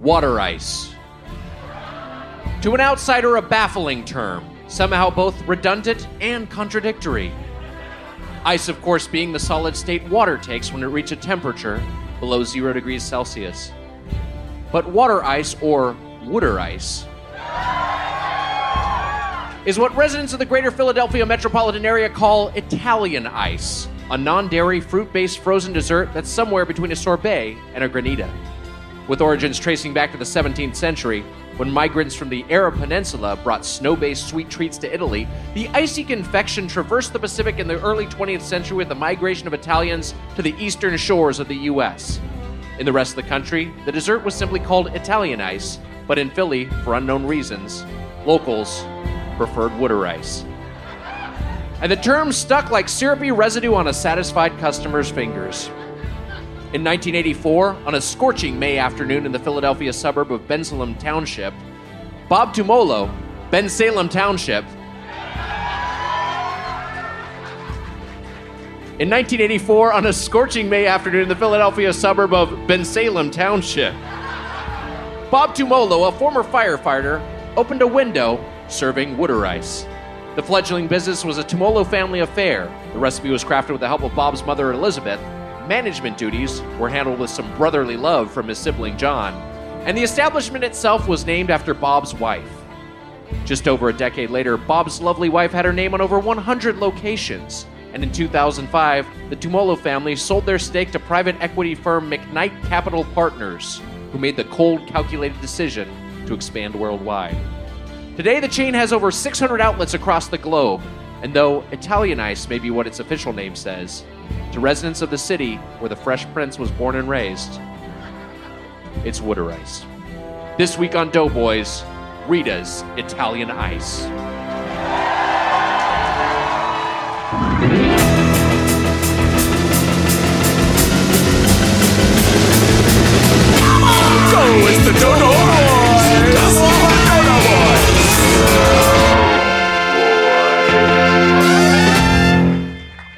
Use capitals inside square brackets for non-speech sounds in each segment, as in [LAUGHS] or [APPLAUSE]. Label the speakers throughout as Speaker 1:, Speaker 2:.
Speaker 1: water ice. To an outsider, a baffling term, somehow both redundant and contradictory. Ice, of course, being the solid state water takes when it reaches a temperature below zero degrees Celsius. But water ice, or water ice, is what residents of the greater Philadelphia metropolitan area call Italian ice, a non dairy, fruit based frozen dessert that's somewhere between a sorbet and a granita with origins tracing back to the 17th century when migrants from the Arab Peninsula brought snow based sweet treats to Italy. The icy confection traversed the Pacific in the early 20th century with the migration of Italians to the eastern shores of the U.S. In the rest of the country, the dessert was simply called Italian ice, but in Philly, for unknown reasons, locals preferred water ice. And the term stuck like syrupy residue on a satisfied customer's fingers. In 1984, on a scorching May afternoon in the Philadelphia suburb of Bensalem Township, Bob Tumolo, Ben Salem Township. In 1984, on a scorching May afternoon in the Philadelphia suburb of Bensalem Township, Bob Tumolo, a former firefighter, opened a window serving water ice. The fledgling business was a Tumolo family affair. The recipe was crafted with the help of Bob's mother, Elizabeth. Management duties were handled with some brotherly love from his sibling, John. And the establishment itself was named after Bob's wife. Just over a decade later, Bob's lovely wife had her name on over 100 locations. And in 2005, the Tumolo family sold their stake to private equity firm McKnight Capital Partners, who made the cold, calculated decision to expand worldwide. Today, the chain has over 600 outlets across the globe, and though Italian Ice may be what its official name says, to residents of the city where the Fresh Prince was born and raised, it's Water Ice. This week on Doughboys, Rita's Italian Ice.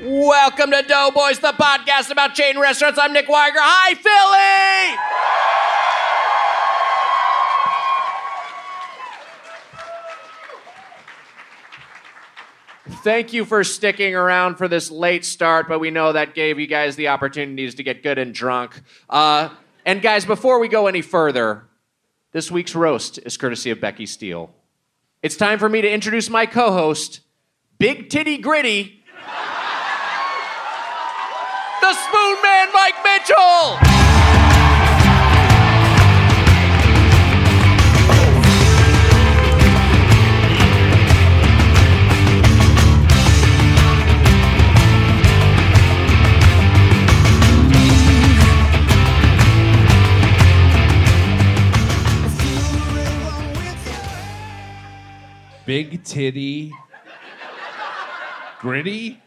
Speaker 1: Welcome to Doughboys, the podcast about chain restaurants. I'm Nick Weiger. Hi, Philly! Thank you for sticking around for this late start, but we know that gave you guys the opportunities to get good and drunk. Uh, and guys, before we go any further, this week's roast is courtesy of Becky Steele. It's time for me to introduce my co host, Big Titty Gritty, the Spoon Man, Mike Mitchell!
Speaker 2: Big titty. Gritty?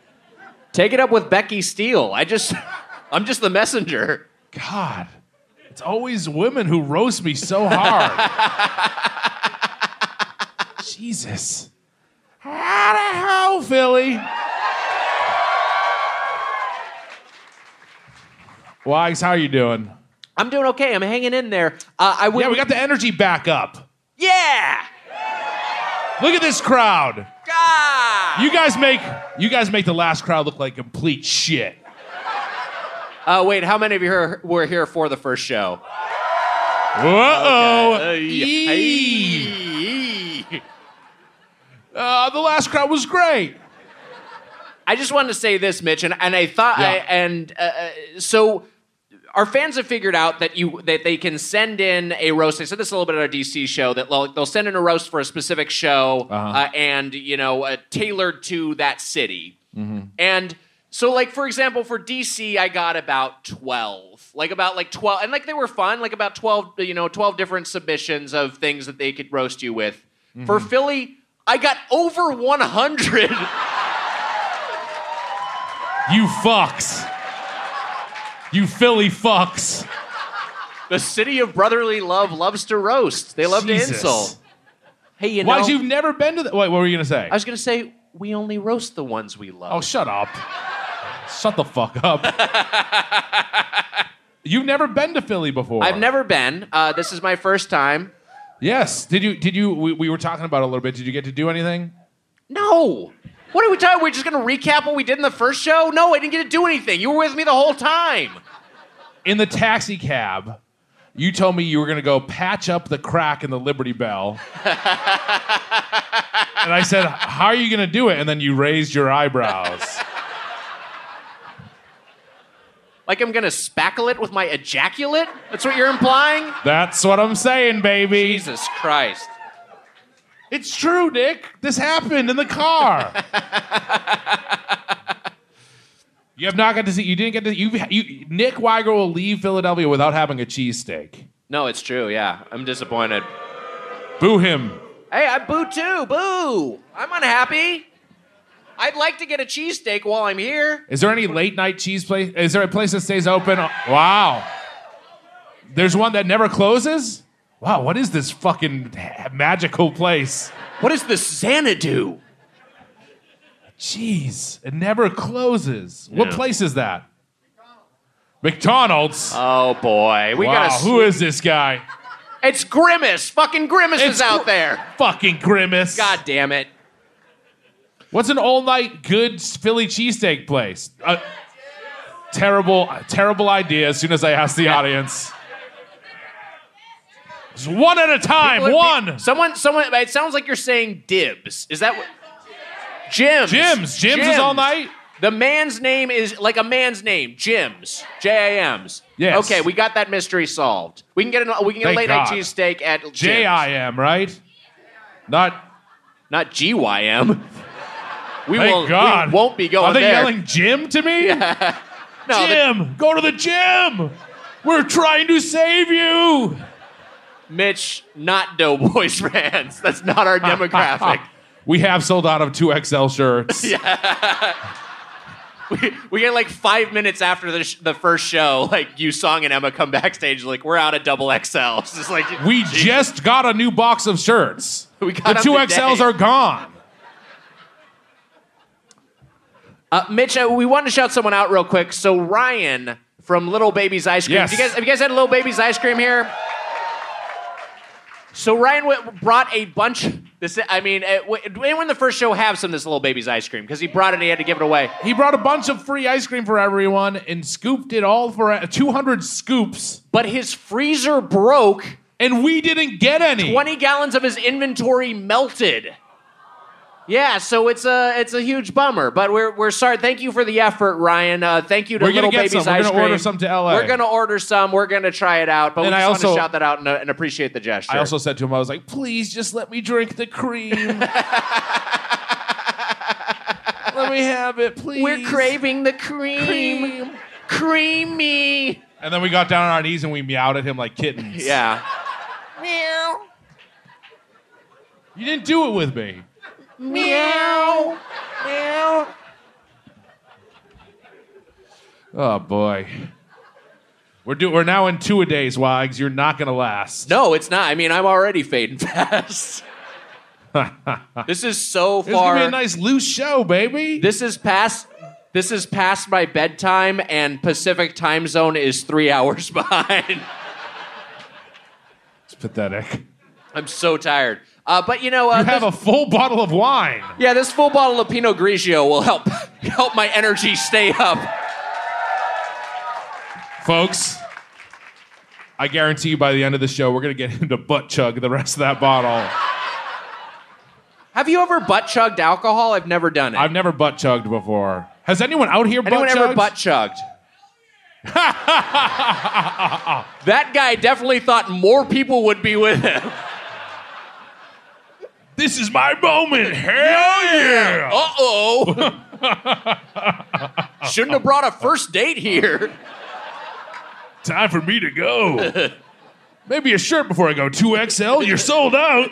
Speaker 1: Take it up with Becky Steele. I just, [LAUGHS] I'm just the messenger.
Speaker 2: God. It's always women who roast me so hard. Jesus. How the hell, Philly? Wags, how are you doing?
Speaker 1: I'm doing okay. I'm hanging in there. Uh, I would,
Speaker 2: Yeah, we got the energy back up.
Speaker 1: Yeah.
Speaker 2: Look at this crowd.
Speaker 1: God.
Speaker 2: You guys make you guys make the last crowd look like complete shit.
Speaker 1: Uh, wait, how many of you here- were here for the first show?
Speaker 2: Whoa.
Speaker 1: Uh, yeah.
Speaker 2: Eee. Uh, the last crowd was great.
Speaker 1: I just wanted to say this, Mitch, and, and I thought, I,
Speaker 2: Yeah.
Speaker 1: and uh, uh, so our fans have figured out that you that they can send in a roast. I said this a little bit at our DC show that they'll, they'll send in a roast for a specific show uh and you know uh, tailored to that city. And so, like for example, for DC, I got about twelve, like about like twelve, and like they were fun, like about twelve, you know, twelve different submissions of things that they could roast you with. For Philly, I got over one hundred. [LAUGHS]
Speaker 2: You fucks. You Philly fucks.
Speaker 1: The city of brotherly love loves to roast. They love
Speaker 2: Jesus.
Speaker 1: to insult. Hey, you know.
Speaker 2: Why'd you've never been to the Wait, what were you gonna say?
Speaker 1: I was gonna say we only roast the ones we love.
Speaker 2: Oh, shut up. Shut the fuck [LAUGHS] up. You've never been to Philly before.
Speaker 1: I've never been. Uh, this is my first time.
Speaker 2: Yes. Did you? Did you? We, we were talking about it a little bit. Did you get to do anything?
Speaker 1: No. What are we talking? We're just gonna recap what we did in the first show. No, I didn't get to do anything. You were with me the whole time.
Speaker 2: In the taxi cab, you told me you were gonna go patch up the crack in the Liberty [LAUGHS] Bell. and I said, "How are you gonna do it?" And then you raised your eyebrows.
Speaker 1: Like I'm gonna spackle it with my ejaculate. That's what you're implying.
Speaker 2: That's what I'm saying, baby.
Speaker 1: Jesus Christ.
Speaker 2: It's true, Nick. This happened in the
Speaker 1: [LAUGHS]
Speaker 2: car. you have not got to see. You didn't get to. You, you Nick Weiger will leave Philadelphia without having a cheesesteak.
Speaker 1: No, it's true. Yeah, I'm disappointed.
Speaker 2: Boo him.
Speaker 1: Hey, I boo too. Boo. I'm unhappy. I'd like to get a cheesesteak while I'm here.
Speaker 2: Is there any late night cheese place? Is there a place that stays open? Wow. There's one that never closes. Wow, what is this fucking magical place?
Speaker 1: What is this Xanadu?
Speaker 2: Jeez, it never closes. What
Speaker 1: Yeah.
Speaker 2: place is that? McDonald's.
Speaker 1: Oh boy, we
Speaker 2: wow,
Speaker 1: gotta.
Speaker 2: who is this guy?
Speaker 1: it's Grimace. Fucking Grimace
Speaker 2: It's
Speaker 1: is out
Speaker 2: Gr-
Speaker 1: there.
Speaker 2: Fucking grimace.
Speaker 1: God damn it.
Speaker 2: What's an all night good Philly cheesesteak place? Uh, terrible, terrible idea as soon as I asked the audience. Just one at a time. one.
Speaker 1: Someone. Someone. It sounds like you're saying dibs. Is that what? Jim's.
Speaker 2: Jim's. Jim's is all night?
Speaker 1: The man's name is like a man's name. Jim's. J A M's.
Speaker 2: Yes.
Speaker 1: Okay, we got that mystery solved. We can get an, we can get a
Speaker 2: Thank
Speaker 1: late night
Speaker 2: God.
Speaker 1: cheesesteak at Jim's.
Speaker 2: J I M, right? Not.
Speaker 1: Not G Y M. We
Speaker 2: Thank
Speaker 1: will.
Speaker 2: God.
Speaker 1: We won't be going
Speaker 2: Are they
Speaker 1: there.
Speaker 2: yelling Jim to me?
Speaker 1: no, the-
Speaker 2: Jim, go to the gym. We're trying to save you.
Speaker 1: Mitch, not Doughboys [LAUGHS] fans. That's not our
Speaker 2: [LAUGHS]
Speaker 1: demographic.
Speaker 2: We have sold out of two
Speaker 1: [LAUGHS]
Speaker 2: XL shirts.
Speaker 1: we, we get like five minutes after the, sh- the first show, like you, Song, and Emma come backstage, like we're out of double XLs. [LAUGHS] It's like
Speaker 2: We just got a new box of shirts.
Speaker 1: [LAUGHS] We got
Speaker 2: the
Speaker 1: them
Speaker 2: two
Speaker 1: today.
Speaker 2: XLs are gone.
Speaker 1: uh, Mitch, uh, we wanted to shout someone out real quick. So Ryan from Little Baby's Ice Cream.
Speaker 2: Yes.
Speaker 1: Do you guys, have you guys had Little Baby's Ice Cream here? So Ryan w- brought a bunch. This, I mean, uh, w- did anyone in the first show have some of this Little Baby's Ice Cream? Because he brought it, and he had to give it away.
Speaker 2: He brought a bunch of free ice cream for everyone and scooped it all for 200 scoops,
Speaker 1: But his freezer broke.
Speaker 2: and we didn't get any.
Speaker 1: 20 gallons of his inventory melted. Yeah, so it's a it's a huge bummer, but we're we're sorry. Thank you for the effort, Ryan. Uh, thank you to
Speaker 2: We're gonna
Speaker 1: Little
Speaker 2: get
Speaker 1: Baby's
Speaker 2: some. We're
Speaker 1: Ice
Speaker 2: gonna
Speaker 1: Cream.
Speaker 2: order some to LA.
Speaker 1: We're gonna order some. We're gonna try it out, but
Speaker 2: And
Speaker 1: we
Speaker 2: I
Speaker 1: just want
Speaker 2: also-
Speaker 1: to shout that out and, uh, and appreciate the gesture.
Speaker 2: I also said to him, I was like, please just let me drink the cream.
Speaker 1: [LAUGHS]
Speaker 2: let me have it, please.
Speaker 1: we're craving the cream,
Speaker 2: Cream.
Speaker 1: creamy.
Speaker 2: And then we got down on our knees and we meowed at him like kittens.
Speaker 1: Yeah,
Speaker 2: Meow. You didn't do it with me.
Speaker 1: meow, meow.
Speaker 2: Oh boy. We're do we're now in two a days, Wags. You're not gonna last.
Speaker 1: No, it's not. I mean, I'm already fading [LAUGHS]
Speaker 2: [LAUGHS]
Speaker 1: fast. this is so
Speaker 2: This is gonna
Speaker 1: far.
Speaker 2: be a nice loose show, baby.
Speaker 1: This is past. This is past my bedtime, and Pacific time zone is three [LAUGHS] hours behind.
Speaker 2: is pathetic.
Speaker 1: I'm so tired. Uh, but you know, uh,
Speaker 2: You have
Speaker 1: this-
Speaker 2: a full bottle of wine.
Speaker 1: yeah, this full bottle of Pinot Grigio will help [LAUGHS] help my energy stay up.
Speaker 2: Folks, I guarantee you by the end of the show, we're going to get him to butt chug the rest of that bottle.
Speaker 1: Have you ever butt chugged alcohol? I've never done it.
Speaker 2: I've never butt chugged before. Has anyone out here
Speaker 1: Anyone
Speaker 2: butt
Speaker 1: ever
Speaker 2: chugged?
Speaker 1: butt chugged? [LAUGHS] that guy definitely thought more people would be with him.
Speaker 2: this is my moment. Hell yeah.
Speaker 1: Uh oh.
Speaker 2: [LAUGHS]
Speaker 1: Shouldn't have brought a first date here.
Speaker 2: Time for me to go.
Speaker 1: [LAUGHS]
Speaker 2: Maybe a shirt before I go. 2XL, you're sold out.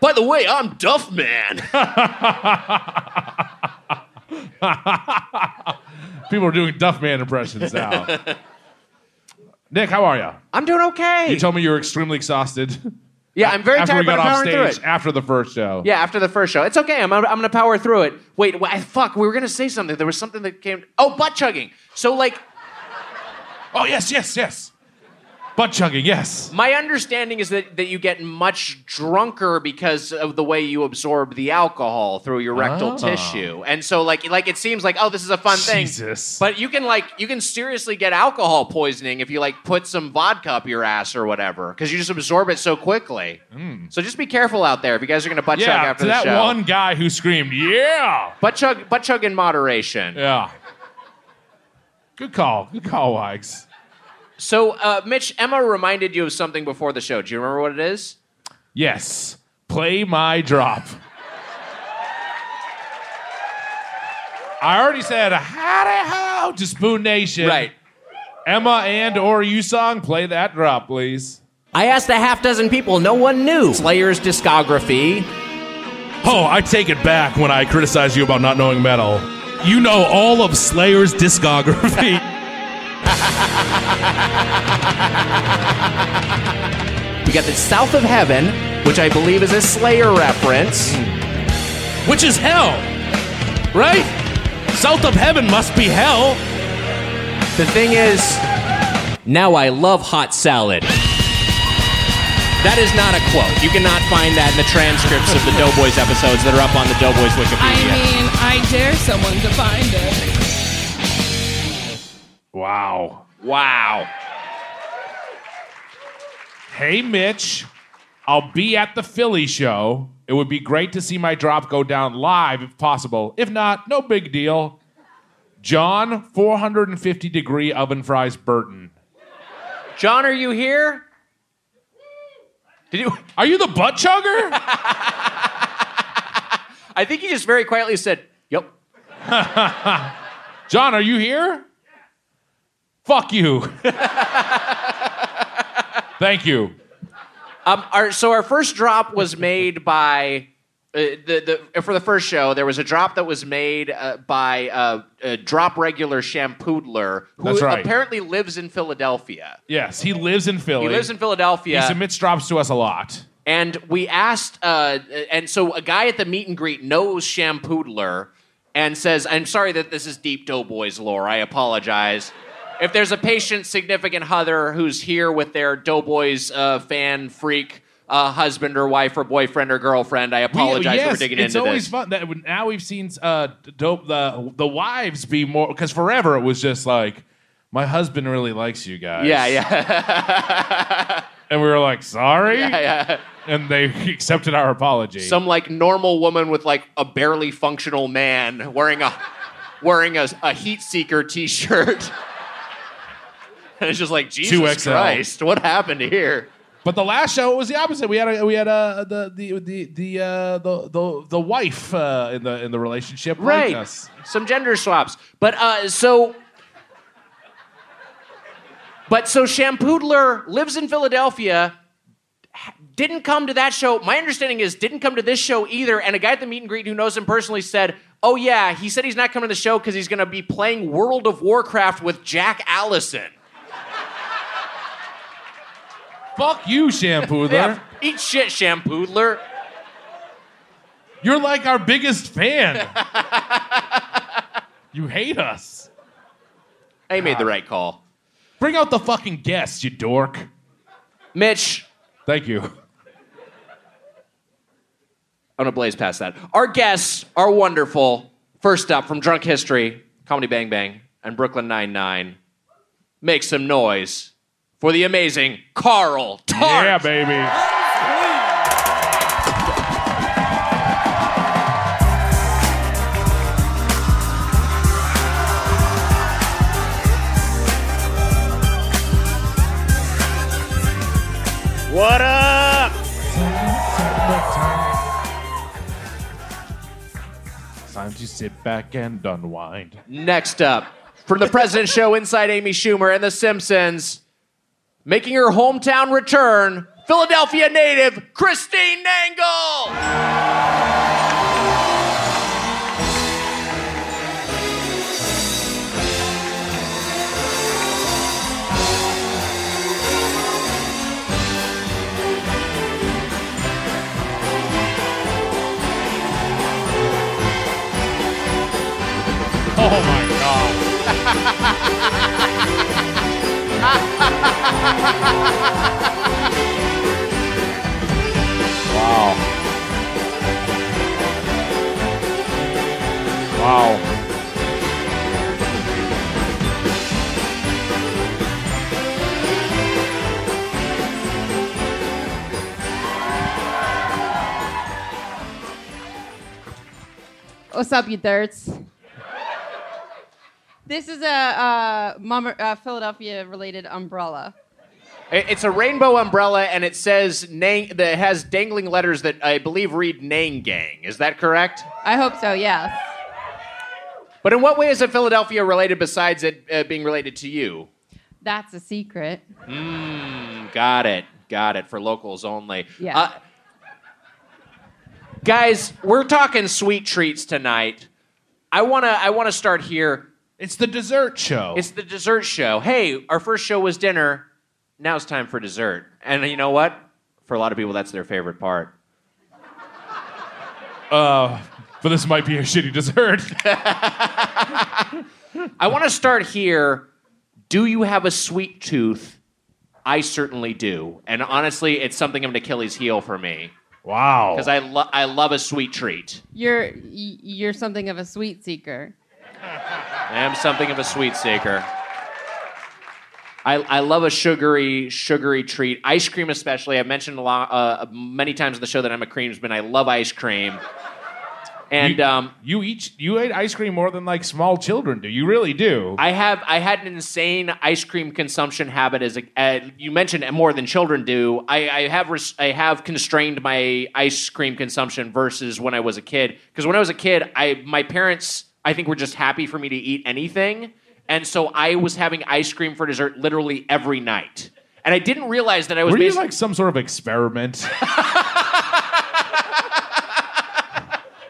Speaker 1: By the way, I'm Duff Man.
Speaker 2: People are doing Duff Man impressions now.
Speaker 1: [LAUGHS]
Speaker 2: Nick, how are you?
Speaker 1: [LAUGHS] I'm doing okay.
Speaker 2: You told me you were extremely exhausted.
Speaker 1: yeah, I'm very
Speaker 2: after
Speaker 1: tired,
Speaker 2: we got
Speaker 1: but I'm
Speaker 2: off
Speaker 1: powering through
Speaker 2: stage
Speaker 1: it.
Speaker 2: after the first show.
Speaker 1: Yeah, after the first show. It's okay. I'm, I'm going to power through it. Wait, wha- fuck. We were going to say something. There was something that came. Oh, butt chugging. So, like,
Speaker 2: Oh yes, yes, yes. Butt chugging, yes.
Speaker 1: my understanding is that, that you get much drunker because of the way you absorb the alcohol through your rectal
Speaker 2: Ah.
Speaker 1: tissue. And so, like, like it seems like, oh, this is a fun thing.
Speaker 2: Jesus.
Speaker 1: But you can, like, you can seriously get alcohol poisoning if you, like, put some vodka up your ass or whatever because you just absorb it so quickly. So just be careful out there if you guys are going to butt chug
Speaker 2: Hmm. yeah,
Speaker 1: after
Speaker 2: to
Speaker 1: the
Speaker 2: that
Speaker 1: show.
Speaker 2: one guy who screamed, "Yeah,
Speaker 1: Butt chug, butt chug in moderation.
Speaker 2: yeah." Good call, good call, Wags.
Speaker 1: So, uh, Mitch, Emma reminded you of something before the show. Do you remember what it is?
Speaker 2: Yes, play my drop. I already said howdy how to Spoon Nation. Emma and or you song, play that drop, please.
Speaker 3: I asked a half dozen people, no one knew. Slayer's discography.
Speaker 2: Oh, I take it back when I criticize you about not knowing metal. You know all of Slayer's discography. [LAUGHS]
Speaker 3: We got the South of Heaven,
Speaker 1: Which I believe is a Slayer reference.
Speaker 2: Hmm.
Speaker 3: which is hell, right? South of Heaven must be hell. The thing is, now I love hot salad. That is not a quote. You cannot find that in the transcripts of the Doughboys episodes that are up on the Doughboys
Speaker 4: I
Speaker 3: Wikipedia.
Speaker 4: mean, I dare someone to find it.
Speaker 2: wow.
Speaker 1: Wow.
Speaker 2: Hey, Mitch, I'll be at the Philly show. It would be great to see my drop go down live if possible. If not, no big deal. John, 450 degree oven fries Burton.
Speaker 1: John, are you here? Did you?
Speaker 2: Are you the butt chugger?
Speaker 1: I think you just very quietly said, "Yep."
Speaker 2: John, are you here? Fuck you. Thank you.
Speaker 1: Um, our, so our first drop was made by uh, the the for the first show. There was a drop that was made uh, by uh, uh, drop regular Shampoodler, who
Speaker 2: That's right.
Speaker 1: apparently lives in Philadelphia.
Speaker 2: Yes, he lives in Philly.
Speaker 1: He lives in Philadelphia.
Speaker 2: He submits drops to us a lot.
Speaker 1: And we asked, uh, and so a guy at the meet and greet knows Shampoodler and says, I'm sorry that this is deep Doughboys lore. I apologize. If there's a patient significant other who's here with their Doughboys uh, fan freak uh, husband or wife or boyfriend or girlfriend, I
Speaker 2: We- uh,
Speaker 1: apologize
Speaker 2: yes,
Speaker 1: for digging
Speaker 2: it's
Speaker 1: into
Speaker 2: always
Speaker 1: this.
Speaker 2: fun that when- now we've seen uh, d- dope the the wives be more because forever it was just like my husband really likes you guys.
Speaker 1: Yeah, yeah.
Speaker 2: And we were like, sorry. And they [LAUGHS] accepted our apology.
Speaker 1: Some like normal woman with like a barely functional man wearing a wearing a, a heat seeker t-shirt. [LAUGHS] and it's just like Jesus
Speaker 2: 2XL.
Speaker 1: Christ, what happened here?
Speaker 2: but the last show it was the opposite. We had a, we had a, the the the the, uh, the the the wife uh, in the in the relationship liked
Speaker 1: right
Speaker 2: us.
Speaker 1: some gender swaps but uh so but so shampoodler lives in philadelphia ha- didn't come to that show my understanding is didn't come to this show either and a guy at the meet and greet who knows him personally said oh yeah he said he's not coming to the show because he's going to be playing world of warcraft with jack allison
Speaker 2: Fuck you,
Speaker 1: [LAUGHS]
Speaker 2: Shampoodler.
Speaker 1: yeah, eat shit shampoodler
Speaker 2: You're like our biggest fan. you hate us.
Speaker 1: i made the right call
Speaker 2: Bring out the fucking guests, you dork.
Speaker 1: mitch
Speaker 2: Thank you.
Speaker 1: I'm gonna blaze past that. Our guests are wonderful. First up from Drunk History, Comedy Bang Bang, and Brooklyn Nine Nine. Make some noise for the amazing Carl Tart.
Speaker 2: Yeah, baby.
Speaker 5: What up?
Speaker 2: Time to sit back and unwind.
Speaker 1: Next up, from the President Show Inside Amy Schumer and The Simpsons, making her hometown return, Philadelphia native Christine Nangle.
Speaker 2: [LAUGHS] Oh my god. wow. Wow.
Speaker 6: What's up, you dirts? This is a uh, mom- uh, Philadelphia-related umbrella.
Speaker 1: It- It's a rainbow umbrella, and it says Nang- that has dangling letters that I believe read Nang Gang. Is that correct?
Speaker 6: I hope so. Yes.
Speaker 1: But in what way is it Philadelphia related besides it uh, being related to you?
Speaker 6: That's a secret.
Speaker 1: Got it. Got it. For locals only. Uh,
Speaker 6: Yeah.
Speaker 1: guys, we're talking sweet treats tonight. I wanna I wanna start here.
Speaker 2: It's the dessert show.
Speaker 1: It's the dessert show. Hey, our first show was dinner. Now it's time for dessert. And you know what? For a lot of people, that's their favorite part.
Speaker 2: but this might be a
Speaker 1: [LAUGHS]
Speaker 2: shitty dessert.
Speaker 1: I want to start here. Do you have a sweet tooth? I certainly do. And honestly, it's something of an Achilles heel for me
Speaker 2: wow.
Speaker 1: because I, lo- I love a sweet treat.
Speaker 6: You're y- you're something of a sweet seeker.
Speaker 1: I am something of a sweet seeker. I, I love a sugary, sugary treat. Ice cream, especially. I've mentioned a lot, uh, many times on the show that I'm a creamsman. I love ice cream. And
Speaker 2: you,
Speaker 1: um,
Speaker 2: you each you ate ice cream more than like small children do. You really do.
Speaker 1: I have I had an insane ice cream consumption habit as a, uh, you mentioned more than children do. I, I have res- I have constrained my ice cream consumption versus when I was a kid because when I was a kid, I my parents I think were just happy for me to eat anything, and so I was having ice cream for dessert literally every night, and I didn't realize that I was
Speaker 2: Were you
Speaker 1: basi-
Speaker 2: like some sort of [LAUGHS] experiment?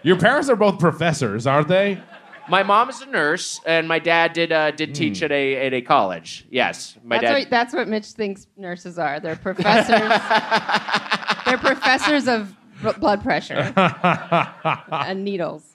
Speaker 2: Your parents are both professors, aren't they?
Speaker 1: my mom is a nurse and my dad did uh,
Speaker 2: Hmm.
Speaker 1: did teach at a at a college. Yes, my
Speaker 6: That's
Speaker 1: dad.
Speaker 6: what that's what Mitch thinks nurses are. They're
Speaker 2: [LAUGHS]
Speaker 6: professors. they're professors of b- blood
Speaker 2: [LAUGHS]
Speaker 6: pressure and needles.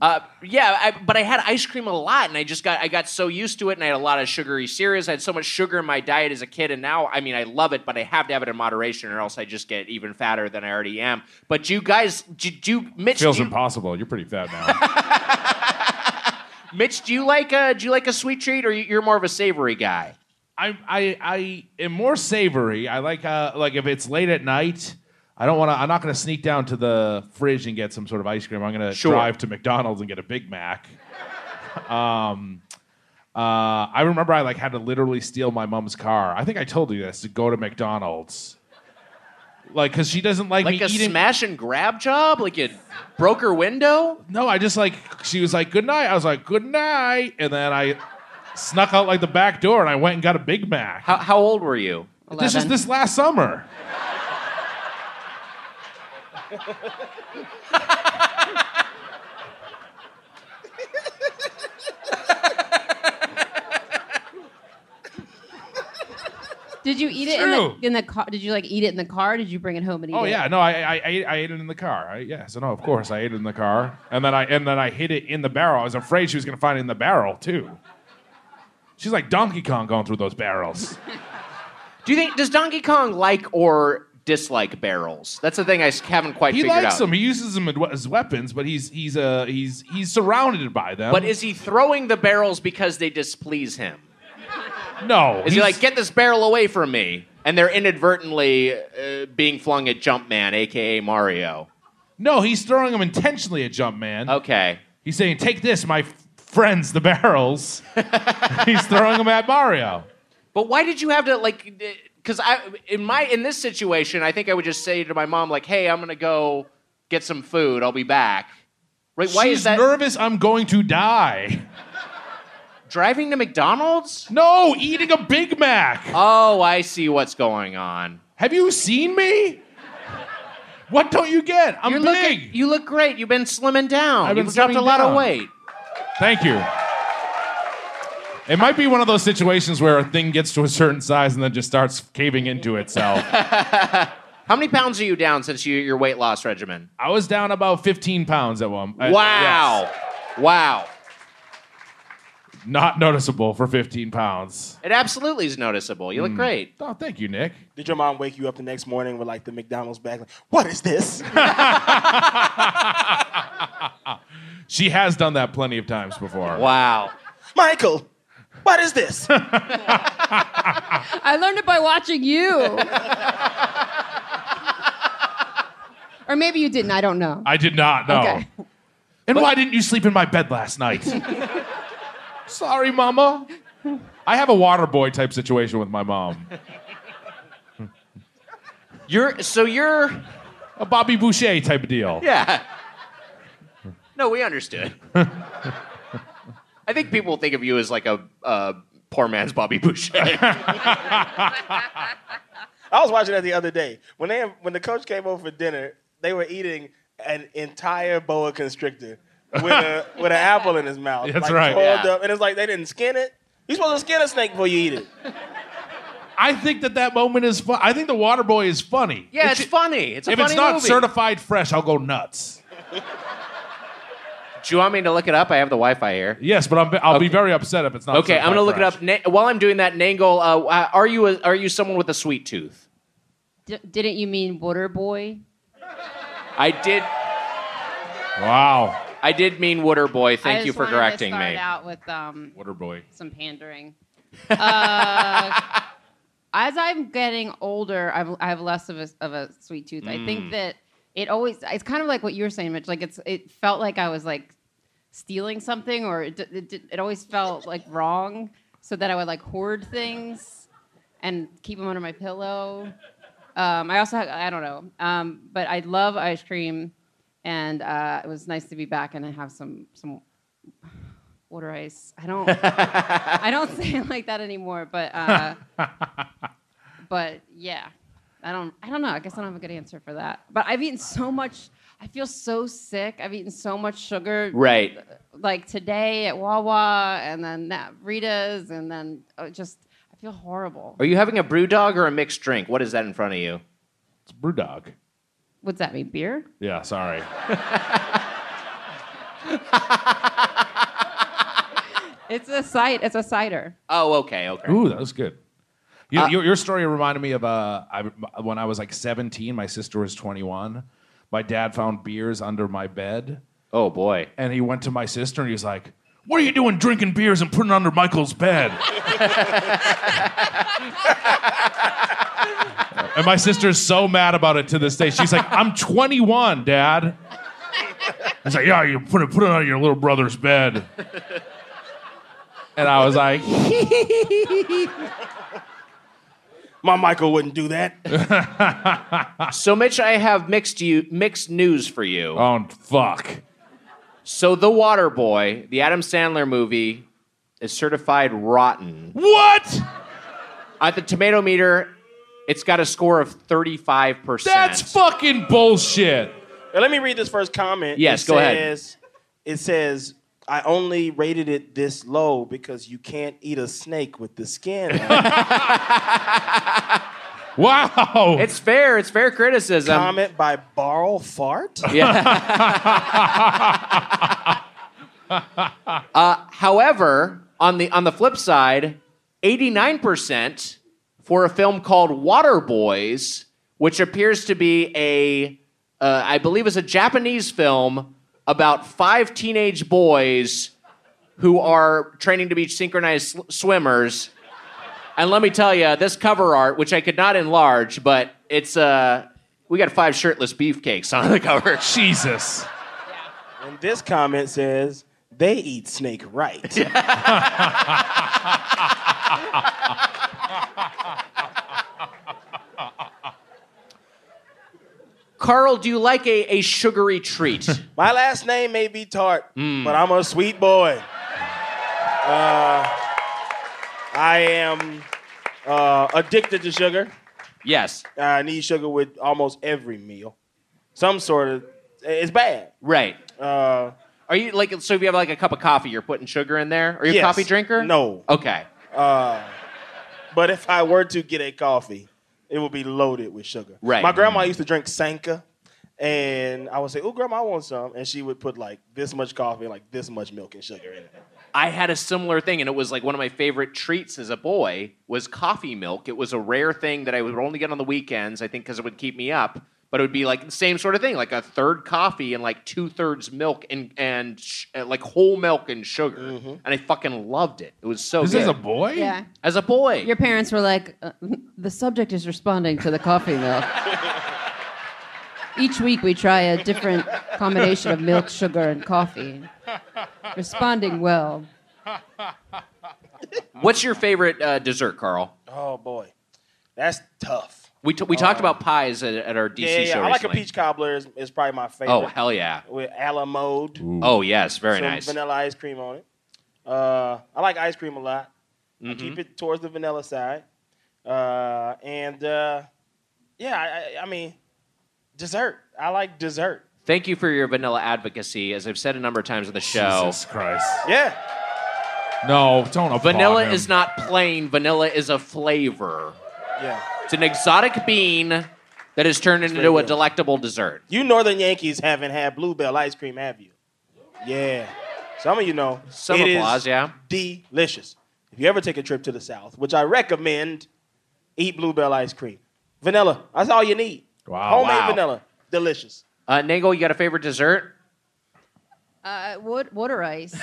Speaker 1: Uh, yeah, I, but I had ice cream a lot, and I just got I got so used to it, and I had a lot of sugary cereals. I had so much sugar in my diet as a kid, and now I mean I love it, but I have to have it in moderation, or else I just get even fatter than I already am. But you guys, do, do Mitch?
Speaker 2: Feels
Speaker 1: do, you-
Speaker 2: impossible. You're pretty fat now.
Speaker 1: Mitch, do you like a do you like a sweet treat, or you- you're more of a savory guy?
Speaker 2: I, I I am more savory. I like uh like if it's late at night, I don't want to. I'm not going to sneak down to the fridge and get some sort of ice cream. I'm going to
Speaker 1: Sure.
Speaker 2: drive to McDonald's and get a Big Mac. [LAUGHS] um, uh, I remember I like had to literally steal my mom's car. I think I told you this to go to McDonald's. Like, cause she doesn't like,
Speaker 1: Like a
Speaker 2: me eating.
Speaker 1: smash and grab job, like you broke her window.
Speaker 2: no, I just like she was like good night. I was like good night, and then I snuck out like the back door and I went and got a Big Mac.
Speaker 1: How how old were you?
Speaker 2: This is
Speaker 6: 11.
Speaker 2: this last summer.
Speaker 6: Did you eat it
Speaker 2: True.
Speaker 6: in the, in the car? Did you like eat it in the car? Did you bring it home and eat
Speaker 2: Oh
Speaker 6: it?
Speaker 2: yeah, no, I I, I, ate, I ate it in the car. I, yeah, so no, of course I ate it in the car, and then I and then I hid it in the barrel. I was afraid she was gonna find it in the barrel too.
Speaker 1: [LAUGHS]
Speaker 2: She's like Donkey Kong going through those barrels.
Speaker 1: Do you think does Donkey Kong like or dislike barrels. That's the thing I s- haven't quite
Speaker 2: He
Speaker 1: figured
Speaker 2: likes
Speaker 1: out.
Speaker 2: them. He uses them ad- as weapons, but he's he's uh he's he's surrounded by them.
Speaker 1: But is he throwing the barrels because they displease him?
Speaker 2: no?
Speaker 1: Is he
Speaker 2: he's-
Speaker 1: like, get this barrel away from me? And they're inadvertently uh, being flung at Jumpman, aka Mario.
Speaker 2: no? He's throwing them intentionally at Jumpman.
Speaker 1: Okay.
Speaker 2: He's saying, "Take this, my f- friends,
Speaker 1: [LAUGHS]
Speaker 2: the barrels." he's throwing them at Mario.
Speaker 1: But why did you have to like? Because I in my in this situation, I think I would just say to my mom like, "Hey, I'm gonna go get some food. I'll be back." Right? Why
Speaker 2: She's
Speaker 1: is that
Speaker 2: nervous? I'm going to die.
Speaker 1: driving to McDonald's?
Speaker 2: No, eating a Big Mac.
Speaker 1: Oh, I see what's going on.
Speaker 2: Have you seen me? What don't you get? I'm
Speaker 1: You're
Speaker 2: big.
Speaker 1: looking. You look great. You've been slimming down.
Speaker 2: I've been
Speaker 1: You've dropped a
Speaker 2: slimming
Speaker 1: lot
Speaker 2: down.
Speaker 1: of weight.
Speaker 2: Thank you. It might be one of those situations where a thing gets to a certain size and then just starts caving
Speaker 1: [LAUGHS]
Speaker 2: into itself.
Speaker 1: How many pounds are you down since you, your weight loss regimen?
Speaker 2: I was down about 15 pounds at one. at-
Speaker 1: wow, wow.
Speaker 2: yes. not noticeable for 15 pounds.
Speaker 1: It absolutely is noticeable. You look great.
Speaker 2: Oh, thank you, Nick.
Speaker 5: Did your mom wake you up the next morning with like the McDonald's bag? Like, what is this? [LAUGHS]
Speaker 2: She has done that plenty of times before.
Speaker 1: Wow.
Speaker 5: Michael, what is this?
Speaker 1: [LAUGHS]
Speaker 7: I learned it by watching [LAUGHS] you. or maybe you didn't. I don't know.
Speaker 2: I did not know.
Speaker 7: Okay.
Speaker 2: And why didn't you sleep in my bed last
Speaker 1: [LAUGHS]
Speaker 2: night? Sorry, Mama. I have a water boy type situation with my mom.
Speaker 1: You're so you're
Speaker 2: A Bobby Boucher type of deal.
Speaker 1: yeah. No, we understood. I think people think of you as like a, a poor man's Bobby
Speaker 2: [LAUGHS]
Speaker 1: Boucher.
Speaker 5: I was watching that the other day. When they when the coach came over for dinner, they were eating an entire boa constrictor
Speaker 1: [LAUGHS]
Speaker 5: with a with an apple in his mouth.
Speaker 2: That's
Speaker 5: like,
Speaker 2: right.
Speaker 5: Pulled
Speaker 1: Yeah.
Speaker 5: up, and it's like they didn't skin it. You supposed to skin a snake before you eat it.
Speaker 2: I think that that moment is fun. I think the water boy is funny.
Speaker 1: yeah, it's funny. It's a
Speaker 2: if
Speaker 1: funny
Speaker 2: it's not
Speaker 1: movie.
Speaker 2: certified fresh, I'll go nuts.
Speaker 1: Do you want me to look it up? I have the Wi-Fi here.
Speaker 2: Yes, but I'm, I'll be very upset if it's not.
Speaker 1: Okay, I'm gonna
Speaker 2: certified
Speaker 1: look it
Speaker 2: fresh.
Speaker 1: up Na- while I'm doing that. Nangle, uh, uh, are you a, are you someone with a sweet tooth?
Speaker 7: D- didn't you mean water boy?
Speaker 1: I did.
Speaker 2: Wow,
Speaker 1: I did mean Wooder boy.
Speaker 7: I
Speaker 1: Thank you
Speaker 7: just
Speaker 1: for
Speaker 7: wanted to
Speaker 1: correcting
Speaker 7: start
Speaker 1: me.
Speaker 7: out with um,
Speaker 2: water boy.
Speaker 7: some pandering. Uh, [LAUGHS] as I'm getting older, I've, I have less of a, of a sweet tooth. I
Speaker 1: Mm.
Speaker 7: think that it always, it's kind of like what you were saying, Mitch. Like it's, it felt like I was like stealing something or it, d- it, d- it always felt like wrong. So that I would like hoard things and keep them under my pillow. Um, I also, had, I don't know, um, but I love ice cream. And uh, it was nice to be back and have some, some water ice. I don't I don't say it like that anymore, but uh, but yeah. I don't I don't know. I guess I don't have a good answer for that. But I've eaten so much I feel so sick. I've eaten so much sugar
Speaker 1: Right.
Speaker 7: like today at Wawa and then at Rita's and then uh, just I feel horrible.
Speaker 1: Are you having a brew dog or a mixed drink? What is that in front of you?
Speaker 2: It's brew dog.
Speaker 7: What's that mean? Beer?
Speaker 2: Yeah, sorry.
Speaker 7: It's a cider. It's a cider.
Speaker 1: Oh, okay, okay.
Speaker 2: Ooh, that was good. You,
Speaker 1: Uh,
Speaker 2: your, your story reminded me of uh, I, when I was like 17. My sister was 21. My dad found beers under my bed,
Speaker 1: Oh boy.
Speaker 2: and he went to my sister and he was like, "What are you doing, drinking beers and putting under Michael's bed?" and my sister's so mad about it to this day. She's like, "I'm 21, Dad." He's like, "Yeah, you put it put it on your little brother's bed." And I was like,
Speaker 5: My Michael wouldn't do that.
Speaker 1: So Mitch, I have mixed you mixed news for you.
Speaker 2: "Oh fuck."
Speaker 1: So The Water Boy, the Adam Sandler movie, is certified rotten.
Speaker 2: What?
Speaker 1: At the tomato meter, it's got a score of 35%.
Speaker 2: That's fucking bullshit.
Speaker 5: Now, let me read this first comment.
Speaker 1: Yes,
Speaker 5: it
Speaker 1: go ahead.
Speaker 5: says, ahead. It says, I only rated it this low because you can't eat a snake with the skin. on it."
Speaker 2: Wow.
Speaker 1: It's fair, it's fair criticism.
Speaker 5: comment by Barl Fart.
Speaker 1: However, on the on the flip side, 89% for a film called Water Boys, which appears to be a, uh, I believe, is a Japanese film about five teenage boys who are training to be synchronized sl- swimmers. And let me tell you, this cover art, which I could not enlarge, but it's uh, we got five shirtless beefcakes on the [LAUGHS] cover.
Speaker 2: Jesus.
Speaker 5: And this comment says they eat snake right.
Speaker 1: Carl, do you like a, a sugary treat?
Speaker 5: My last name may be Tart, but I'm a sweet boy. Uh, I am uh, addicted to sugar.
Speaker 1: yes.
Speaker 5: I need sugar with almost every meal. Some sort of it's bad.
Speaker 1: Right.
Speaker 5: Uh,
Speaker 1: Are you like so? If you have like a cup of coffee, you're putting sugar in there. Are you
Speaker 5: Yes.
Speaker 1: a coffee drinker?
Speaker 5: No.
Speaker 1: Okay.
Speaker 5: but if I were to get a coffee, it would be loaded with sugar.
Speaker 1: Right.
Speaker 5: My grandma used to drink Sanka, and I would say, "Oh, grandma, I want some," and she would put like this much coffee, and, like this much milk and sugar in it.
Speaker 1: I had a similar thing, and it was like one of my favorite treats as a boy was coffee milk. It was a rare thing that I would only get on the weekends, I think, because it would keep me up. But it would be like the same sort of thing, like a third coffee and like two thirds milk and and sh- uh, like whole milk and sugar,
Speaker 5: Mm-hmm.
Speaker 1: and I fucking loved it. It was so
Speaker 2: This
Speaker 1: good.
Speaker 2: is a boy?
Speaker 6: Yeah.
Speaker 1: as a boy.
Speaker 6: Your parents were like, uh, the subject is responding to the coffee milk. Each week we try a different combination of milk, sugar, and coffee. Responding well.
Speaker 1: What's your favorite uh, dessert, Carl?
Speaker 5: Oh boy, that's tough.
Speaker 1: We t- we talked about pies at, at our DC
Speaker 5: Uh, Yeah, yeah,
Speaker 1: show.
Speaker 5: yeah. I like a
Speaker 1: recently.
Speaker 5: peach cobbler. Is, is probably my favorite.
Speaker 1: Oh hell yeah!
Speaker 5: With a la mode,
Speaker 1: Oh yes, very
Speaker 5: some
Speaker 1: nice.
Speaker 5: vanilla ice cream on it. Uh, I like ice cream a lot. I
Speaker 1: Mm-hmm.
Speaker 5: keep it towards the vanilla side, uh, and uh, yeah, I, I, I mean, dessert. I like dessert.
Speaker 1: Thank you for your vanilla advocacy. As I've said a number of times on the show,
Speaker 2: Jesus Christ.
Speaker 5: Yeah,
Speaker 2: No, don't applaud
Speaker 1: vanilla
Speaker 2: him.
Speaker 1: is not plain. Vanilla is a flavor.
Speaker 5: yeah.
Speaker 1: It's an exotic bean that is turned
Speaker 5: pretty
Speaker 1: into a
Speaker 5: good.
Speaker 1: delectable dessert.
Speaker 5: You Northern Yankees haven't had Bluebell ice cream, have you? Yeah. Some of you know.
Speaker 1: Some
Speaker 5: It is
Speaker 1: applause, yeah.
Speaker 5: Delicious. If you ever take a trip to the South, which I recommend, eat Bluebell ice cream. Vanilla. That's all you need.
Speaker 2: Wow.
Speaker 5: Homemade
Speaker 1: Wow.
Speaker 5: vanilla. Delicious.
Speaker 1: Uh, Nagel, you got a favorite dessert?
Speaker 6: Uh, wood, water ice.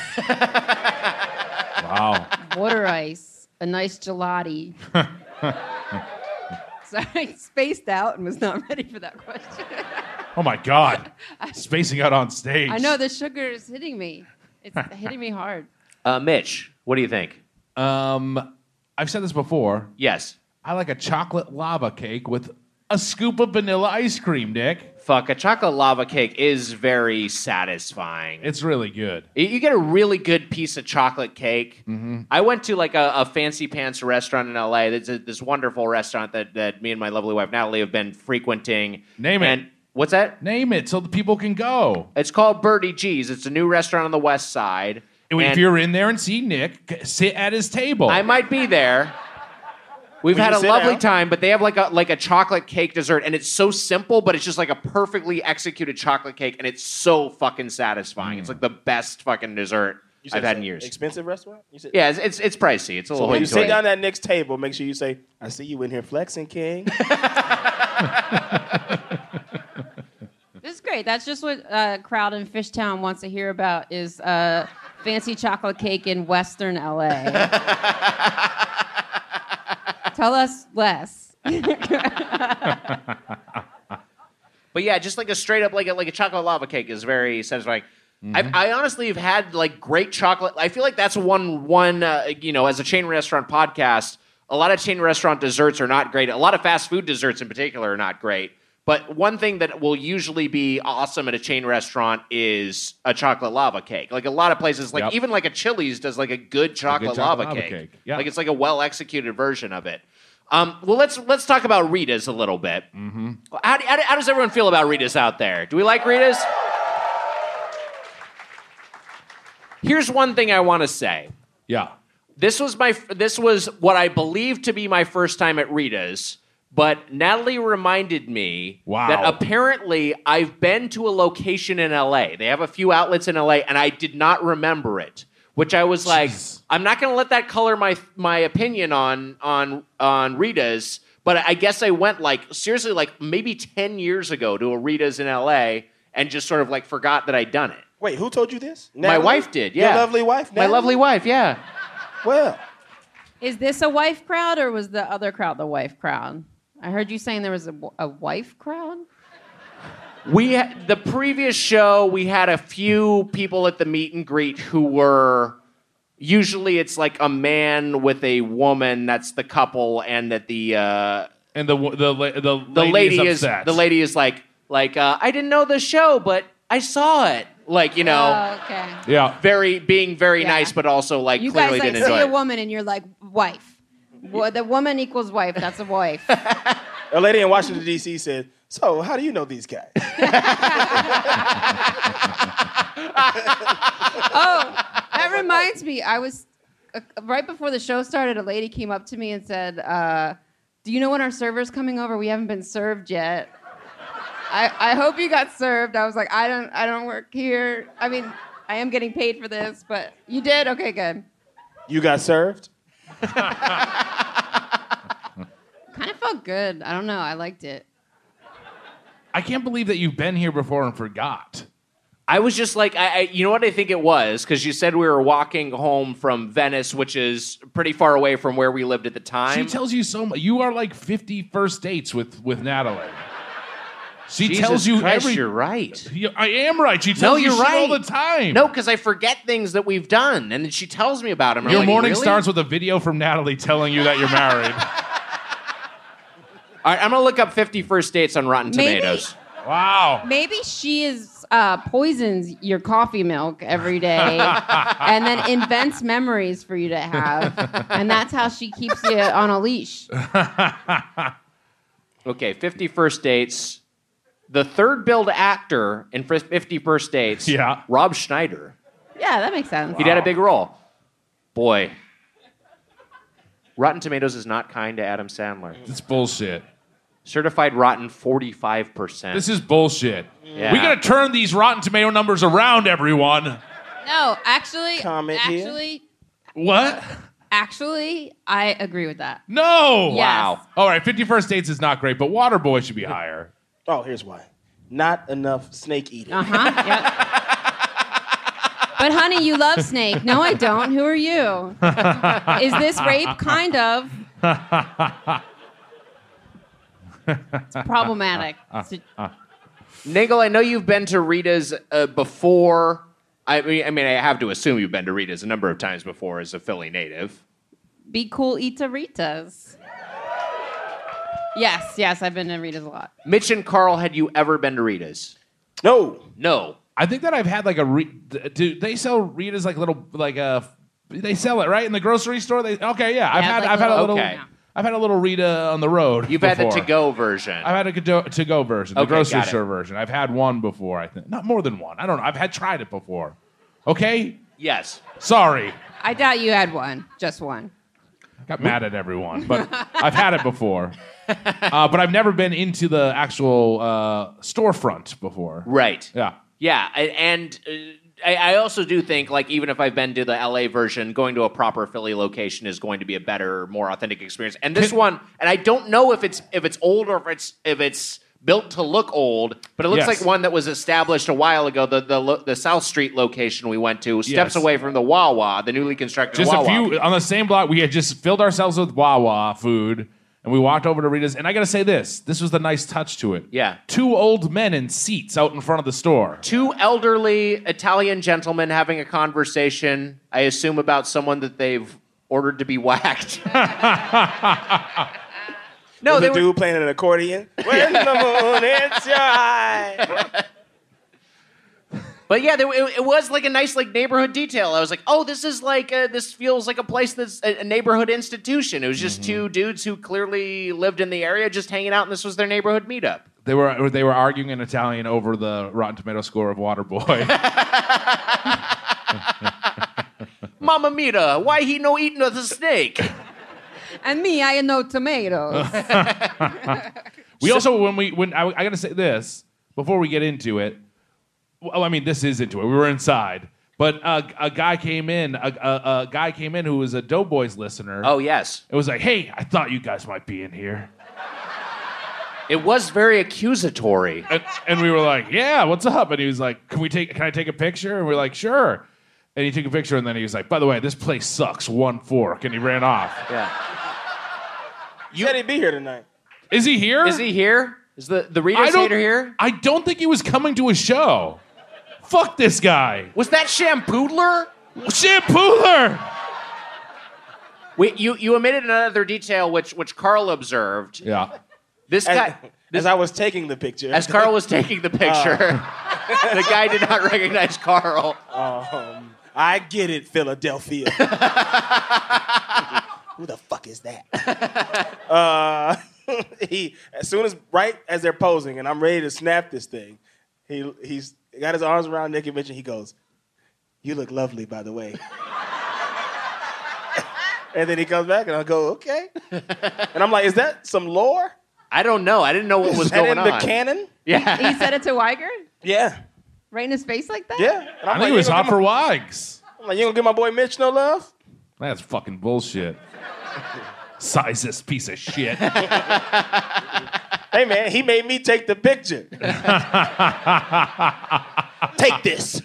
Speaker 2: Wow.
Speaker 6: [LAUGHS] Water ice. A nice gelati.
Speaker 7: [LAUGHS]
Speaker 6: Sorry, I spaced out and was not ready for that question.
Speaker 2: Oh my
Speaker 6: [LAUGHS]
Speaker 2: God. Spacing out on stage.
Speaker 6: I know the sugar is hitting me.
Speaker 1: [LAUGHS]
Speaker 6: It's hitting me hard.
Speaker 1: Uh, Mitch, what do you think?
Speaker 2: Um, I've said this before.
Speaker 1: Yes.
Speaker 2: I like a chocolate lava cake with a scoop of vanilla ice cream, Nick.
Speaker 1: Fuck, a chocolate lava cake is very satisfying.
Speaker 2: It's really good.
Speaker 1: You- You get a really good piece of chocolate cake.
Speaker 2: Mm-hmm.
Speaker 1: I went to like a, a fancy pants restaurant in LA. There's a, this wonderful restaurant that, that me and my lovely wife Natalie have been frequenting.
Speaker 2: Name it.
Speaker 1: And what's that?
Speaker 2: Name it so the people can go.
Speaker 1: It's called Birdie G's. It's a new restaurant on the west side.
Speaker 2: And if
Speaker 1: And
Speaker 2: you're in there and see Nick, g- sit at his table.
Speaker 1: I might be there. We've
Speaker 5: Will
Speaker 1: had
Speaker 5: you
Speaker 1: a
Speaker 5: sit
Speaker 1: lovely
Speaker 5: down?
Speaker 1: time, but they have like a like a chocolate cake dessert, and it's so simple, but it's just like a perfectly executed chocolate cake, and it's so fucking satisfying.
Speaker 2: Mm.
Speaker 1: It's like the best fucking dessert
Speaker 5: You said
Speaker 1: I've had
Speaker 5: it's
Speaker 1: in
Speaker 5: a
Speaker 1: years.
Speaker 5: Expensive restaurant? You said,
Speaker 1: yeah, it's, it's it's pricey. It's a little
Speaker 5: When you sit
Speaker 1: expensive.
Speaker 5: down at that next table, make sure you say, I see you in here
Speaker 1: [LAUGHS]
Speaker 5: flexing, King.
Speaker 6: This is great. That's just what uh, crowd in Fishtown wants to hear about is uh, fancy chocolate cake in Western
Speaker 1: [LAUGHS]
Speaker 6: LA. Tell us less.
Speaker 1: But yeah, just like a straight up like a, like a chocolate lava cake is very satisfying. I've, I honestly have had like great chocolate. I feel like that's one one uh, you know as a chain restaurant podcast. A lot of chain restaurant desserts are not great. A lot of fast food desserts in particular are not great. But one thing that will usually be awesome at a chain restaurant is a chocolate lava cake. Like a lot of places, like
Speaker 2: Yep.
Speaker 1: even like a Chili's does like a good chocolate,
Speaker 2: chocolate
Speaker 1: lava,
Speaker 2: lava
Speaker 1: cake.
Speaker 2: cake, yeah.
Speaker 1: Like it's like a well executed version of it. Um, well, let's let's talk about Rita's a little bit. How, do- how, do- how does everyone feel about Rita's out there? Do we like Rita's? Here's one thing I want to say.
Speaker 2: yeah.
Speaker 1: This was my f- this was what I believed to be my first time at Rita's, but Natalie reminded me
Speaker 2: Wow.
Speaker 1: that apparently I've been to a location in LA. They have a few outlets in LA and I did not remember it, which I was like
Speaker 2: Jeez.
Speaker 1: I'm not going to let that color my my opinion on on on Rita's But I guess I went like seriously, like maybe ten years ago to Arita's in L.A. and just sort of like forgot that I'd done it.
Speaker 5: Wait, who told you this?
Speaker 1: My
Speaker 5: Natalie?
Speaker 1: wife did. Yeah,
Speaker 5: Your lovely wife.
Speaker 1: My
Speaker 5: Natalie?
Speaker 1: lovely wife. Yeah.
Speaker 5: Well,
Speaker 7: Is this a wife crowd or was the other crowd the wife crowd? I heard you saying there was a, w- a wife crowd.
Speaker 1: We ha- the previous show we had a few people at the meet and greet who were usually it's like a man with a woman that's the couple and that the uh,
Speaker 2: And the the la- the,
Speaker 1: the lady, is,
Speaker 2: upset.
Speaker 1: the lady is like like uh, I didn't know the show but I saw it like you know
Speaker 7: Oh, okay.
Speaker 2: Yeah.
Speaker 1: very being very
Speaker 7: Yeah.
Speaker 1: nice but also like
Speaker 7: You
Speaker 1: clearly
Speaker 7: guys like
Speaker 1: didn't enjoy
Speaker 7: see a
Speaker 1: it.
Speaker 7: woman and you're like wife. Wo- the woman equals wife. That's a wife.
Speaker 5: a lady in Washington D.C. said, "So, how do you know these guys?"
Speaker 7: That reminds me, I was uh, right before the show started. A lady came up to me and said, uh, "Do you know when our server's coming over? We haven't been served yet." I, I hope you got served. I was like, I don't I don't work here. I mean, I am getting paid for this, but you did. Okay, good.
Speaker 5: you got served.
Speaker 7: Kind of felt good. I don't know. I liked it.
Speaker 2: I can't believe that you've been here before and forgot.
Speaker 1: I was just like, I, I you know what I think it was because you said we were walking home from Venice, which is pretty far away from where we lived at the time.
Speaker 2: She tells you so much. You are like 50 first dates with with Natalie. She
Speaker 1: Jesus
Speaker 2: tells you
Speaker 1: Christ,
Speaker 2: every.
Speaker 1: You're right.
Speaker 2: You- I am right. She tells you
Speaker 1: you're
Speaker 2: shit all
Speaker 1: right.
Speaker 2: the time.
Speaker 1: No, because I forget things that we've done, and then she tells me about them. and I'm
Speaker 2: Your
Speaker 1: like,
Speaker 2: morning
Speaker 1: really?
Speaker 2: starts with a video from Natalie telling you that
Speaker 1: [LAUGHS]
Speaker 2: you're married.
Speaker 1: All right, I'm gonna look up 50 first dates on Rotten
Speaker 7: Maybe-
Speaker 1: Tomatoes.
Speaker 2: wow.
Speaker 7: Maybe she is uh, poisons your coffee milk every day, and then invents memories for you to have, and that's how she keeps you on a leash.
Speaker 1: Okay, 50 first dates. The third billed actor in fir- 50 first dates.
Speaker 2: Yeah.
Speaker 1: Rob Schneider.
Speaker 7: Yeah, that makes sense.
Speaker 1: He did a big role. Boy. Rotten Tomatoes is not kind to Adam Sandler.
Speaker 2: It's bullshit.
Speaker 1: Certified rotten 45%.
Speaker 2: This is bullshit.
Speaker 1: Yeah.
Speaker 2: We gotta turn these Rotten Tomato numbers around, everyone.
Speaker 7: No, actually,
Speaker 5: Comment here.
Speaker 7: actually,
Speaker 2: What?
Speaker 7: actually, I agree with that.
Speaker 2: No.
Speaker 7: Yes. Wow.
Speaker 2: All right, 51st Dates is not great, but Waterboy should be higher.
Speaker 5: Oh, here's why. Not enough snake eating.
Speaker 7: Uh
Speaker 1: Uh-huh.
Speaker 7: huh. Yep. but honey, you love Snake. No, I don't. Who are you? Is this rape? Kind of. it's problematic. It's-
Speaker 1: Nagel, I know you've been to Rita's uh, before. I mean, I mean, I have to assume you've been to Rita's a number of times before as a Philly native.
Speaker 7: Be cool, Ita Ritas. Yes, yes, I've been to Rita's a lot.
Speaker 1: Mitch and Carl, had you ever been to Rita's?
Speaker 5: No,
Speaker 1: No.
Speaker 2: I think that I've had like a re- th- do they sell Rita's like little like a they sell it right in the grocery store? They okay, yeah. I've
Speaker 7: Yeah,
Speaker 2: had
Speaker 7: like
Speaker 2: I've had a
Speaker 1: little-
Speaker 2: little
Speaker 1: Okay.
Speaker 2: I've had a little Rita on the road.
Speaker 1: You've had the
Speaker 2: before.
Speaker 1: to go version.
Speaker 2: I've had a to go version, the
Speaker 1: Okay,
Speaker 2: grocery
Speaker 1: got it.
Speaker 2: store version. I've had one before, I think. Not more than one. I don't know. I've had tried it before. Okay?
Speaker 1: yes.
Speaker 2: Sorry.
Speaker 7: I doubt you had one, just one.
Speaker 2: Got mad at everyone,
Speaker 1: [LAUGHS]
Speaker 2: but I've had it before. Uh, but I've never been into the actual uh, storefront before.
Speaker 1: Right.
Speaker 2: Yeah.
Speaker 1: Yeah, I- and uh, I, I also do think like even if I've been to the LA version, going to a proper Philly location is going to be a better, more authentic experience. And this one, and I don't know if it's if it's old or if it's if it's built to look old, but it looks
Speaker 2: Yes.
Speaker 1: like one that was established a while ago. The the, lo- the South Street location we went to, steps
Speaker 2: Yes.
Speaker 1: away from the Wawa, the newly constructed
Speaker 2: Just
Speaker 1: Wawa.
Speaker 2: a few on the same block. We had just filled ourselves with Wawa food, and we walked over to Rita's. And I got to say this: this was the nice touch to it.
Speaker 1: Yeah.
Speaker 2: two old men in seats out in front of the store.
Speaker 1: Two elderly Italian gentlemen having a conversation, I assume about someone that they've ordered to be whacked. no,
Speaker 5: the
Speaker 1: they were,
Speaker 5: dude playing an
Speaker 1: [LAUGHS]
Speaker 5: accordion. When the moon hits your eye.
Speaker 1: But yeah, there, it, it was like a nice like neighborhood detail. I was like, oh, this is like uh this feels like a place that's a, a neighborhood institution. It was just two dudes who clearly lived in the area, just hanging out, and this was their neighborhood meetup.
Speaker 2: They were they were arguing in Italian over the Rotten Tomato score
Speaker 1: [LAUGHS]
Speaker 2: of Waterboy.
Speaker 1: Mamma mia, why he no eating of the snake?
Speaker 7: And me, I know tomatoes.
Speaker 2: we also when we when I, I got to say this before we get into it. Well, I mean, this is into it. We were inside, but uh, a guy came in. A, a, a guy came in who was a Doughboys listener.
Speaker 1: oh yes,
Speaker 2: It was like, hey, I thought you guys might be in here.
Speaker 1: It was very accusatory.
Speaker 2: and, and we were like, "Yeah, what's up?" And he was like, "Can we take? Can I take a picture?" And we are like, "Sure." And he took a picture, and then he was like, "By the way, this place sucks. One fork." And he ran off.
Speaker 1: Yeah.
Speaker 5: You said he'd be here tonight.
Speaker 2: Is he here?
Speaker 1: Is he here? Is the the reader's hater here?
Speaker 2: I don't think he was coming to a show. Fuck this guy,
Speaker 1: Was that Shampoodler?
Speaker 2: Shampooler.
Speaker 1: Wait, you you omitted another detail which which Carl observed.
Speaker 2: Yeah.
Speaker 1: This
Speaker 5: As,
Speaker 1: guy.
Speaker 5: as I was taking the picture. [LAUGHS]
Speaker 1: As Carl was taking the picture,
Speaker 5: Ah.
Speaker 1: [LAUGHS] the guy did not recognize Carl.
Speaker 5: Um, I get it,
Speaker 2: [LAUGHS]
Speaker 5: Philadelphia. Who the fuck is that? [LAUGHS] uh, [LAUGHS] he, as soon as, right as they're posing, and I'm ready to snap this thing, he he's got his arms around Nicky Mitch and he goes, "You look lovely, by the way." [LAUGHS] and then he comes back and I go, "Okay," and I'm like, "Is that some lore?
Speaker 1: I don't know. I didn't know what was
Speaker 5: is that
Speaker 1: going
Speaker 5: in
Speaker 1: on.
Speaker 5: the canon?"
Speaker 1: yeah.
Speaker 6: He said it to Weiger?
Speaker 5: Yeah,
Speaker 6: Right in his face like that?
Speaker 5: yeah. And
Speaker 2: I
Speaker 5: I'm
Speaker 2: think
Speaker 5: like,
Speaker 2: it was
Speaker 5: "You
Speaker 2: hot
Speaker 5: ain't
Speaker 2: for
Speaker 5: gonna give
Speaker 2: wags.
Speaker 5: my- I'm like, "You gonna give my boy Mitch no love?"
Speaker 2: That's fucking bullshit. Sizes piece of [LAUGHS] shit.
Speaker 5: Hey man, he made me take the picture.
Speaker 1: Ah.
Speaker 5: take this.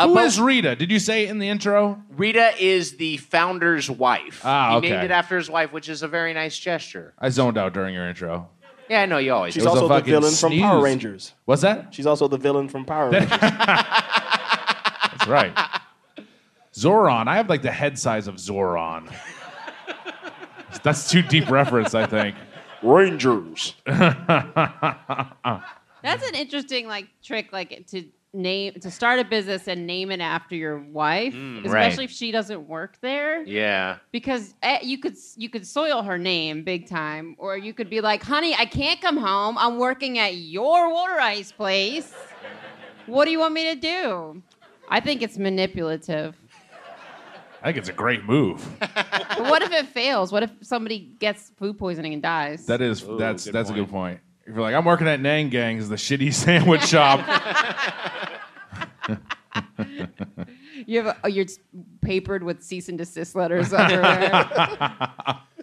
Speaker 2: Who
Speaker 1: but-
Speaker 2: is Rita? Did you say in the intro?
Speaker 1: Rita is the founder's wife.
Speaker 2: Ah,
Speaker 1: He named
Speaker 2: okay.
Speaker 1: it after his wife, which is a very nice gesture.
Speaker 2: I zoned out during your intro.
Speaker 1: Yeah, I know you always.
Speaker 5: She's
Speaker 1: do.
Speaker 2: was a
Speaker 5: also the
Speaker 2: fucking
Speaker 5: villain from Power
Speaker 2: snooze.
Speaker 5: Rangers.
Speaker 2: What's [LAUGHS] that?
Speaker 5: She's also the villain from
Speaker 2: [LAUGHS]
Speaker 5: Power Rangers.
Speaker 2: That's right. Zoran. I have like the head size of Zoran. That's too deep reference, I think.
Speaker 5: Rangers.
Speaker 6: That's an interesting like trick, like to name to start a business and name it after your wife,
Speaker 1: Mm, right.
Speaker 6: especially if she doesn't work there,
Speaker 1: Yeah.
Speaker 6: because eh, you could you could soil her name big time, or you could be like, "Honey, I can't come home. I'm working at your water ice place. What do you want me to do?" I think it's manipulative.
Speaker 2: I think it's a great move.
Speaker 6: But what if it fails? What if somebody gets food poisoning and dies?
Speaker 2: That is that's that's a good point. If you're like, I'm working at Nang Gang's, the shitty [LAUGHS]
Speaker 1: [LAUGHS]
Speaker 2: sandwich shop.
Speaker 6: you have a, oh, you're papered with cease and desist letters
Speaker 1: [LAUGHS]
Speaker 6: everywhere.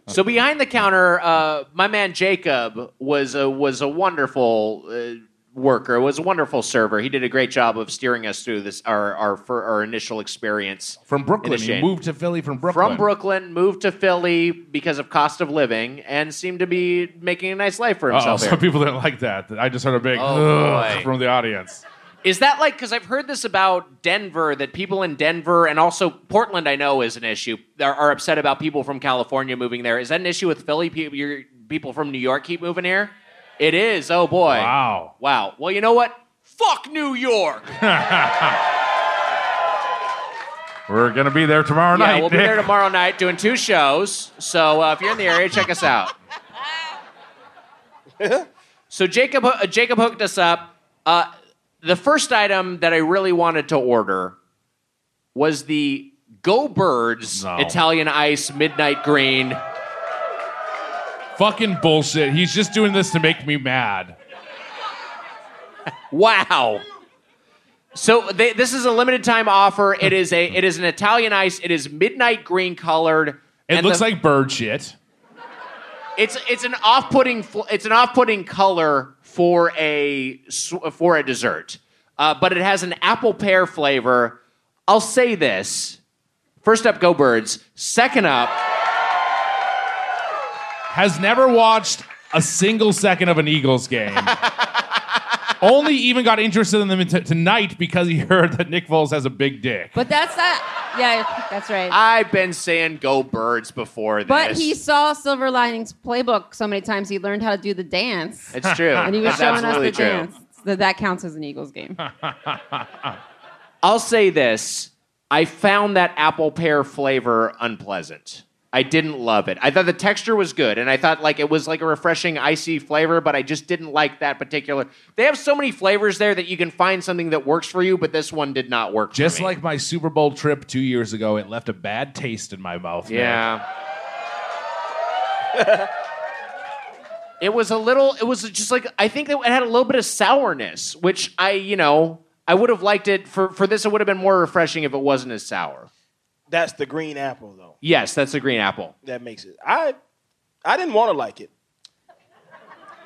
Speaker 1: So behind the counter, uh, my man Jacob was a, was a wonderful uh, worker. Was a wonderful server. He did a great job of steering us through this our our, for our initial experience
Speaker 2: From
Speaker 1: in the
Speaker 2: Brooklyn.
Speaker 1: shade.
Speaker 2: You moved to Philly from Brooklyn.
Speaker 1: From Brooklyn, moved to Philly because of cost of living, and seemed to be making a nice life for
Speaker 2: Oh,
Speaker 1: himself.
Speaker 2: some
Speaker 1: here.
Speaker 2: people didn't like that. I just heard a big
Speaker 1: Oh,
Speaker 2: "Ugh"
Speaker 1: boy. Oh,
Speaker 2: from the audience.
Speaker 1: Is that like because I've heard this about Denver that people in Denver and also Portland I know is an issue are, are upset about people from California moving there. Is that an issue with Philly? People, your, people from New York keep moving here. It is. Oh boy.
Speaker 2: Wow.
Speaker 1: Wow. Well, you know what? Fuck New
Speaker 2: [LAUGHS]
Speaker 1: York.
Speaker 2: We're gonna be there tomorrow night.
Speaker 1: yeah, we'll be
Speaker 2: Nick.
Speaker 1: there tomorrow night doing two shows. So uh, if you're in the area, check us
Speaker 2: [LAUGHS]
Speaker 1: out. so Jacob, uh, Jacob hooked us up. Uh, the first item that I really wanted to order was the Go Birds
Speaker 2: No.
Speaker 1: Italian Ice Midnight Green.
Speaker 2: Fucking bullshit. He's just doing this to make me mad.
Speaker 1: Wow. So they, this is a limited time offer. It is a it is an Italian ice. It is midnight green colored.
Speaker 2: It
Speaker 1: and
Speaker 2: looks
Speaker 1: the-
Speaker 2: like bird shit.
Speaker 1: It's it's an off-putting fl- it's an off-putting color for a s- for a dessert, uh, but it has an apple pear flavor. I'll say this: first up, go birds. Second up,
Speaker 2: Has never watched a single second of an
Speaker 1: [LAUGHS]
Speaker 2: Eagles game. Only even got interested in them t- tonight because he [LAUGHS] heard that Nick Foles has a big dick.
Speaker 6: But that's not. Yeah, that's right.
Speaker 1: I've been saying go birds before this,
Speaker 6: but he saw Silver Linings Playbook so many times he learned how to do the dance,
Speaker 1: it's true,
Speaker 6: [LAUGHS] and he was
Speaker 1: It's
Speaker 6: showing us
Speaker 1: absolutely
Speaker 6: the
Speaker 1: true.
Speaker 6: dance. So that counts as an Eagles game.
Speaker 1: I'll say this: I found that apple pear flavor unpleasant. I didn't love it. I thought the texture was good, and I thought like it was like a refreshing icy flavor, but I just didn't like that particular. They have so many flavors there that you can find something that works for you, but this one did not work. for
Speaker 2: Just
Speaker 1: me.
Speaker 2: like my Super Bowl trip two years ago, it left a bad taste in my mouth. Nick. [LAUGHS]
Speaker 1: yeah. It was a little. It was just like I think that it had a little bit of sourness, which I, you know, I would have liked it for for this. It would have been more refreshing if it wasn't as sour.
Speaker 5: That's the green apple, though.
Speaker 1: Yes, that's a green apple.
Speaker 5: That makes it. I, I didn't want to like it.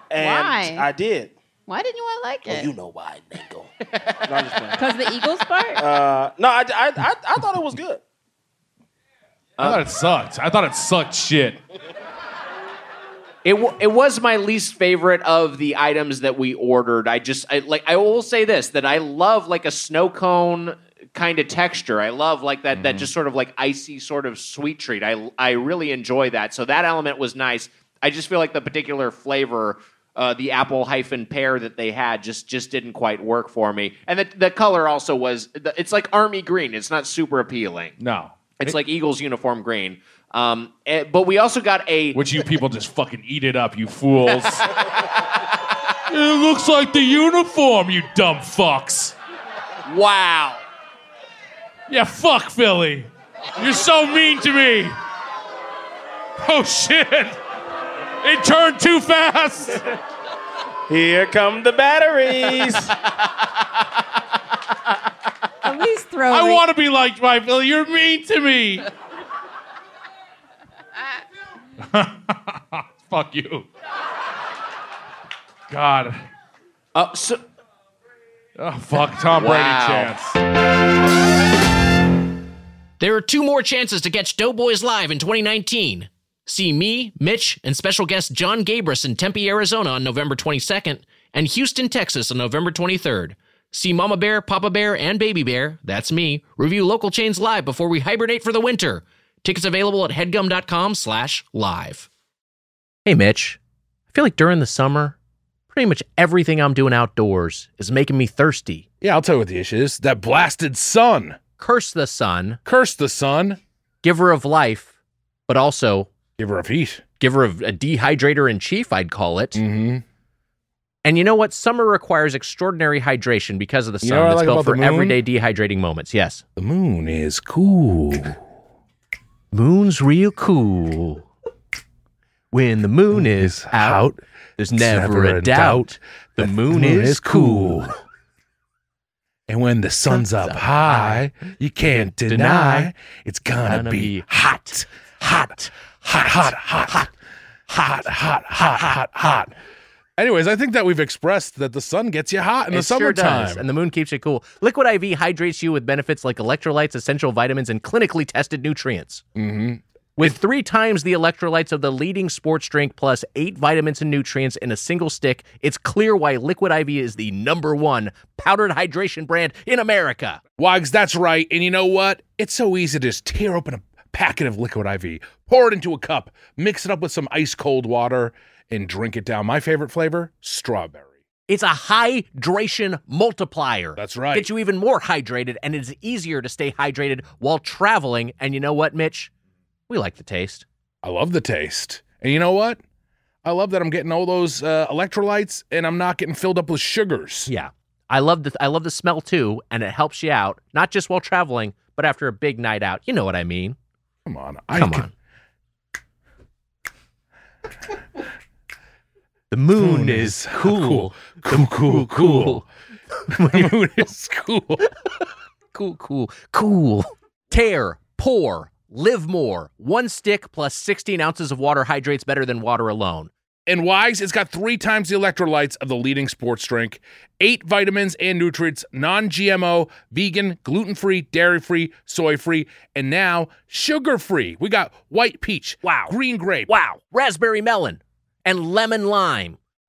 Speaker 5: And
Speaker 7: Why?
Speaker 5: I did.
Speaker 7: Why didn't you want to like
Speaker 5: Well,
Speaker 7: it?
Speaker 5: Oh, you know why, Nango. no, I'm just playing.
Speaker 7: Because the Eagles part?
Speaker 5: Uh, no, I, I, I, I thought it was good.
Speaker 8: I thought it sucked. I thought it sucked shit.
Speaker 1: It, w- it was my least favorite of the items that we ordered. I just I, like I will say this that I love like a snow cone kind of texture. I love like that that just sort of like icy sort of sweet treat. I I really enjoy that. So that element was nice. I just feel like the particular flavor uh, the apple hyphen pear that they had just just didn't quite work for me. And the the color also was the, it's like army green. It's not super appealing.
Speaker 8: No.
Speaker 1: It's like Eagles uniform green. Um, eh, but we also got a
Speaker 8: Which you people just fucking eat it up, you fools. it looks like the uniform, you dumb fucks.
Speaker 1: wow.
Speaker 8: Yeah, fuck Philly. You're so mean to me. Oh shit. It turned too fast.
Speaker 5: Here come the batteries.
Speaker 9: At least throw.
Speaker 8: I
Speaker 9: re-
Speaker 8: want to be liked by Philly. You're mean to me. [LAUGHS] fuck you. God.
Speaker 1: Uh, so,
Speaker 8: Oh, fuck Tom Brady
Speaker 1: Wow.
Speaker 8: chance.
Speaker 10: There are two more chances to catch Doughboys Live in 2019. See me, Mitch, and special guest John Gabris in Tempe, Arizona on November 22nd, and Houston, Texas on November 23rd. See Mama Bear, Papa Bear, and Baby Bear, that's me, review local chains live before we hibernate for the winter. Tickets available at headgum.com slash live. Hey, Mitch. I feel like during the summer, pretty much everything I'm doing outdoors is making me thirsty.
Speaker 2: Yeah, I'll tell you what the issue is. That blasted sun.
Speaker 10: Curse the sun,
Speaker 2: Curse the sun.
Speaker 10: giver of life, but also
Speaker 2: Give her a heat.
Speaker 10: giver of a dehydrator in chief, I'd call it.
Speaker 2: Mm-hmm.
Speaker 10: And you know what? Summer requires extraordinary hydration because of the sun
Speaker 2: You know what I
Speaker 10: that's
Speaker 2: like
Speaker 10: built
Speaker 2: about
Speaker 10: for
Speaker 2: the moon?
Speaker 10: everyday dehydrating moments. Yes.
Speaker 2: The moon is cool.
Speaker 10: Moon's real cool. When the moon
Speaker 2: Mm,
Speaker 10: is out, there's never, a doubt. The moon, is, cool.
Speaker 2: And when the sun's, up, high, you can't deny,
Speaker 10: deny
Speaker 2: it's gonna,
Speaker 10: gonna
Speaker 2: be,
Speaker 10: be
Speaker 2: hot, hot, hot, hot, hot, hot, hot, hot, hot, hot, hot. Anyways, I think that we've expressed that the sun gets you hot in the
Speaker 10: It sure
Speaker 2: summertime.
Speaker 10: does, and the moon keeps you cool. Liquid IV hydrates you with benefits like electrolytes, essential vitamins, and clinically tested nutrients.
Speaker 2: mm-hmm.
Speaker 10: With three times the electrolytes of the leading sports drink plus eight vitamins and nutrients in a single stick, it's clear why Liquid IV is the number one powdered hydration brand in America.
Speaker 2: Wags, that's right. And you know what? It's so easy to just tear open a packet of liquid IV, pour it into a cup, mix it up with some ice cold water, and drink it down. My favorite flavor, strawberry.
Speaker 10: It's a hydration multiplier.
Speaker 2: That's right.
Speaker 10: Get you even more hydrated, and it's easier to stay hydrated while traveling. And you know what, Mitch? We like the taste.
Speaker 2: I love the taste. And you know what? I love that I'm getting all those uh, electrolytes and I'm not getting filled up with sugars.
Speaker 10: Yeah. I love the I love the smell too, and it helps you out, not just while traveling, but after a big night out. You know what I mean.
Speaker 2: Come on. I
Speaker 10: Come
Speaker 2: can-
Speaker 10: on. The moon,
Speaker 2: Moon
Speaker 10: is
Speaker 2: is
Speaker 10: cool.
Speaker 2: Cool, cool, cool. [LAUGHS] The moon is cool.
Speaker 10: Cool, cool, cool. Tear, pour, live more. One stick plus 16 ounces of water hydrates better than water alone.
Speaker 2: And Wags, it's got three times the electrolytes of the leading sports drink, eight vitamins and nutrients, non GMO, vegan, gluten free, dairy free, soy free, and now sugar free. We got white peach,
Speaker 10: Wow.
Speaker 2: green grape.
Speaker 10: Wow. Raspberry melon and lemon lime.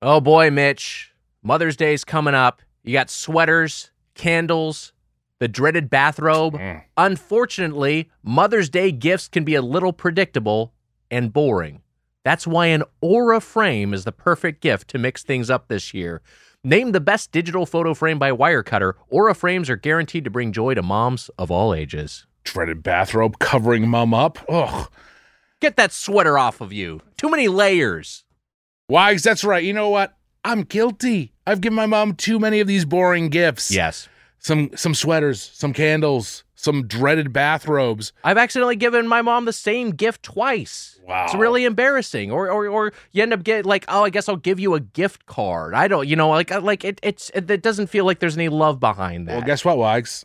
Speaker 10: Oh boy, Mitch. Mother's Day's coming up. You got sweaters, candles, the dreaded bathrobe.
Speaker 2: Mm.
Speaker 10: Unfortunately, Mother's Day gifts can be a little predictable and boring. That's why an Aura frame is the perfect gift to mix things up this year. Named the best digital photo frame by Wirecutter, Aura frames are guaranteed to bring joy to moms of all ages. Shredded bathrobe covering mum up. Ugh.
Speaker 1: Get that sweater off of you. Too many layers.
Speaker 10: Wags, that's right. You know what? I'm guilty. I've given my mom too many of these boring gifts.
Speaker 1: Yes.
Speaker 10: Some some sweaters, some candles, some dreaded bathrobes.
Speaker 1: I've accidentally given my mom the same gift twice.
Speaker 10: Wow.
Speaker 1: It's really embarrassing. Or or or you end up getting like, oh, I guess I'll give you a gift card. I don't, you know, like uh, like it it's it, it doesn't feel like there's any love behind that.
Speaker 10: Well, guess what, Wags?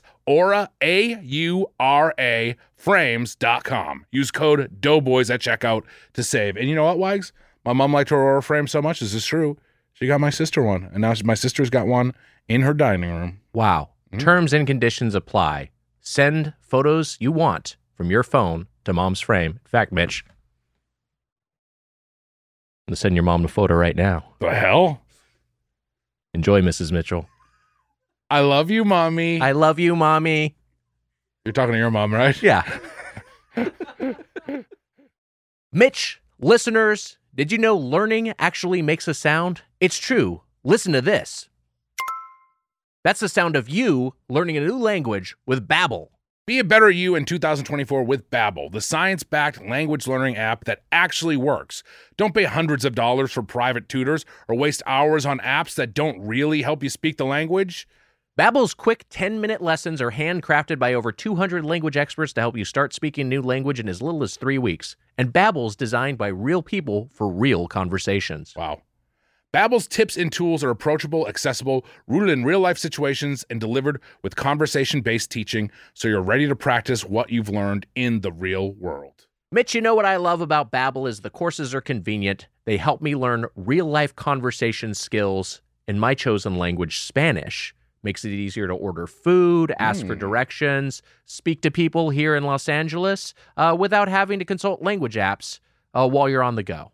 Speaker 10: aura, A U R A, frames.com. Use code Doughboys at checkout to save. And you know what, Wags? My mom liked her Aura frame so much. This is true. She got my sister one, and now she- my sister's got one in her dining room.
Speaker 1: Wow. Terms and conditions apply. Send photos you want from your phone to mom's frame. In fact, Mitch, I'm going to send your mom a photo right now.
Speaker 10: The hell?
Speaker 1: Enjoy, Mrs. Mitchell.
Speaker 10: I love you, mommy.
Speaker 1: I love you, mommy.
Speaker 10: You're talking to your mom, right?
Speaker 1: Yeah. Mitch, listeners, did you know learning actually makes a sound? It's true. Listen to this. That's the sound of you learning a new language with Babbel.
Speaker 10: Be a better you in 2024 with Babbel, the science-backed language learning app that actually works. Don't pay hundreds of dollars for private tutors or waste hours on apps that don't really help you speak the language.
Speaker 1: Babbel's quick 10-minute lessons are handcrafted by over 200 language experts to help you start speaking new language in as little as 3 weeks. And Babbel's designed by real people for real conversations.
Speaker 10: Wow. Babbel's tips and tools are approachable, accessible, rooted in real-life situations and delivered with conversation-based teaching so you're ready to practice what you've learned in the real world.
Speaker 1: Mitch, you know what I love about Babbel is the courses are convenient. They help me learn real-life conversation skills in my chosen language, Spanish. Makes it easier to order food, ask for directions, speak to people here in Los Angeles uh, without having to consult language apps uh, while you're on the go.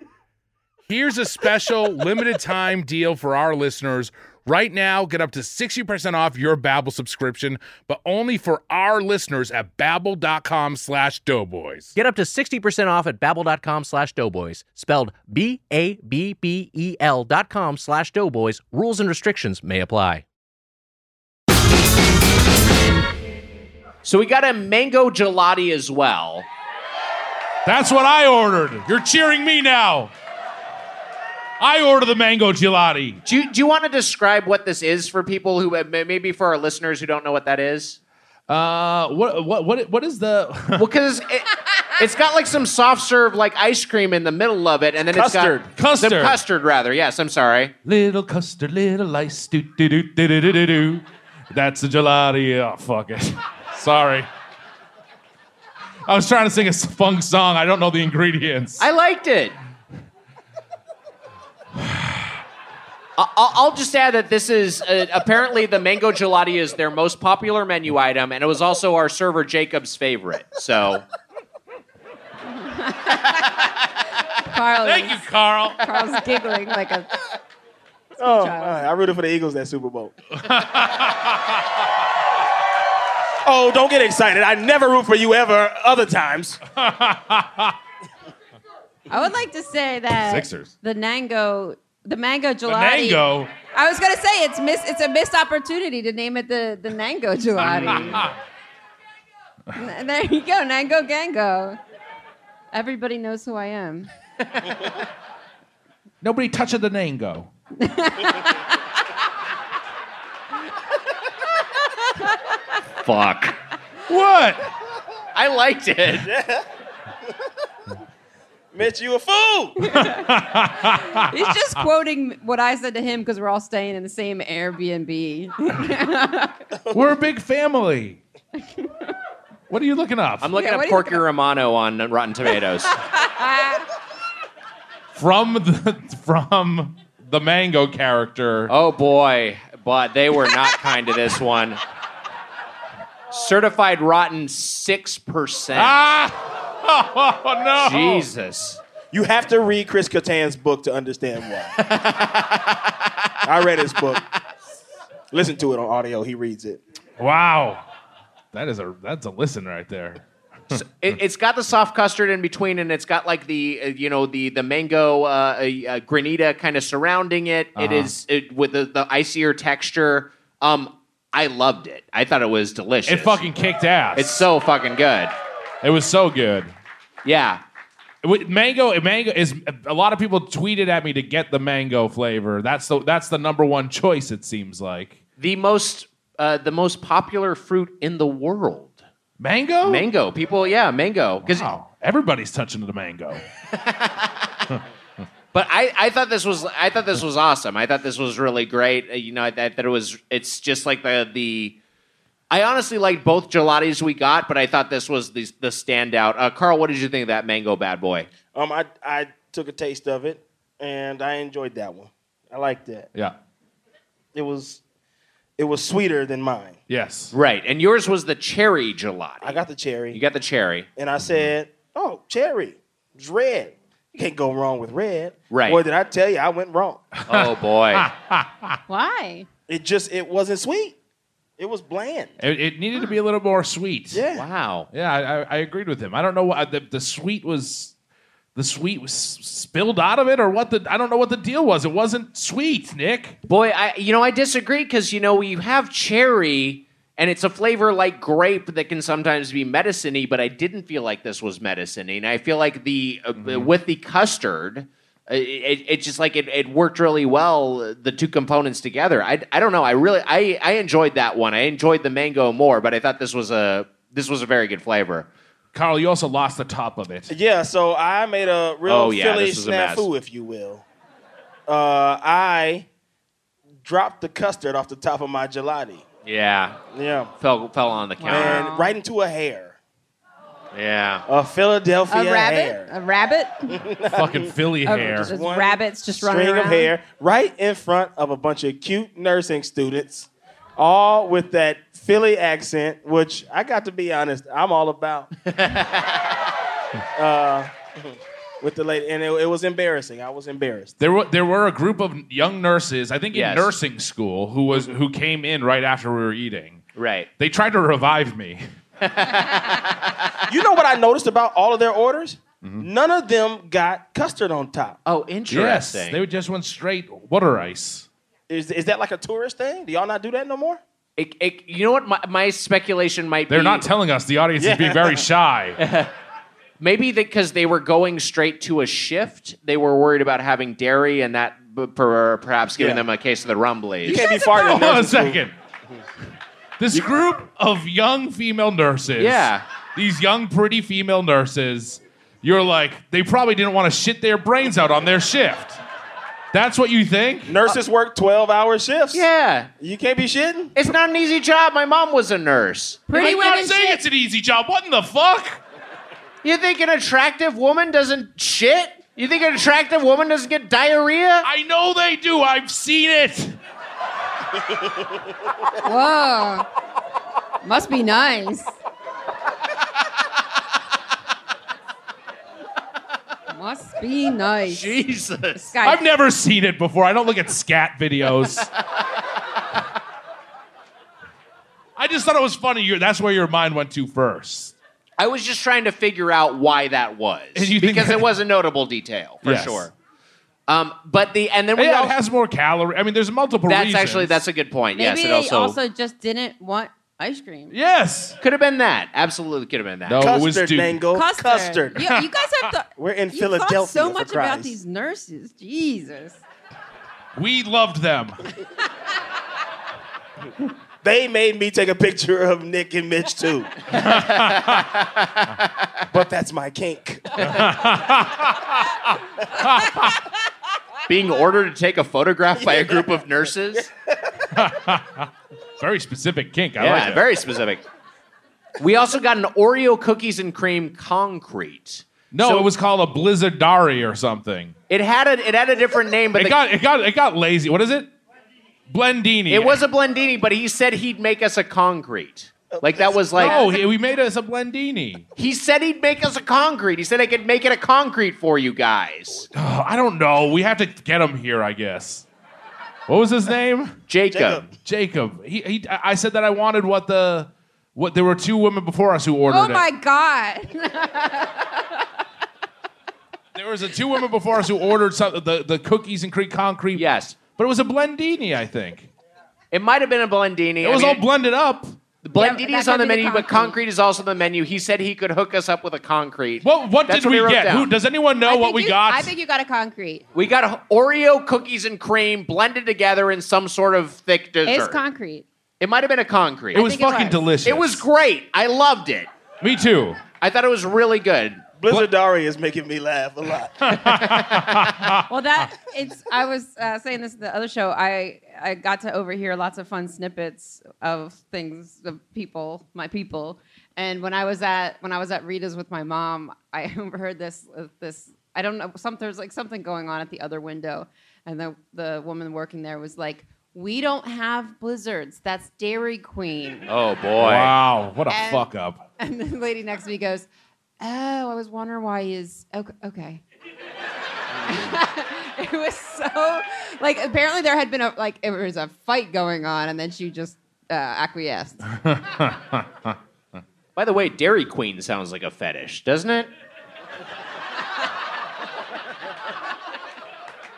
Speaker 10: Here's a special limited time deal for our listeners. Right now, get up to 60% off your Babbel subscription, but only for our listeners at babbel.com slash doughboys.
Speaker 1: Get up to 60% off at babbel.com slash doughboys, spelled B-A-B-B-E-L E dot com slash doughboys. Rules and restrictions may apply.
Speaker 11: So we got a mango gelati as well.
Speaker 2: That's what I ordered. You're cheering me now. I order the mango gelati.
Speaker 11: Do you, do you want to describe what this is for people who may- maybe for our listeners who don't know what that is?
Speaker 2: Uh, what what what what is the? [LAUGHS]
Speaker 11: Well, because it, it's got like some soft serve like ice cream in the middle of it, and then it's
Speaker 2: Custard.
Speaker 11: got
Speaker 2: Custard.
Speaker 11: some custard rather. Yes, I'm sorry.
Speaker 2: Little custard, little ice, do do do do do do do do. That's a gelati. Oh fuck it. [LAUGHS] Sorry. I was trying to sing a s- funk song. I don't know the ingredients.
Speaker 11: I liked it. I- I'll I'll just add that this is uh, apparently the mango gelati is their most popular menu item, and it was also our server Jacob's favorite. So
Speaker 7: Carl
Speaker 2: Thank
Speaker 7: is,
Speaker 2: you, Carl.
Speaker 7: Carl's giggling like a.
Speaker 5: Oh, I I rooted for the Eagles that
Speaker 2: [LAUGHS]
Speaker 5: Super Bowl. oh, don't get excited. I never root for you ever other times.
Speaker 7: I would like to say that
Speaker 2: Sixers.
Speaker 7: the mango, the mango gelati.
Speaker 2: Mango.
Speaker 7: I was gonna say it's miss. It's a missed opportunity to name it the the
Speaker 2: [LAUGHS]
Speaker 7: mango gelati. N- there you go, Nango Gango. Everybody knows who I am.
Speaker 2: Nobody touch the mango.
Speaker 11: fuck.
Speaker 2: What?
Speaker 11: I
Speaker 1: I liked it.
Speaker 5: Mitch, you a fool.
Speaker 7: He's just quoting what I said to him because we're all staying in the same Airbnb.
Speaker 2: We're a big family. What are you looking up?
Speaker 1: I'm looking
Speaker 7: Yeah,
Speaker 1: up
Speaker 7: what do you
Speaker 1: Porky Romano on Rotten Tomatoes.
Speaker 2: from the from the mango character.
Speaker 1: oh boy, but they were not kind to this one. Certified rotten six percent.
Speaker 2: Ah! [LAUGHS] Oh, no!
Speaker 1: Jesus.
Speaker 5: You have to read Chris Kattan's book to understand
Speaker 1: [LAUGHS]
Speaker 5: why. I read his book. Listen to it on audio. He reads it.
Speaker 2: Wow, that is a that's a listen right there.
Speaker 1: It, it's got the soft custard in between, and it's got like the uh, you know the the mango uh, uh, granita kind of surrounding it. It
Speaker 2: Uh-huh.
Speaker 1: is it, with the, the icier texture. Um, I loved it. I thought it was delicious.
Speaker 2: It fucking kicked ass.
Speaker 1: it's so fucking good.
Speaker 2: it was so good.
Speaker 1: Yeah,
Speaker 2: With mango, mango is a lot of people tweeted at me to get the mango flavor. That's the that's the number one choice. It seems like
Speaker 1: the most uh, the most popular fruit in the world.
Speaker 2: mango.
Speaker 1: Mango people, yeah, mango. Because
Speaker 2: Wow, everybody's touching the mango.
Speaker 1: But I, I thought this was I thought this was awesome. I thought this was really great. Uh, You know, I, I thought it was it's just like the the I honestly liked both gelatis we got, but I thought this was the the standout. Uh, Carl, what did you think of that mango bad boy?
Speaker 5: Um, I I took a taste of it and I enjoyed that one. I liked that.
Speaker 2: Yeah.
Speaker 5: It was it was sweeter than mine.
Speaker 2: Yes.
Speaker 1: Right, and yours was the cherry gelati.
Speaker 5: I got the cherry
Speaker 1: You got the cherry.
Speaker 5: and I said, "Oh, cherry, it's red. You can't go wrong with red."
Speaker 1: Right.
Speaker 5: Boy, did I tell you, I went wrong.
Speaker 1: Oh boy,
Speaker 7: Why?
Speaker 5: It just it wasn't sweet. It was bland.
Speaker 2: It, it needed to be a little more sweet.
Speaker 1: [LAUGHS]
Speaker 5: Yeah.
Speaker 1: wow.
Speaker 2: Yeah, I, I- I agreed with him. I don't know why the, the sweet was the sweet was s- spilled out of it or what the I don't know what the deal was. It wasn't sweet, Nick.
Speaker 1: Boy, I you know I disagree because you know you have cherry and it's a flavor like grape that can sometimes be medicine-y, but I didn't feel like this was medicine-y. and I feel like the uh, with the custard, uh, it, it just like it, it worked really well uh, the two components together. I, I don't know. I really I I enjoyed that one. I enjoyed the mango more, but I thought this was a this was a very good flavor.
Speaker 2: Carl, you also lost the top of it.
Speaker 5: [LAUGHS] Yeah, so I made a real
Speaker 1: Oh, yeah,
Speaker 5: Philly
Speaker 1: this is a mess.
Speaker 5: snafu, if you will. Uh, I dropped the custard off the top of my gelati.
Speaker 1: Yeah,
Speaker 5: Yeah.
Speaker 1: fell fell on the counter.
Speaker 5: And right into a hair.
Speaker 1: Yeah,
Speaker 5: A Philadelphia
Speaker 7: A rabbit?
Speaker 5: hair.
Speaker 7: A rabbit?
Speaker 2: Fucking Philly
Speaker 7: A-
Speaker 2: hair.
Speaker 7: just
Speaker 5: One
Speaker 7: rabbits just running
Speaker 5: String
Speaker 7: around.
Speaker 5: of hair right in front of a bunch of cute nursing students, all with that Philly accent, which I got to be honest, I'm
Speaker 1: [LAUGHS]
Speaker 5: all about. uh, with the lady, and it, it was embarrassing. I was embarrassed.
Speaker 2: There were there were a group of young nurses, I think in
Speaker 1: Yes.
Speaker 2: nursing school, who was who came in right after we were eating.
Speaker 1: right.
Speaker 2: They tried to
Speaker 1: [LAUGHS]
Speaker 2: revive me.
Speaker 5: You know what I noticed about all of their orders?
Speaker 2: Mm-hmm.
Speaker 5: None of them got custard on top.
Speaker 1: Oh,
Speaker 2: Yes,
Speaker 1: interesting.
Speaker 2: they just went straight water ice.
Speaker 5: Is, is that like a tourist thing? Do y'all not do that no more?
Speaker 1: It- it- you know what? My, my speculation might
Speaker 2: They're
Speaker 1: be
Speaker 2: not telling us. The audience is being
Speaker 1: [LAUGHS]
Speaker 2: very shy. [LAUGHS]
Speaker 1: Maybe because they were going straight to a shift, they were worried about having dairy and that b- per- perhaps giving
Speaker 5: Yeah.
Speaker 1: them a case of the rumblies.
Speaker 5: You can't be farting. in
Speaker 2: Hold on a
Speaker 5: nursing school.
Speaker 2: second. This group of young female nurses.
Speaker 1: Yeah.
Speaker 2: These young, pretty female nurses. You're like, they probably didn't want to shit their brains out on their shift. That's what you think?
Speaker 5: Nurses work 12 hour shifts.
Speaker 1: Yeah,
Speaker 5: You can't be shitting.
Speaker 1: it's not an easy job. My mom was a nurse.
Speaker 7: Pretty
Speaker 2: I'm not
Speaker 7: women
Speaker 2: saying
Speaker 7: shit.
Speaker 2: it's an easy job. What in the fuck?
Speaker 1: You think an attractive woman doesn't shit? You think an attractive woman doesn't get
Speaker 2: [LAUGHS]
Speaker 1: diarrhea?
Speaker 2: I know they do. I've seen it.
Speaker 7: Whoa. Must be nice. Must be nice.
Speaker 1: Jesus.
Speaker 7: Guys,
Speaker 2: I've never seen it before. I don't look at scat videos. I just thought it was funny. Your- That's where your mind went to first.
Speaker 1: I was just trying to figure out why that was
Speaker 2: And you think
Speaker 1: because
Speaker 2: that-
Speaker 1: it was a notable detail for
Speaker 2: Yes.
Speaker 1: sure. Um, but the and then we
Speaker 2: Yeah,
Speaker 1: all,
Speaker 2: it has more calorie. I mean, there's multiple
Speaker 1: that's
Speaker 2: reasons.
Speaker 1: actually that's a good point.
Speaker 7: maybe
Speaker 1: yes, it
Speaker 7: they also,
Speaker 1: also,
Speaker 7: just didn't want ice cream.
Speaker 2: yes.
Speaker 1: could have been that. Absolutely could have been that.
Speaker 2: No, Oh, it was
Speaker 5: Custard,
Speaker 2: dude.
Speaker 5: mango.
Speaker 7: Custard.
Speaker 5: Custard.
Speaker 7: You, you guys have to.
Speaker 5: We're in
Speaker 7: you
Speaker 5: Philadelphia,
Speaker 7: Thought so
Speaker 5: for
Speaker 7: much about
Speaker 5: Christ.
Speaker 7: these nurses. Jesus.
Speaker 2: We loved them.
Speaker 5: They made me take a picture of Nick and Mitch
Speaker 2: [LAUGHS]
Speaker 5: too. but that's my kink.
Speaker 1: Being ordered to take a photograph by a group of nurses?
Speaker 2: Very specific kink. I
Speaker 1: yeah,
Speaker 2: like it.
Speaker 1: Oh, very specific. We also got an Oreo cookies and cream concrete.
Speaker 2: No,
Speaker 1: So-
Speaker 2: it was called a blizzardari or something.
Speaker 1: It had a it had a different name, but
Speaker 2: It
Speaker 1: the-
Speaker 2: got it got it got lazy. What is it? Blendini.
Speaker 1: it was a blendini. But he said he'd make us a concrete. Like that was like
Speaker 2: no. Oh, he- We made us a blendini.
Speaker 1: He said he'd make us a concrete. He said I could make it a concrete for you guys.
Speaker 2: Oh, I don't know. We have to get him here, I guess. What was his
Speaker 7: [LAUGHS]
Speaker 2: name?
Speaker 1: Jacob.
Speaker 2: Jacob. He, he I I said that I wanted what the what there were two women before us who ordered
Speaker 7: Oh
Speaker 2: it.
Speaker 7: my God.
Speaker 2: There was a two women before us who ordered some, the the cookies and creek concrete.
Speaker 1: Yes.
Speaker 2: But it was a blendini, I think.
Speaker 1: It might have been a blendini.
Speaker 2: It was all blended up.
Speaker 1: blendini
Speaker 7: Yeah,
Speaker 1: is
Speaker 7: that
Speaker 1: on the
Speaker 7: could be the
Speaker 1: menu, but
Speaker 7: concrete.
Speaker 1: concrete is also on the menu. He said he could hook us up with a concrete.
Speaker 2: What what
Speaker 1: That's
Speaker 2: did
Speaker 1: what
Speaker 2: we
Speaker 1: we wrote
Speaker 2: get?
Speaker 1: down.
Speaker 2: Who does anyone know
Speaker 7: I
Speaker 2: Oh, what
Speaker 7: think
Speaker 2: we
Speaker 7: you-
Speaker 2: got?
Speaker 7: I think you got a concrete.
Speaker 1: We got Oreo cookies and cream blended together in some sort of thick dessert.
Speaker 7: It's concrete.
Speaker 1: it might have been a concrete.
Speaker 2: it was
Speaker 7: think it
Speaker 2: fucking
Speaker 7: was.
Speaker 2: delicious.
Speaker 1: It was great. I loved it.
Speaker 2: Me too.
Speaker 1: I thought it was really good.
Speaker 5: Blizzardari is making me laugh a lot.
Speaker 2: [LAUGHS]
Speaker 7: Well, that it's. I was uh, saying this in the other show. I I got to overhear lots of fun snippets of things of people, my people. And when I was at when I was at Rita's with my mom, I [LAUGHS] overheard this uh, this. I don't know. Some there's like something going on at the other window, and the the woman working there was like, "We don't have blizzards. That's Dairy Queen."
Speaker 1: Oh boy.
Speaker 2: Wow, what a
Speaker 7: And-
Speaker 2: fuck up.
Speaker 7: And the lady next to me goes, "Oh, I was wondering why is okay." okay. [LAUGHS] it was so like apparently there had been a like it was a fight going on, and then she just uh, acquiesced.
Speaker 1: [LAUGHS] By the way, Dairy Queen sounds like a fetish, doesn't it?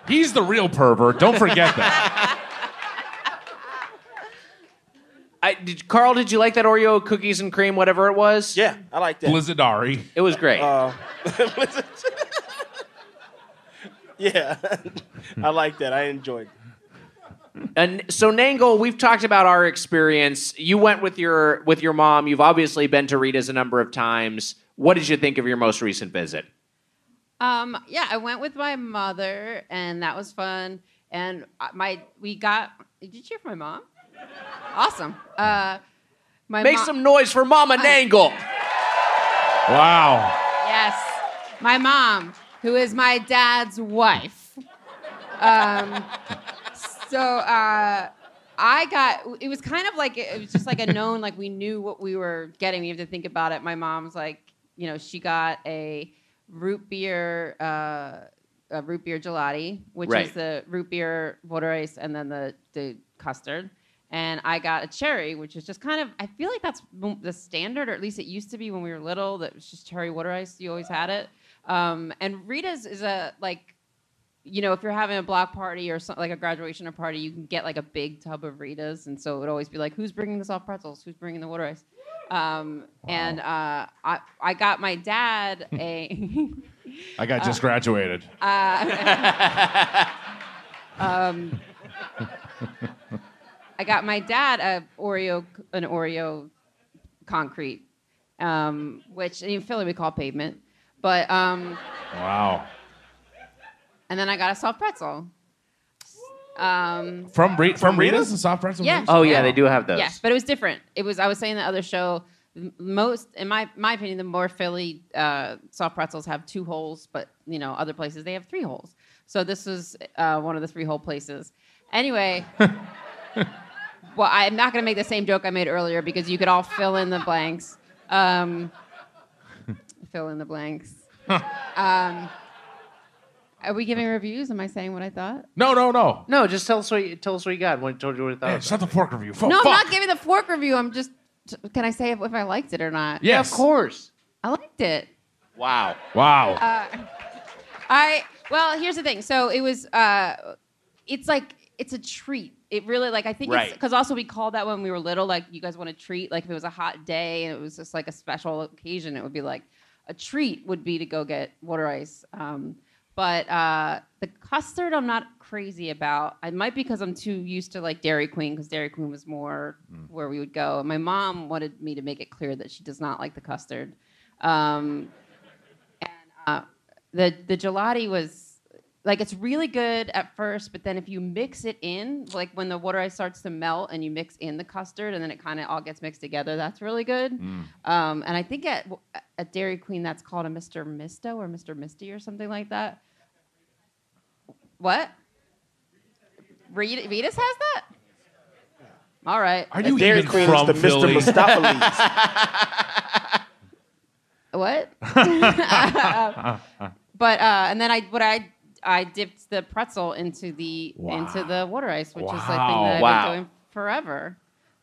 Speaker 2: He's the real pervert. Don't forget
Speaker 7: [LAUGHS]
Speaker 2: that.
Speaker 1: I did Carl, did you like that Oreo cookies and cream, whatever it was?
Speaker 5: Yeah, I like that.
Speaker 2: Blizzardari.
Speaker 1: It was great.
Speaker 5: Uh, Blizzard- yeah, [LAUGHS] I like that. I enjoyed. it.
Speaker 1: And so Nangle, we've talked about our experience. You went with your with your mom. You've obviously been to Rita's a number of times. What did you think of your most recent visit?
Speaker 7: Um, yeah, I went with my mother, and that was fun. And I- my we got. Did you cheer for my mom? Awesome. Uh, my
Speaker 1: Make
Speaker 7: mo-
Speaker 1: some noise for Mama Nangle.
Speaker 2: Wow.
Speaker 7: Yes. My mom, who is my dad's wife. Um, so uh, I got, it was kind of like, it was just like a known, like we knew what we were getting. We have to think about it. My mom's like, you know, she got a root beer, uh, a root beer gelati, which
Speaker 1: Right.
Speaker 7: is the root beer water ice and then the, the custard. And I got a cherry, which is just kind of, I feel like that's m- the standard, or at least it used to be when we were little, that was just cherry water ice. You always had it. Um, and Rita's is a, like, you know, if you're having a block party or some, like a graduation or party, you can get like a big tub of Ritas, and so it would always be like, who's bringing the soft pretzels? Who's bringing the water ice? Um, And uh, I, I got my dad a. [LAUGHS]
Speaker 2: I got
Speaker 7: Uh,
Speaker 2: just graduated.
Speaker 7: I got my dad a Oreo, an Oreo concrete, um, which in Philly we call pavement, but um,
Speaker 2: wow.
Speaker 7: and then I got a soft pretzel. Um,
Speaker 2: From Re- from Rita's and soft pretzel.
Speaker 7: Yeah.
Speaker 2: mix?
Speaker 1: Oh yeah, they do have those.
Speaker 7: yeah, but it was different. It was I was saying the other show. m- Most, in my my opinion, the more Philly uh, soft pretzels have two holes, but you know other places they have three holes. So this was uh, one of the three hole places.
Speaker 2: [LAUGHS]
Speaker 7: Anyway. Well, I'm not going to make the same joke I made earlier because you could all fill in the blanks. Um, [LAUGHS] fill in
Speaker 2: [LAUGHS]
Speaker 7: the blanks. um, are we giving reviews? Am I saying what I thought?
Speaker 2: No, no, no.
Speaker 1: No, just tell us what you, tell us what you got. What told you what you thought.
Speaker 2: Yeah,
Speaker 1: about
Speaker 2: shut the fork review. Fuck,
Speaker 7: no,
Speaker 2: fuck.
Speaker 7: I'm not giving the fork review. I'm just. Can I say if, if I liked it or not?
Speaker 1: it.
Speaker 2: Yes.
Speaker 1: Of course.
Speaker 7: I liked it.
Speaker 1: Wow.
Speaker 2: Wow.
Speaker 7: I well, here's the thing. So it was. Uh, it's like it's a treat. It really like I think it's
Speaker 1: Right.
Speaker 7: because also we called that when we were little. Like you guys want a treat. Like if it was a hot day and it was just like a special occasion, it would be like a treat would be to go get water ice. Um, But uh, the custard, I'm not crazy about. It might because I'm too used to like Dairy Queen because Dairy Queen was more where we would go. And my mom wanted me to make it clear that she does not like the custard. Um, and uh, the the gelati was like it's really good at first, but then if you mix it in, like when the water ice starts to melt and you mix in the custard, and then it kind of all gets mixed together, that's really good. Um, and I think at at Dairy Queen that's called a Mr. Misto or Mr. Misty or something like that. What? Rita, Vitas has that. All right.
Speaker 2: Are
Speaker 5: At
Speaker 2: you
Speaker 5: Dairy
Speaker 2: even
Speaker 5: Queen
Speaker 2: from
Speaker 5: is the
Speaker 2: Philly?
Speaker 5: Mr.
Speaker 2: [LAUGHS]
Speaker 5: Mistopheles.
Speaker 7: What? [LAUGHS] but uh, and then I what I I dipped the pretzel into the into the water ice, which is a thing
Speaker 2: Wow.
Speaker 7: that I've
Speaker 1: Wow.
Speaker 7: been doing forever.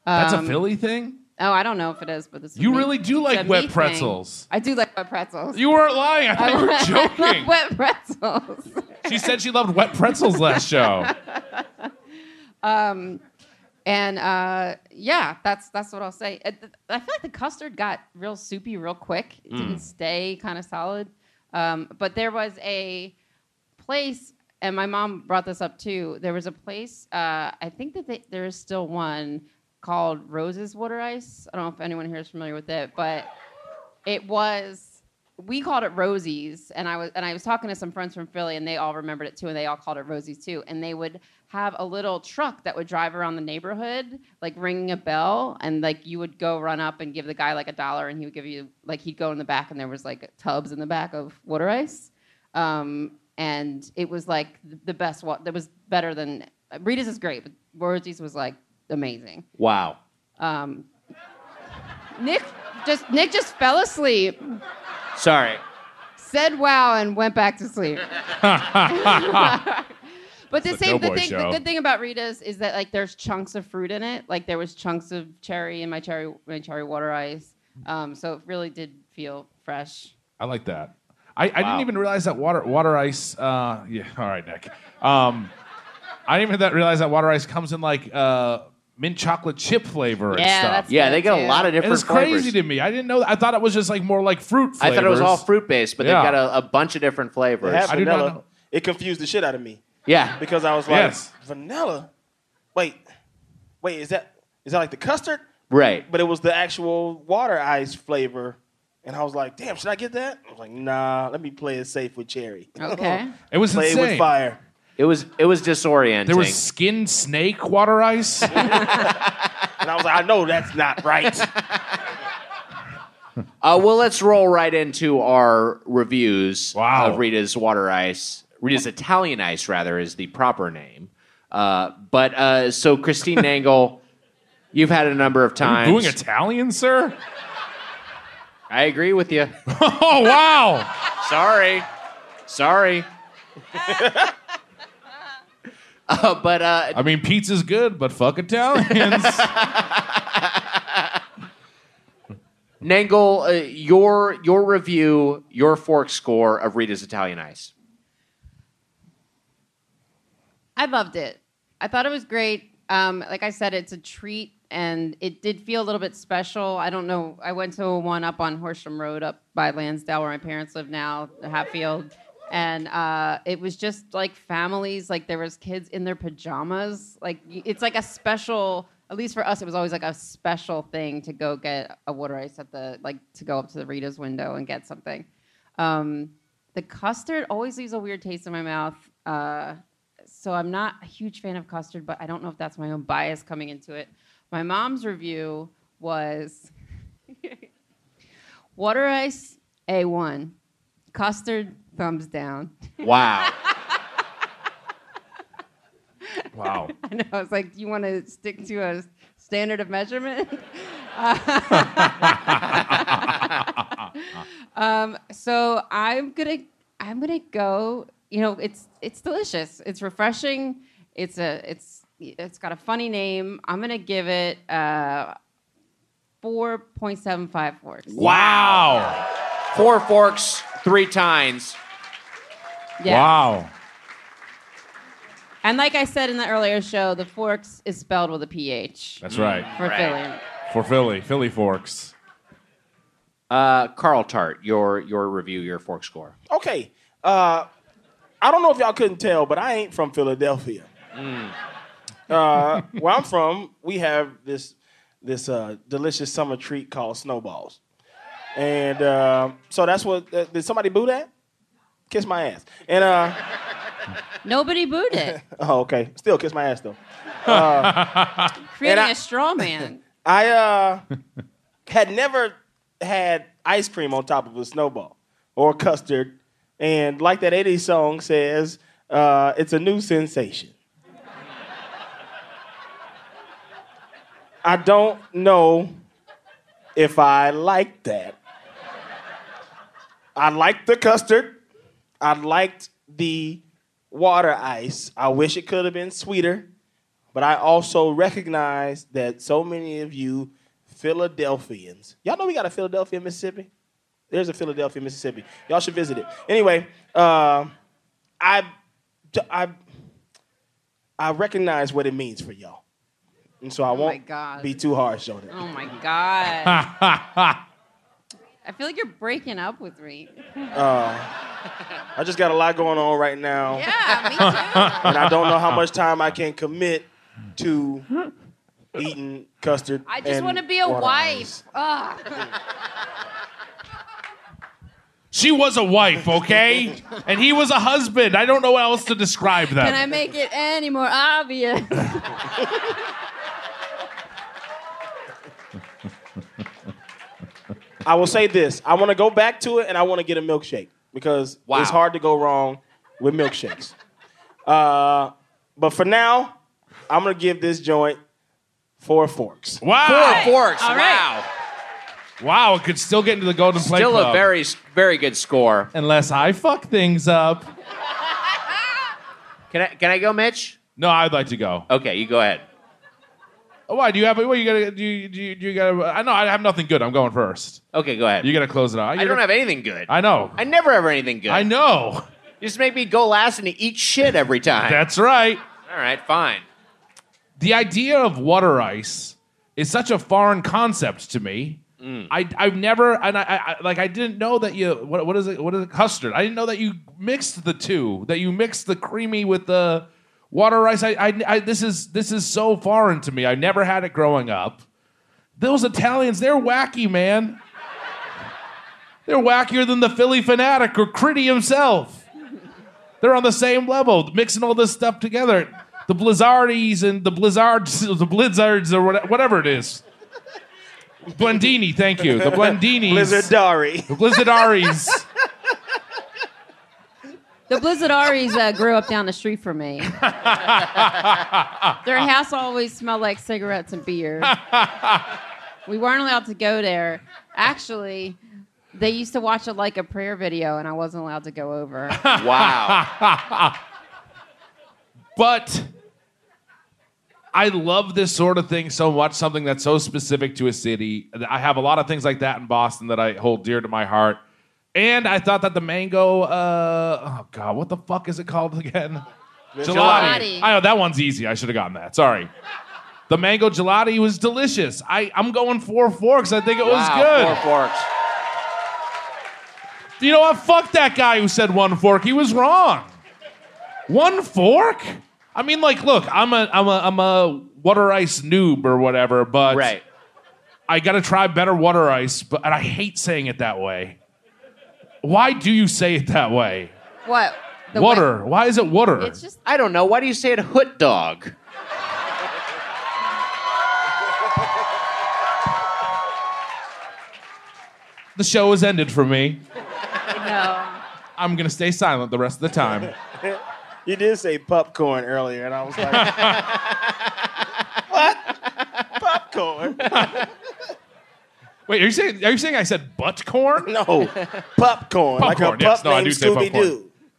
Speaker 2: That's a
Speaker 7: Um,
Speaker 2: Philly thing.
Speaker 7: Oh, I don't know if it is, but this is
Speaker 2: You
Speaker 7: me.
Speaker 2: really do
Speaker 7: It's
Speaker 2: like
Speaker 7: a
Speaker 2: wet
Speaker 7: me thing.
Speaker 2: pretzels.
Speaker 7: I do like wet pretzels.
Speaker 2: You weren't lying. I thought you
Speaker 7: I [LAUGHS] love
Speaker 2: were joking.
Speaker 7: [LAUGHS] wet pretzels.
Speaker 2: she said she loved wet pretzels last show.
Speaker 7: And uh, yeah, that's that's what I'll say. Uh, th- I feel like the custard got real soupy real quick. It didn't stay kind of solid. Um, but there was a place, and my mom brought this up too. There was a place. Uh, I think that they, there is still one called Rose's Water Ice. I don't know if anyone here is familiar with it, but it was we called it Rosie's, and I was and I was talking to some friends from Philly, and they all remembered it too, and they all called it Rosie's too. And they would have a little truck that would drive around the neighborhood, like ringing a bell, and like you would go run up and give the guy like a dollar, and he would give you like he'd go in the back, and there was like tubs in the back of water ice, um, and it was like the best one. That was better than Rita's is great, but Rosie's was like amazing.
Speaker 1: Wow.
Speaker 7: Um, Nick just Nick just fell asleep
Speaker 1: Sorry.
Speaker 7: said wow and went back
Speaker 2: [LAUGHS]
Speaker 7: to sleep. but the
Speaker 2: It's a
Speaker 7: same the
Speaker 2: cowboy
Speaker 7: thing
Speaker 2: show.
Speaker 7: the good thing about Rita's is that like there's chunks of fruit in it. Like there was chunks of cherry in my cherry my cherry water ice. Um, so it really did feel fresh.
Speaker 2: I like that. I, I didn't even realize that water water ice. Uh, yeah, all right, Nick. Um, I didn't even that realize that water ice comes in like uh, mint chocolate chip flavor and
Speaker 7: Yeah,
Speaker 2: stuff.
Speaker 7: that's
Speaker 1: Yeah, they
Speaker 7: good,
Speaker 1: got a
Speaker 7: too.
Speaker 1: lot of
Speaker 2: It
Speaker 1: different
Speaker 2: was crazy
Speaker 1: flavors.
Speaker 2: to me. I didn't know. I thought it was just like more like fruit. Flavors.
Speaker 1: I thought it was all fruit based, but
Speaker 2: Yeah.
Speaker 1: they've got a, a bunch of different
Speaker 5: They
Speaker 1: flavors.
Speaker 5: have
Speaker 2: I do not
Speaker 5: vanilla.
Speaker 2: know.
Speaker 5: It confused the shit out of me
Speaker 1: yeah.
Speaker 5: because I was like,
Speaker 2: Yes.
Speaker 5: vanilla. Wait, wait, is that is that like the custard?
Speaker 1: Right.
Speaker 5: But it was the actual water ice flavor, and I was like, damn, should I get that? I was like, nah, let me play it safe with cherry.
Speaker 7: Okay.
Speaker 2: It was
Speaker 5: play
Speaker 2: insane.
Speaker 5: it with fire.
Speaker 1: It was it was disorienting.
Speaker 2: There was skin snake water ice.
Speaker 5: And I was like, I know that's not right.
Speaker 2: [LAUGHS]
Speaker 1: Uh, well, let's roll right into our reviews
Speaker 2: Wow.
Speaker 1: of Rita's Water Ice. Rita's Italian Ice, rather, is the proper name. Uh, but uh, so,
Speaker 2: [LAUGHS]
Speaker 1: Christine Nangle, you've had it a number of
Speaker 2: Are
Speaker 1: times.
Speaker 2: you doing Italian, sir? [LAUGHS]
Speaker 1: I agree with you.
Speaker 2: Oh wow!
Speaker 1: Sorry. Sorry. [LAUGHS] uh, but uh,
Speaker 2: I mean, pizza's good, but fuck Italians.
Speaker 1: Nangle, uh, your your review, your fork score of Rita's Italian Ice.
Speaker 7: I loved it. I thought it was great. Um, like I said, it's a treat, and it did feel a little bit special. I don't know. I went to one up on Horsham Road, up by Lansdale, where my parents live now, Hatfield, and uh, it was just like families. Like there was kids in their pajamas. Like y- it's like a special. At least for us, it was always like a special thing to go get a water ice at the like to go up to the Rita's window and get something. Um, the custard always leaves a weird taste in my mouth. Uh, so I'm not a huge fan of custard, but I don't know if that's my own bias coming into it. My mom's review was [LAUGHS] water ice A1, custard thumbs down.
Speaker 1: Wow.
Speaker 2: wow.
Speaker 7: [LAUGHS] I know. I was like, do you want to stick to a standard
Speaker 2: [LAUGHS]
Speaker 7: of measurement? [LAUGHS] um, so I'm gonna I'm gonna go. You know, it's it's delicious. It's refreshing. It's a it's it's got a funny name. I'm gonna give it uh, four point seven five forks.
Speaker 2: Wow.
Speaker 1: Four forks, three tines.
Speaker 7: Yeah.
Speaker 2: Wow.
Speaker 7: And like I said in the earlier show, the forks is spelled with a ph
Speaker 2: That's right.
Speaker 7: for
Speaker 1: Right.
Speaker 7: Philly.
Speaker 2: For Philly, Philly forks.
Speaker 1: Uh, Carl Tart, your your review, your fork score.
Speaker 5: Okay. Uh, I don't know if y'all couldn't tell, but I ain't from Philadelphia.
Speaker 1: Mm.
Speaker 5: Uh, where I'm from, we have this this uh, delicious summer treat called snowballs, and uh, so that's what. Uh, did somebody boo that? Kiss my ass. And uh,
Speaker 6: Nobody
Speaker 2: [LAUGHS]
Speaker 6: booed it.
Speaker 5: oh, okay, still kiss my ass though. Uh,
Speaker 6: Creating
Speaker 5: I-
Speaker 6: a straw man.
Speaker 5: I uh, [LAUGHS] had never had ice cream on top of a snowball or custard. And like that 80s song says, uh, it's a new sensation. I don't know if I like that. I liked the custard. I liked the water ice. I wish it could have been sweeter. But I also recognize that so many of you Philadelphians, y'all know we got a Philadelphia, in Mississippi? There's a Philadelphia, Mississippi. Y'all should visit it. Anyway, uh, I, I, I recognize what it means for y'all. And so I
Speaker 6: Oh my
Speaker 5: won't
Speaker 6: God.
Speaker 5: be too harsh on it.
Speaker 6: Oh my [LAUGHS] god. I feel like you're breaking up with me.
Speaker 5: Uh, I just got a lot going on right now.
Speaker 6: Yeah, me too.
Speaker 5: and I don't know how much time I can commit to eating custard.
Speaker 6: I just
Speaker 5: and
Speaker 6: want to be a
Speaker 5: water
Speaker 6: wife. Ugh.
Speaker 2: She was a wife, okay? and he was a husband. I don't know what else to
Speaker 6: [LAUGHS]
Speaker 2: describe
Speaker 6: Can
Speaker 2: that.
Speaker 6: I make it any more obvious?
Speaker 5: ice. I will say this: I want to go back to it, and I want to get a milkshake because
Speaker 1: Wow.
Speaker 5: it's hard to go wrong with milkshakes. uh, but for now, I'm gonna give this joint four forks.
Speaker 2: Wow.
Speaker 1: Four forks.
Speaker 6: All right.
Speaker 1: wow.
Speaker 2: Wow, it could still get into the Golden Plate
Speaker 1: Still a
Speaker 2: Club.
Speaker 1: very, very good score.
Speaker 2: Unless I fuck things up.
Speaker 1: Can I, can I go, Mitch?
Speaker 2: No, I'd like to go.
Speaker 1: Okay, you go ahead.
Speaker 2: Oh, why? Do you have? What you gotta? Do you, do you, do you gotta? I know I have nothing good. I'm going first.
Speaker 1: Okay, go ahead.
Speaker 2: You gotta close it out.
Speaker 1: I don't have anything good. I,
Speaker 2: I know.
Speaker 1: never have anything good.
Speaker 2: I know.
Speaker 1: You just make me go last and eat shit every time.
Speaker 2: That's right.
Speaker 1: All right, fine.
Speaker 2: the idea of water ice is such a foreign concept to me. I, I've never, and I, I, I- like, I didn't know that you, what, what is it, what is it, custard? I didn't know that you mixed the two, that you mixed the creamy with the water ice. I, I, I this is, this is so foreign to me. I never had it growing up. Those Italians, they're wacky, man. They're wackier than the Philly fanatic or Critty himself. They're on the same level, mixing all this stuff together. The Blizzardies and the Blizzards, [LAUGHS] the Blizzards or what- whatever it is. Blendini, thank you. The Blendinis.
Speaker 5: Blizzard Dari. [LAUGHS]
Speaker 2: The Blizzardaries.
Speaker 6: The Blizzardaries uh, grew up down the street from me. Their house always smelled like cigarettes and beer. we weren't allowed to go there. Actually, they used to watch a like a prayer video, and I wasn't allowed to go [LAUGHS] over.
Speaker 1: [LAUGHS]
Speaker 2: [LAUGHS]
Speaker 1: Wow.
Speaker 2: But I love this sort of thing so much, something that's so specific to a city. I have a lot of things like that in Boston that I hold dear to my heart. And I thought that the mango, uh, oh God, what the fuck is it called again?
Speaker 6: Gelati.
Speaker 2: I know that one's easy. I should have gotten that. Sorry. The mango gelati was delicious. I, I'm going four forks. I think it was good.
Speaker 1: Wow, Four forks.
Speaker 2: You know what? Fuck that guy who said one fork. He was wrong. One fork? I mean, like, look, I'm a I'm a I'm a water ice noob or whatever, but
Speaker 1: Right.
Speaker 2: I gotta try better water ice, but and I hate saying it that way. Why do you say it that way?
Speaker 6: What? The
Speaker 2: water. Why is it water?
Speaker 6: wa- It's just
Speaker 1: I don't know. Why do you say it hoot dog?
Speaker 2: the show has ended for me.
Speaker 6: no.
Speaker 2: I'm gonna stay silent the rest of the time.
Speaker 5: You did say popcorn earlier, and I was like, what? Popcorn?
Speaker 2: Wait, are you saying are you saying I said butt
Speaker 6: Um.
Speaker 2: corn?
Speaker 5: [LAUGHS] No, popcorn. like a
Speaker 2: Popcorn,
Speaker 5: pup
Speaker 2: yes. No, I
Speaker 5: named
Speaker 2: do say popcorn.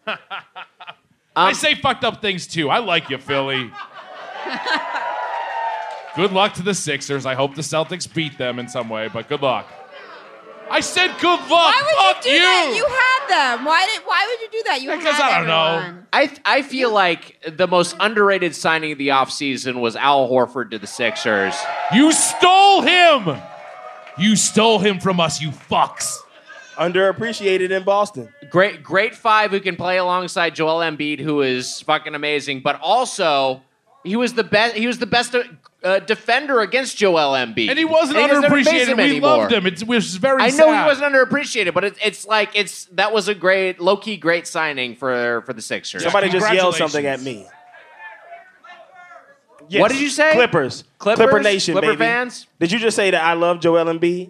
Speaker 5: Scooby-Doo.
Speaker 2: I say fucked up things too. I like you,
Speaker 6: [LAUGHS]
Speaker 2: Philly. good luck to the Sixers. I hope the Celtics beat them in some way, but good luck. I said good luck.
Speaker 6: Why
Speaker 2: Fuck
Speaker 6: would you do that? You had them. Why did? Why would you do that? You
Speaker 2: Because
Speaker 6: had
Speaker 2: I don't know.
Speaker 6: everyone.
Speaker 1: I, I feel like the most underrated signing of the offseason was Al Horford to the Sixers.
Speaker 2: You stole him. You stole him from us, you fucks.
Speaker 5: underappreciated in Boston.
Speaker 1: Great, great five who can play alongside Joel Embiid, who is fucking amazing, but also he was the best. He was the best uh, defender against Joel Embiid,
Speaker 2: And he wasn't
Speaker 1: And doesn't face
Speaker 2: underappreciated.
Speaker 1: him
Speaker 2: We
Speaker 1: anymore.
Speaker 2: loved him. It's, it was very
Speaker 1: I know
Speaker 2: sad.
Speaker 1: he wasn't underappreciated, but it, it's like it's that was a great low key great signing for for the Sixers.
Speaker 5: Somebody just yelled
Speaker 2: Congratulations.
Speaker 5: something at me.
Speaker 1: What did you say?
Speaker 5: Clippers.
Speaker 1: Clippers?
Speaker 5: Clipper Nation,
Speaker 1: Clipper
Speaker 5: baby.
Speaker 1: fans?
Speaker 5: Did you just say that I love Joel Embiid?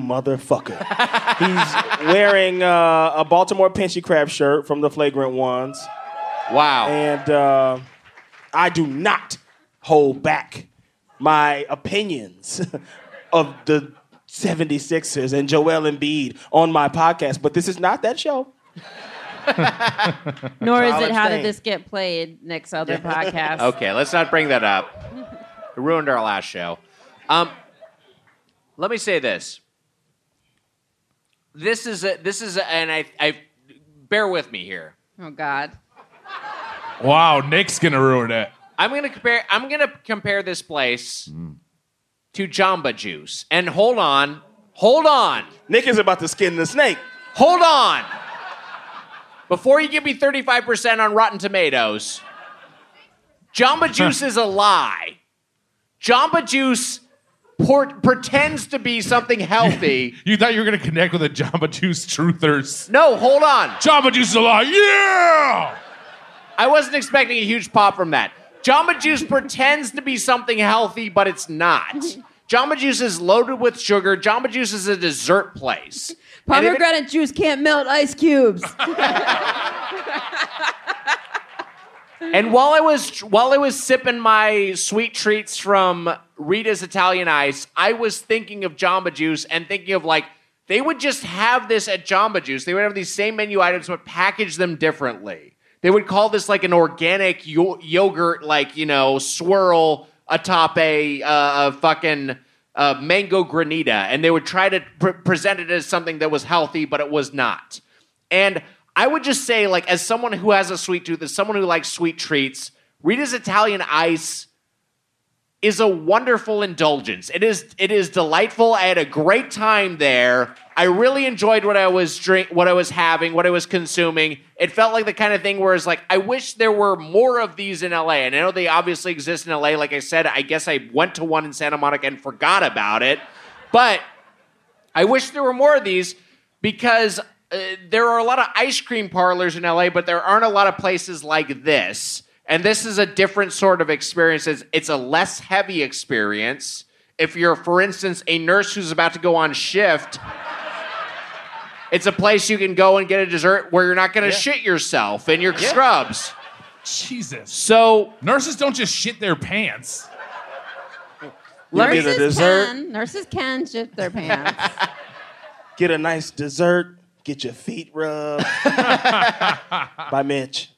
Speaker 2: [LAUGHS]
Speaker 5: motherfucker. He's wearing uh, a Baltimore Pinchy Crab shirt from the Flagrant Ones.
Speaker 1: Wow.
Speaker 5: And uh, I do not hold back my opinions [LAUGHS] of the 76ers and Joel Embiid on my podcast, but this is not that show.
Speaker 7: Nor is
Speaker 5: Solid
Speaker 7: it how
Speaker 5: thing.
Speaker 7: did this get played? Nick's other podcast.
Speaker 1: Okay, let's not bring that up. It ruined our last show. Um, let me say this. This is a this is a, and I I bear with me here.
Speaker 7: Oh God.
Speaker 2: Wow, Nick's gonna ruin it.
Speaker 1: I'm gonna compare I'm gonna compare this place to Jamba Juice. And hold on, hold on,
Speaker 5: Nick is about to skin the snake.
Speaker 1: hold on. Before you give me 35% on Rotten Tomatoes, Jamba Juice is a lie. Jamba Juice port- pretends to be something healthy.
Speaker 2: You thought you were gonna connect with the Jamba Juice truthers.
Speaker 1: No, hold on.
Speaker 2: Jamba Juice is a lie. Yeah.
Speaker 1: I wasn't expecting a huge pop from that. Jamba Juice pretends to be something healthy, but it's not. Jamba Juice is loaded with sugar. Jamba Juice is a dessert place. And if it-
Speaker 7: Pomegranate juice can't melt ice cubes.
Speaker 1: And while I was while I was sipping my sweet treats from Rita's Italian Ice, I was thinking of Jamba Juice and thinking of like they would just have this at Jamba Juice. They would have these same menu items but package them differently. They would call this like an organic yo- yogurt, like you know, swirl atop a, uh, a fucking uh, mango granita, and they would try to pr- present it as something that was healthy, but it was not. And I would just say, like, as someone who has a sweet tooth, as someone who likes sweet treats, Rita's Italian Ice is a wonderful indulgence. It is it is delightful. I had a great time there. I really enjoyed what I was drink, what I was having, what I was consuming. It felt like the kind of thing where it's like I wish there were more of these in LA. And I know they obviously exist in LA. Like I said, I guess I went to one in Santa Monica and forgot about it. But I wish there were more of these because uh, there are a lot of ice cream parlors in LA, but there aren't a lot of places like this. And this is a different sort of experience. It's, it's a less heavy experience. If you're, for instance, a nurse who's about to go on shift, it's a place you can go and get a dessert where you're not going to shit yourself in your scrubs.
Speaker 2: Jesus.
Speaker 1: So
Speaker 2: Nurses don't just shit their pants.
Speaker 5: Let
Speaker 7: nurses
Speaker 5: get a dessert.
Speaker 7: can. Nurses can shit their pants.
Speaker 5: Get a nice dessert. Get your feet [LAUGHS] rubbed by Mitch.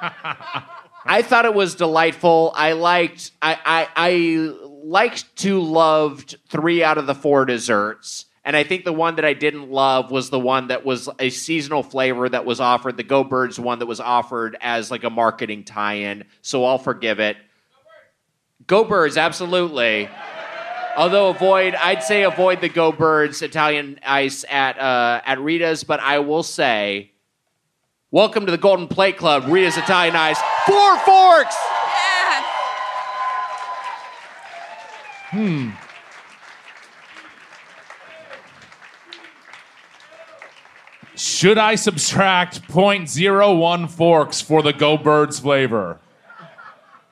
Speaker 1: I thought it was delightful. I liked I I, I liked to loved three out of the four desserts. And I think the one that I didn't love was the one that was a seasonal flavor that was offered, the Go Birds one that was offered as like a marketing tie-in. So I'll forgive it. Go Birds, absolutely. Although avoid, I'd say avoid the Go Birds Italian ice at uh, at Rita's, but I will say, welcome to the Golden Plate Club, Rita's Italian Ice, four forks.
Speaker 2: Should I subtract 0.01 forks for the Go Birds flavor?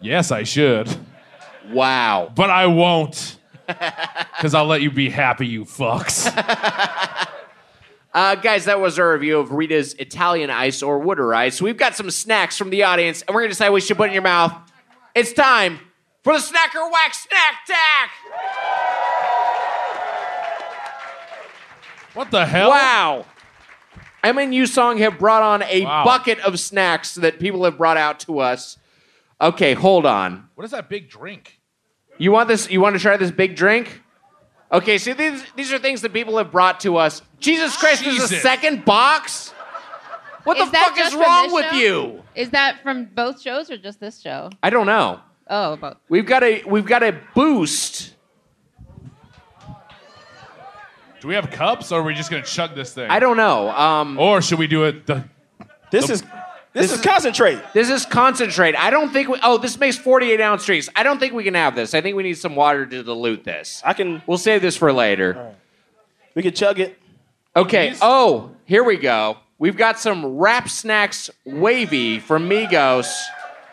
Speaker 2: Yes, I should.
Speaker 1: Wow.
Speaker 2: But
Speaker 1: [LAUGHS]
Speaker 2: I won't. Because I'll let you be happy, you fucks.
Speaker 1: Uh, guys, that was our review of Rita's Italian Ice or Wooder Ice. We've got some snacks from the audience, and we're going to decide what you should put in your mouth. It's time for the Snacker Whack Snack Tack.
Speaker 2: What the hell?
Speaker 1: Wow. MNU Song have brought on a
Speaker 2: Wow.
Speaker 1: bucket of snacks that people have brought out to us. Okay, hold on.
Speaker 2: What is that big drink?
Speaker 1: You want this? You want to try this big drink? Okay, so these these are things that people have brought to us. Jesus Christ, there's a
Speaker 2: Jesus.
Speaker 1: second box. [LAUGHS] What
Speaker 7: Is
Speaker 1: the
Speaker 7: that
Speaker 1: fuck is
Speaker 7: just from
Speaker 1: wrong
Speaker 7: this
Speaker 1: with
Speaker 7: show?
Speaker 1: you?
Speaker 7: Is that from both shows or just this show?
Speaker 1: I don't know.
Speaker 7: Oh, both.
Speaker 1: We've got a we've got a boost.
Speaker 2: Do we have cups, or are we just gonna chug this thing?
Speaker 1: I don't know. Um,
Speaker 2: or should we do it? The,
Speaker 5: this is this, is, concentrate.
Speaker 1: This is concentrate. I don't think we. Oh, this makes 48 ounce drinks. I don't think we can have this. I think we need some water to dilute this.
Speaker 5: I can.
Speaker 1: We'll save this for later.
Speaker 5: We can chug it.
Speaker 1: Okay. Oh, here we go. We've got some wrap snacks wavy from Migos.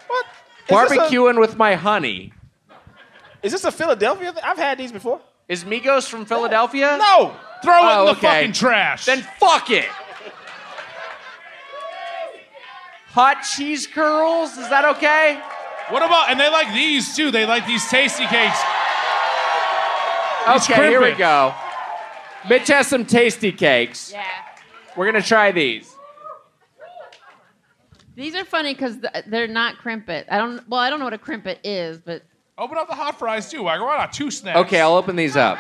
Speaker 5: What? Is this a-
Speaker 1: Barbecuing with my honey.
Speaker 5: Is this a Philadelphia thing? I've had these before.
Speaker 1: Is Migos from Philadelphia?
Speaker 5: No.
Speaker 2: Throw it in
Speaker 1: Oh,
Speaker 2: the
Speaker 1: okay.
Speaker 2: fucking trash.
Speaker 1: Then fuck it. Hot cheese curls? Is that okay?
Speaker 2: what about? And they like these too. They like these tasty cakes. These
Speaker 1: Okay, here we
Speaker 2: crimpets.
Speaker 1: go. Mitch has some tasty cakes.
Speaker 7: Yeah.
Speaker 1: We're gonna try these.
Speaker 7: These are funny because th- they're not crimpet. I don't. Well, I don't know what a crimpet is, but
Speaker 2: Open up the hot fries too. Why why not two snacks?
Speaker 1: Okay, I'll open these up.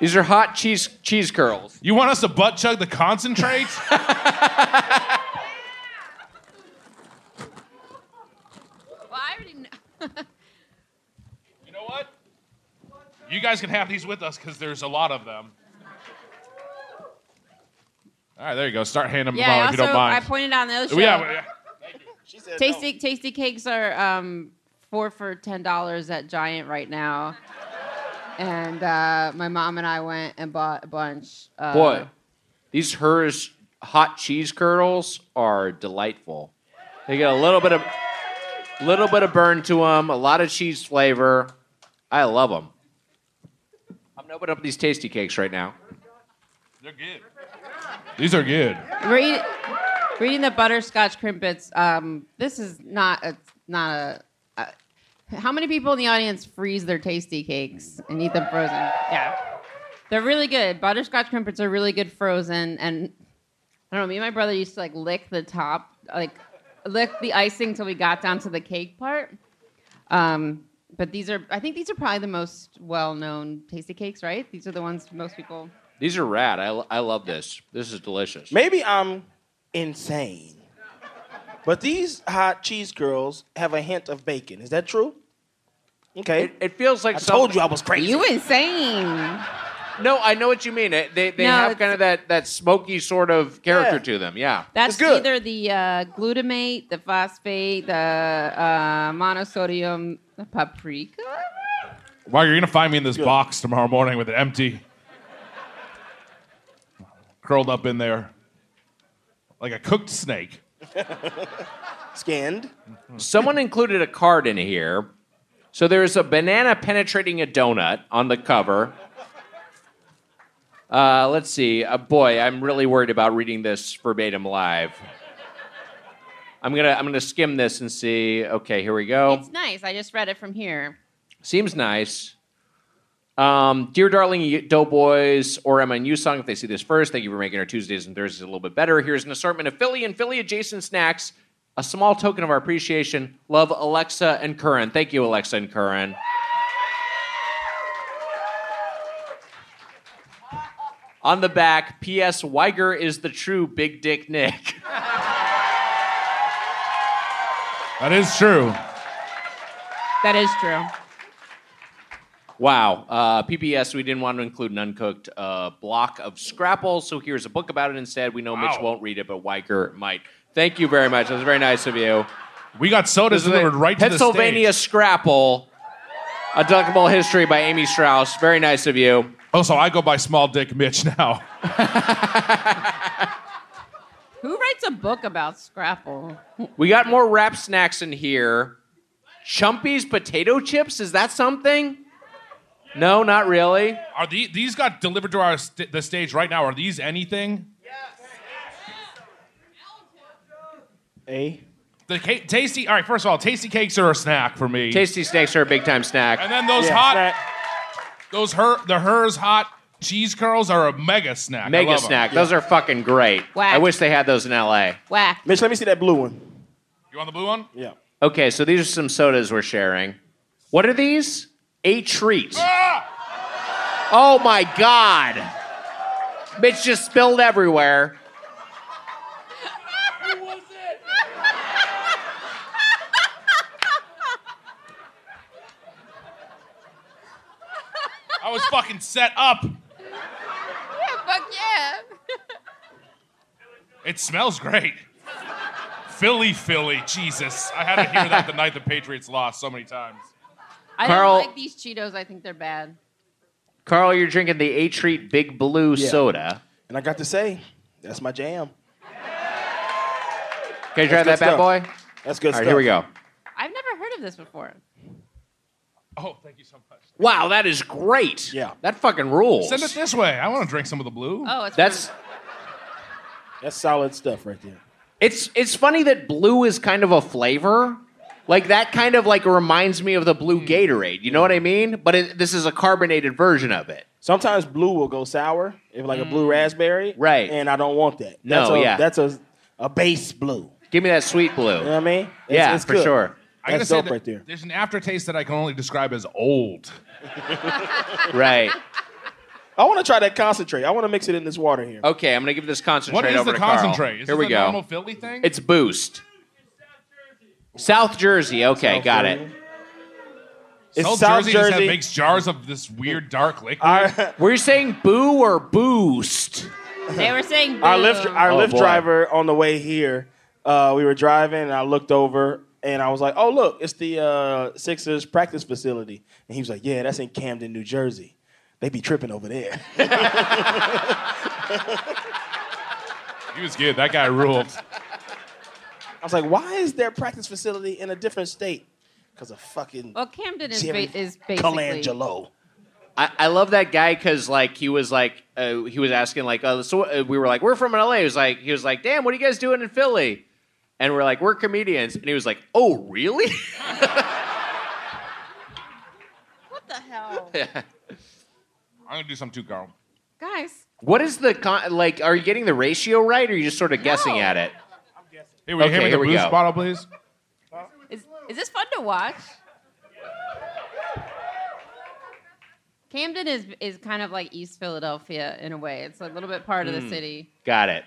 Speaker 1: These are hot cheese cheese curls.
Speaker 2: You want us to butt chug the concentrate?
Speaker 7: well, I already [LAUGHS] know.
Speaker 2: you know what? You guys can have these with us because there's a lot of them. All right, there you go. Start handing them
Speaker 7: Yeah. I
Speaker 2: out if you
Speaker 7: also,
Speaker 2: don't
Speaker 7: I
Speaker 2: mind. Oh,
Speaker 7: pointed out on the other show.
Speaker 2: yeah, yeah.
Speaker 5: She said no.
Speaker 7: Tasty tasty cakes are um, four for ten dollars at Giant right now, and uh, my mom and I went and bought a bunch. Uh,
Speaker 1: Boy, these hers hot cheese curls are delightful. They get a little bit of little bit of burn to them, a lot of cheese flavor. I love them. I'm gonna open up these tasty cakes right now.
Speaker 2: They're good. These are good.
Speaker 7: We're, eat- we're eating the butterscotch crimpets. Um, this is not a not a. Uh, how many people in the audience freeze their tasty cakes and eat them frozen? Yeah, they're really good. Butterscotch crimpets are really good frozen, and I don't know. Me and my brother used to like lick the top, like lick the icing till we got down to the cake part. Um, but these are, I think these are probably the most well-known tasty cakes, right? These are the ones most people.
Speaker 1: These are rad. I, I love this. This is delicious.
Speaker 5: Maybe I'm insane. But these hot cheese curls have a hint of bacon. Is that true? Okay.
Speaker 1: It, it feels like
Speaker 5: I
Speaker 1: some-
Speaker 5: told you I was crazy.
Speaker 7: You insane.
Speaker 1: No, I know what you mean. It- They they
Speaker 7: No,
Speaker 1: have
Speaker 7: it's-
Speaker 1: kind of that that smoky sort of character
Speaker 5: Yeah.
Speaker 1: to them. Yeah.
Speaker 7: That's
Speaker 5: It's good.
Speaker 7: either the uh, glutamate, the phosphate, the uh, monosodium paprika.
Speaker 2: Wow, you're gonna find me in this box tomorrow morning with it empty, curled up in there, like a cooked snake.
Speaker 5: Skinned.
Speaker 1: Someone included a card in here. So there is a banana penetrating a donut on the cover. Uh, let's see. Uh, boy, I'm really worried about reading this verbatim live. I'm gonna I'm gonna skim this and see. Okay, here we
Speaker 5: Oh.
Speaker 1: go.
Speaker 7: It's nice. I just read it from here.
Speaker 1: Seems nice. Um, dear darling y- Doughboys or Emma and Yusung, if they see this first, thank you for making our Tuesdays and Thursdays a little bit better. Here's an assortment of Philly and Philly adjacent snacks. A small token of our appreciation. Love Alexa and Curran. Thank you, Alexa and Curran. On the back, P.S. Weiger is the true Big Dick Nick. [LAUGHS]
Speaker 2: That is true.
Speaker 7: That is true.
Speaker 1: Wow. Uh, PBS, we didn't want to include an uncooked uh, block of Scrapple, so here's a book about it instead. We know Mitch
Speaker 2: Wow.
Speaker 1: won't read it, but Weicker might. Thank you very much. That was very nice of you.
Speaker 2: We got sodas delivered right to the stage.
Speaker 1: Pennsylvania Scrapple, A Dunkable History by Amy Strauss. Very nice of you.
Speaker 2: Also, I go by Small Dick Mitch now. [LAUGHS]
Speaker 7: Who writes a book about Scrapple?
Speaker 1: We got more wrap snacks in here. Chumpy's potato chips? Is that something? No, not really.
Speaker 2: Are the, these got delivered to our st- the stage right now? Are these anything?
Speaker 5: A.
Speaker 2: The ca- tasty. All right, first of all, tasty cakes are a snack for me.
Speaker 1: Tasty snacks are a big time snack.
Speaker 2: and then those
Speaker 5: Yeah,
Speaker 2: hot,
Speaker 5: snack.
Speaker 2: those her, the hers hot cheese curls are a mega snack. I
Speaker 1: Mega
Speaker 2: love 'em.
Speaker 1: snack. Those are fucking great.
Speaker 7: Whack.
Speaker 1: I wish they had those in LA.
Speaker 7: Whack.
Speaker 5: Mitch, let me see that blue one.
Speaker 2: You want the blue one?
Speaker 5: Yeah.
Speaker 1: Okay, so these are some sodas we're sharing. What are these? A treat.
Speaker 5: Ah!
Speaker 1: Oh my god. Mitch just spilled everywhere.
Speaker 2: I was fucking set up.
Speaker 7: [LAUGHS] Yeah, fuck yeah.
Speaker 2: It smells great. Philly, Philly, Jesus. I had to hear that the night the Patriots lost so many times.
Speaker 7: I
Speaker 1: Carl-
Speaker 7: don't like these Cheetos. I think they're bad.
Speaker 1: Carl, you're drinking the A Treat Big Blue
Speaker 5: Yeah.
Speaker 1: soda.
Speaker 5: And I got to say, that's my jam.
Speaker 1: Can you try that
Speaker 5: That's good
Speaker 1: bad
Speaker 5: stuff.
Speaker 1: boy?
Speaker 5: That's good
Speaker 1: All right,
Speaker 5: stuff.
Speaker 1: here we go.
Speaker 7: I've never heard of this before.
Speaker 2: Oh, thank you so much.
Speaker 1: Wow, that is great.
Speaker 5: Yeah.
Speaker 1: That fucking rules.
Speaker 2: Send it this way. I want to drink some of the blue.
Speaker 7: Oh, it's
Speaker 1: That's
Speaker 5: That's solid stuff right there.
Speaker 1: it's it's funny that blue is kind of a flavor. Like that kind of like reminds me of the blue
Speaker 5: Hmm.
Speaker 1: Gatorade. You know what I mean? But it, this is a carbonated version of it.
Speaker 5: Sometimes blue will go sour, if like a blue raspberry.
Speaker 1: Mm. Right.
Speaker 5: And I don't want that.
Speaker 1: No,
Speaker 5: that's a,
Speaker 1: yeah.
Speaker 5: That's a, a base blue.
Speaker 1: Give me that sweet blue.
Speaker 5: You know what I mean? It's-
Speaker 1: yeah,
Speaker 5: it's
Speaker 1: for
Speaker 5: good.
Speaker 1: sure.
Speaker 2: I gotta
Speaker 5: That's
Speaker 2: say
Speaker 5: dope
Speaker 2: that
Speaker 5: right there.
Speaker 2: There's an aftertaste that I can only describe as old.
Speaker 1: Right.
Speaker 5: I want to try that concentrate. I want to mix it in this water here.
Speaker 1: Okay, I'm gonna give this concentrate
Speaker 2: What is
Speaker 1: over
Speaker 2: the
Speaker 1: to Carl.
Speaker 2: concentrate? Is
Speaker 1: Here we
Speaker 2: this a
Speaker 1: go.
Speaker 2: normal Philly thing?
Speaker 1: It's Boost. South Jersey. Okay, got it.
Speaker 5: It's
Speaker 2: South, Jersey, just had big jars of this weird dark liquid.
Speaker 1: Uh,
Speaker 5: Our,
Speaker 1: Were you saying boo or boost?
Speaker 7: they were saying
Speaker 5: our
Speaker 7: boo.
Speaker 5: lift, our
Speaker 1: Oh,
Speaker 5: Lyft
Speaker 1: boy.
Speaker 5: driver on the way here, uh, we were driving and I looked over and I was like, "Oh, look, it's the uh, Sixers practice facility." And he was like, "Yeah, that's in Camden, New Jersey. They be tripping over there."
Speaker 2: He was good. That guy ruled.
Speaker 5: I was like, "Why is their practice facility in a different state?" Because of fucking
Speaker 7: well, Camden is,
Speaker 5: Jerry
Speaker 7: ba- is basically
Speaker 5: Colangelo.
Speaker 1: I, I love that guy because like he was like uh, he was asking like uh, so uh, we were like we're from LA. He was like he was like damn what are you guys doing in Philly? And we're like we're comedians. And he was like oh really? [LAUGHS]
Speaker 7: What the
Speaker 5: [LAUGHS]
Speaker 7: hell,
Speaker 2: [LAUGHS] I'm gonna do some too, Carl.
Speaker 7: guys?
Speaker 1: what is the con- like? Are you getting the ratio right? Or are you just sort of guessing
Speaker 7: No.
Speaker 1: at it?
Speaker 2: Hey, will you
Speaker 1: Okay,
Speaker 2: hand me
Speaker 1: here
Speaker 2: the
Speaker 1: we
Speaker 2: boost
Speaker 1: go.
Speaker 2: bottle, please?
Speaker 7: Is is this fun to watch? Camden is is kind of like East Philadelphia in a way. It's a little bit part of
Speaker 1: Hmm.
Speaker 7: the city.
Speaker 1: Got it.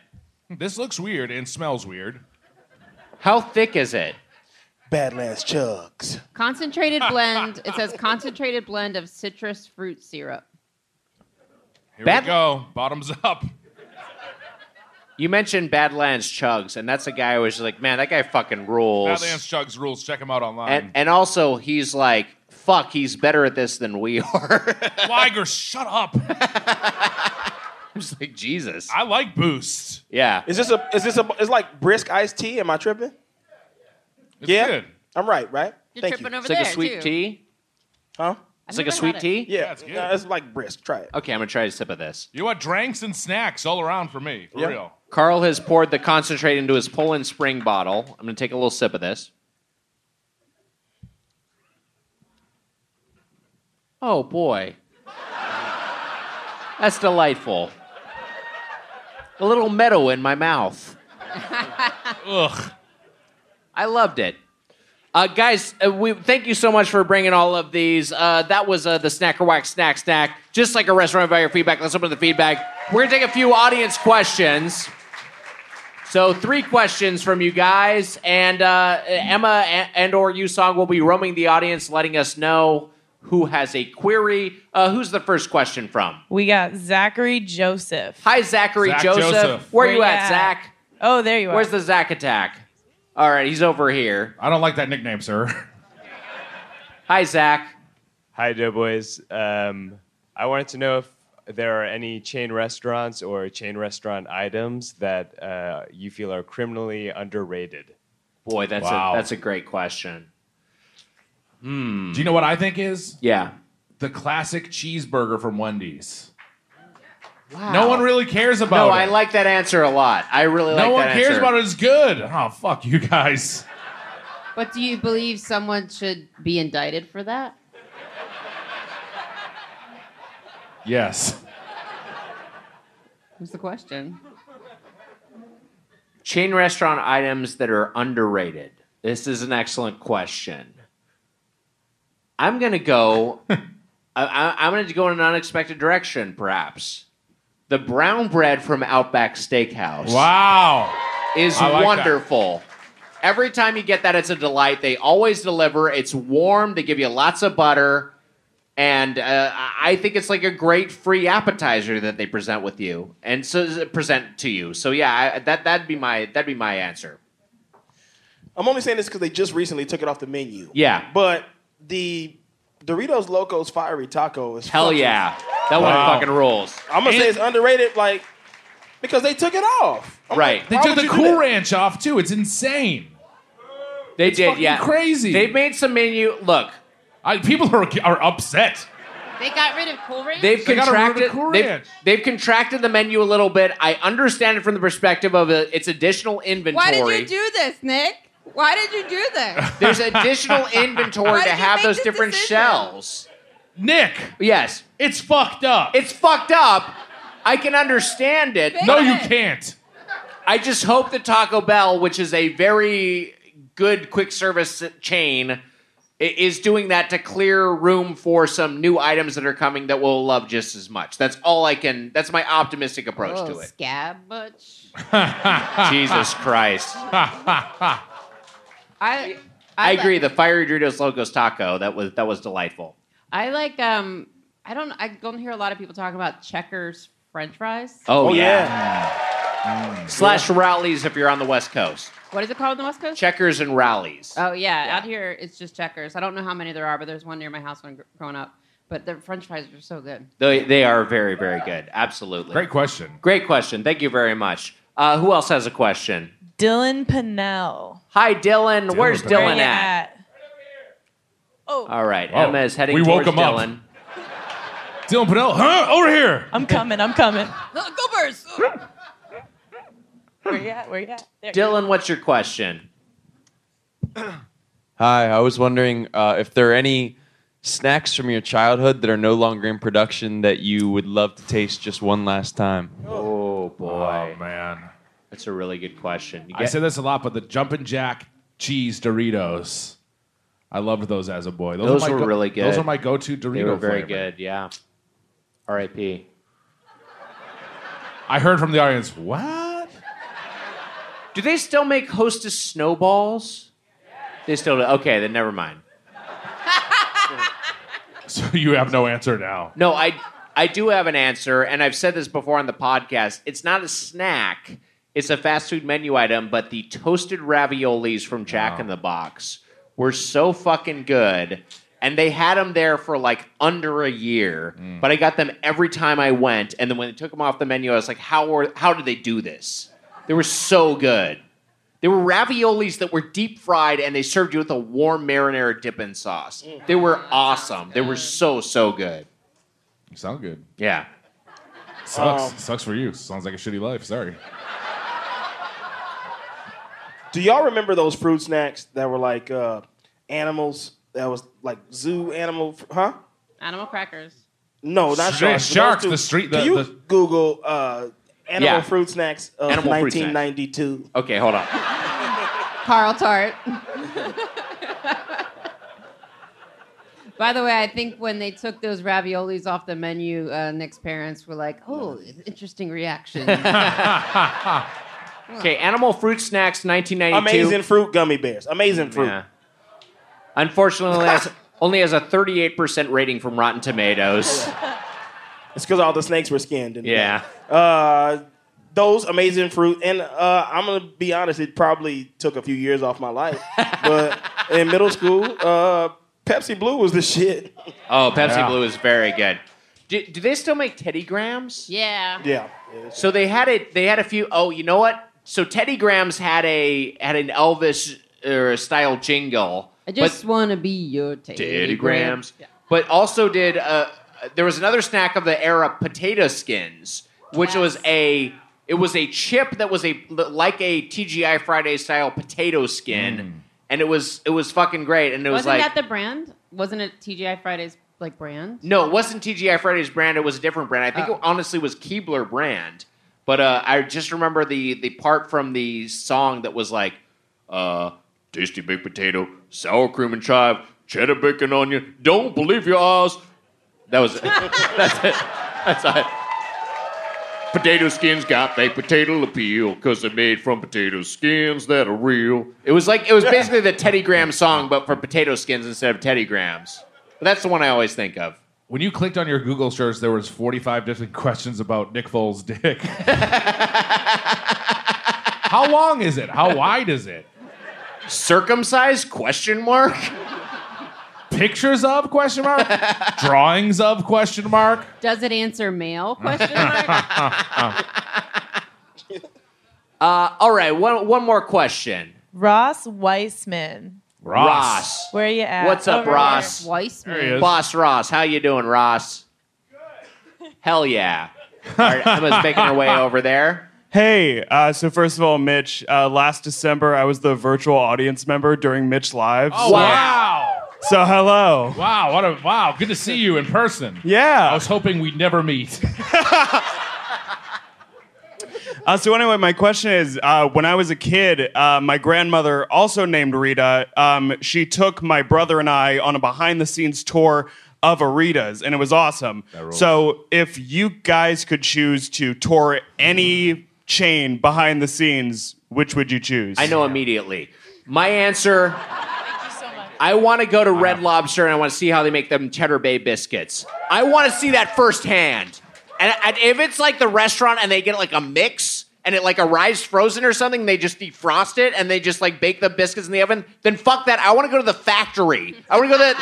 Speaker 2: This looks weird and smells weird.
Speaker 1: How thick is it?
Speaker 5: Badlands chugs.
Speaker 7: Concentrated blend. It says concentrated blend of citrus fruit syrup.
Speaker 2: Here
Speaker 1: Bad-
Speaker 2: we go. Bottoms up.
Speaker 1: You mentioned Badlands Chugs, and that's a guy I was just like, man, that guy fucking rules.
Speaker 2: Badlands Chugs rules. Check him out
Speaker 1: and
Speaker 2: online.
Speaker 1: and also he's like, fuck, he's better at this than we [LAUGHS] are.
Speaker 2: Liger, shut up.
Speaker 1: I'm just like Jesus.
Speaker 2: I like Boost.
Speaker 1: Yeah.
Speaker 5: Is this a? Is this a? It's like brisk iced tea. Am I tripping?
Speaker 2: It's
Speaker 5: yeah,
Speaker 2: good.
Speaker 5: I'm right. Right.
Speaker 7: You're
Speaker 5: Thank
Speaker 7: tripping
Speaker 5: you.
Speaker 7: over
Speaker 1: It's
Speaker 7: there
Speaker 1: like a sweet
Speaker 7: too.
Speaker 1: tea.
Speaker 5: Huh?
Speaker 7: I've
Speaker 1: It's like a
Speaker 7: never
Speaker 1: sweet
Speaker 7: had it.
Speaker 1: tea.
Speaker 5: Yeah,
Speaker 2: Yeah, it's
Speaker 5: it's,
Speaker 2: good.
Speaker 5: it's like brisk. Try it.
Speaker 1: Okay, I'm gonna try a sip of this.
Speaker 2: You know what? Drinks and snacks all around for me. For
Speaker 5: Yeah.
Speaker 2: real.
Speaker 1: Carl has poured the concentrate into his Poland Spring bottle. I'm gonna take a little sip of this. Oh boy, that's delightful. A little meadow in my mouth.
Speaker 2: Ugh.
Speaker 1: I loved it. Uh, guys, uh, we thank you so much for bringing all of these. Uh, that was uh, the Snacker Whack Snack Snack. Just like a restaurant, by your feedback. Let's open the feedback. We're gonna take a few audience questions. So three questions from you guys, and uh, Emma and, and or you Song will be roaming the audience, letting us know who has a query. Uh, who's the first question from?
Speaker 12: We got Zachary Joseph.
Speaker 1: Hi, Zachary
Speaker 2: Zach
Speaker 1: Joseph.
Speaker 2: Joseph.
Speaker 1: Where, you
Speaker 12: Where
Speaker 1: at,
Speaker 12: ya at?
Speaker 1: Zach?
Speaker 12: Oh, there you are.
Speaker 1: Where's the Zach attack? All right, he's over here.
Speaker 2: I don't like that nickname, sir.
Speaker 1: Hi, Zach.
Speaker 13: Hi, Doughboys. Um, I wanted to know if there are any chain restaurants or chain restaurant items that uh, you feel are criminally underrated.
Speaker 1: Boy, that's
Speaker 2: Wow.
Speaker 1: a that's a great question.
Speaker 2: Do you know what I think is?
Speaker 1: Yeah.
Speaker 2: The classic cheeseburger from Wendy's. No one really cares about
Speaker 1: No,
Speaker 2: it.
Speaker 1: I like that answer a lot. I really like
Speaker 2: No one
Speaker 1: that
Speaker 2: cares
Speaker 1: answer.
Speaker 2: about it. It's good. Oh, fuck you guys.
Speaker 7: But do you believe someone should be indicted for that?
Speaker 2: Yes.
Speaker 7: Was the question.
Speaker 1: Chain restaurant items that are underrated. This is an excellent question. I'm gonna go. I, I, I'm gonna go in an unexpected direction, perhaps. The brown bread from Outback Steakhouse
Speaker 2: Wow.
Speaker 1: is
Speaker 2: I like that.
Speaker 1: wonderful. Every time you get that, it's a delight. They always deliver. It's warm. They give you lots of butter. and uh, I think it's like a great free appetizer that they present with you, and so present to you. So yeah, I, that that'd be my that'd be my answer.
Speaker 5: I'm only saying this because they just recently took it off the menu.
Speaker 1: Yeah.
Speaker 5: But the Doritos Locos Fiery Taco is
Speaker 1: Hell
Speaker 5: fucking-
Speaker 1: yeah, that one
Speaker 5: Wow.
Speaker 1: fucking rolls.
Speaker 5: I'm gonna say it's underrated, like because they took it off.
Speaker 1: right.
Speaker 2: They took the Cool Ranch off too. It's insane.
Speaker 1: They did,
Speaker 2: fucking
Speaker 1: yeah.
Speaker 2: crazy.
Speaker 1: They made some menu. Look,
Speaker 2: I, people are are upset.
Speaker 7: They got rid of Cool Ranch.
Speaker 1: They've
Speaker 2: They gotta remember
Speaker 1: contracted.
Speaker 2: the Cool
Speaker 1: They've,
Speaker 2: Ranch.
Speaker 1: they've contracted the menu a little bit. I understand it from the perspective of uh it's additional
Speaker 7: Why
Speaker 1: inventory.
Speaker 7: did you do this, Nick? Why did you do this?
Speaker 1: There's additional
Speaker 7: Why
Speaker 1: inventory to
Speaker 7: did you
Speaker 1: have
Speaker 7: make
Speaker 1: those
Speaker 7: this
Speaker 1: different
Speaker 7: decision?
Speaker 1: shells.
Speaker 2: Nick,
Speaker 1: Yes,
Speaker 2: it's fucked up.
Speaker 1: it's fucked up. I can understand it.
Speaker 2: no, you
Speaker 7: Nick.
Speaker 2: can't.
Speaker 1: I just hope that Taco Bell, which is a very good quick service chain, i- is doing that to clear room for some new items that are coming that we'll love just as much. That's all I can. That's my optimistic approach
Speaker 7: Little
Speaker 1: to it.
Speaker 7: Oh,
Speaker 1: [LAUGHS]
Speaker 7: Scab butch.
Speaker 1: Jesus Christ.
Speaker 7: I,
Speaker 1: I
Speaker 7: like-
Speaker 1: agree. The fiery Doritos Locos taco that was that was delightful.
Speaker 7: I like. Um, I don't. I don't hear a lot of people talking about Checkers French fries.
Speaker 1: Oh,
Speaker 5: Oh,
Speaker 1: yeah. Slash Rowleys if you're on the West Coast.
Speaker 7: What is it called on the West Coast?
Speaker 1: Checkers and Rowleys.
Speaker 7: Oh yeah, out here it's just Checkers. I don't know how many there are, but there's one near my house when gr- growing up. But the French fries are so good.
Speaker 1: They, they are very very good. Absolutely.
Speaker 2: Great question.
Speaker 1: Great question. Thank you very much. Uh, who else has a question?
Speaker 12: Dylan Pinnell.
Speaker 1: Hi Dylan. Where's
Speaker 2: Dylan.
Speaker 1: Dylan
Speaker 12: Where you
Speaker 1: at?
Speaker 12: at? Oh,
Speaker 1: All right,
Speaker 2: Whoa.
Speaker 1: Emma is heading
Speaker 2: We woke
Speaker 1: towards
Speaker 2: him up.
Speaker 1: Dylan.
Speaker 2: Dylan Pinnell, huh? Over here.
Speaker 12: I'm coming.
Speaker 1: [LAUGHS]
Speaker 12: I'm coming.
Speaker 7: Go birds.
Speaker 12: Where you at? Where you at? There.
Speaker 1: Dylan, what's your question?
Speaker 13: Hi, I was wondering uh, if there are any snacks from your childhood that are no longer in production that you would love to taste just one last time.
Speaker 1: Oh boy,
Speaker 2: Oh man,
Speaker 1: that's a really good question. You
Speaker 2: I
Speaker 1: get-
Speaker 2: say this a lot, but the Jumpin' Jack cheese Doritos, I loved those as a boy. Those,
Speaker 1: Those
Speaker 2: my
Speaker 1: were
Speaker 2: go-
Speaker 1: really good.
Speaker 2: Those were my go-to Dorito.
Speaker 1: they were very
Speaker 2: flavor.
Speaker 1: good. Yeah. R.I.P.
Speaker 2: I heard from the audience, what? [LAUGHS]
Speaker 1: Do they still make Hostess snowballs? They still do. Okay, then never mind.
Speaker 2: So you have no answer now.
Speaker 1: No, I I do have an answer, and I've said this before on the podcast. It's not a snack; it's a fast food menu item. But the toasted raviolis from Jack in the Box were so fucking good, and they had them there for like under a year. But I got them every time I went, and then when they took them off the menu, I was like, "How are, how did they do this? They were so good." They were raviolis that were deep fried and they served you with a warm marinara dipping sauce. They were awesome. They were so, so good.
Speaker 2: You sound good.
Speaker 1: Yeah.
Speaker 2: Sucks.
Speaker 5: Um,
Speaker 2: Sucks for you. Sounds like a shitty life. Sorry.
Speaker 5: Do y'all remember those fruit snacks that were like uh, animals that was like zoo animal? fr- Huh?
Speaker 7: Animal crackers.
Speaker 5: No, not
Speaker 2: Sh-
Speaker 5: sharks.
Speaker 2: sharks,
Speaker 5: Those
Speaker 2: the street- the-
Speaker 5: can you
Speaker 2: the-
Speaker 5: Google uh, animal
Speaker 1: Yeah.
Speaker 5: fruit snacks of
Speaker 1: Animal fruit snacks.
Speaker 5: 1992?
Speaker 1: Okay, hold on.
Speaker 7: Carl [LAUGHS] Tart. By the way, I think when they took those raviolis off the menu, uh, Nick's parents were like, "Oh, interesting [LAUGHS] reaction."
Speaker 1: Okay, Animal Fruit Snacks 1992.
Speaker 5: Amazing fruit gummy bears. Amazing fruit.
Speaker 1: Yeah. Unfortunately, that's- only has a 38% rating from Rotten Tomatoes.
Speaker 5: It's because all the snakes were skinned. And
Speaker 1: Yeah.
Speaker 5: Uh, those amazing fruit, and uh, I'm gonna be honest, it probably took a few years off my life. but in middle school, uh, Pepsi Blue was the shit.
Speaker 1: Oh, Pepsi
Speaker 2: Yeah.
Speaker 1: Blue is very good. Do, do they still make Teddy Grahams?
Speaker 7: yeah.
Speaker 5: Yeah.
Speaker 1: So they had it. They had a few. Oh, you know what? So Teddy Grahams had a had an Elvis uh, style jingle.
Speaker 7: I
Speaker 1: but-
Speaker 7: just want to be your Teddy,
Speaker 1: Teddy
Speaker 7: Graham.
Speaker 1: Grahams. But also did uh, there was another snack of the era, potato skins, which
Speaker 7: Yes.
Speaker 1: was a it was a chip that was a like a TGI Friday style potato skin, and it was it was fucking great. And it was
Speaker 7: Wasn't
Speaker 1: like
Speaker 7: that the brand? Wasn't it TGI Fridays like brand?
Speaker 1: no, it wasn't TGI Fridays brand. It was a different brand. I think it honestly was Keebler brand. But uh, I just remember the the part from the song that was like, uh, "Tasty baked potato, sour cream and chive, cheddar bacon onion. Don't believe your eyes." That was it. That's it. That's it. Potato skins got baked potato appeal because they're made from potato skins that are real. It was like it was basically the Teddy Graham song, but for potato skins instead of Teddy Grahams. But that's the one I always think of.
Speaker 2: When you clicked on your Google search, there was 45 different questions about Nick Foles'
Speaker 1: [LAUGHS]
Speaker 2: dick. How long is it? How wide is it?
Speaker 1: Circumcised? Question mark.
Speaker 2: Pictures of? Question mark. Drawings of? Question mark.
Speaker 6: Does it answer
Speaker 1: [LAUGHS]
Speaker 6: male? Question mark.
Speaker 1: [LAUGHS] Uh, all right, one, one more question.
Speaker 12: Ross Weissman.
Speaker 1: Ross.
Speaker 12: Where you at?
Speaker 1: What's up,
Speaker 12: Over
Speaker 1: Ross?
Speaker 12: here.
Speaker 1: Boss Ross, how you doing, Ross? Good. Hell yeah. All right, Emma's making her way over there.
Speaker 13: Hey, uh, so first of all, Mitch, uh, last December I was the virtual audience member during Mitch Live.
Speaker 2: Oh, wow.
Speaker 13: So, hello.
Speaker 2: Wow, what a wow. Good to see you in person.
Speaker 13: Yeah.
Speaker 2: I was hoping we'd never meet. [LAUGHS]
Speaker 13: Uh, so anyway, my question is: uh, When I was a kid, uh, my grandmother, also named Rita, um, she took my brother and I on a behind-the-scenes tour of Aritas, and it was awesome. So, if you guys could choose to tour any chain behind the scenes, which would you choose?
Speaker 1: I know immediately. My answer I want to go to Red Lobster and I want to see how they make them Cheddar Bay biscuits. I want to see that firsthand. And, and if it's like the restaurant and they get like a mix and it like arrives frozen or something, they just defrost it and they just like bake the biscuits in the oven, then fuck that. I want to go to the factory. I want to go to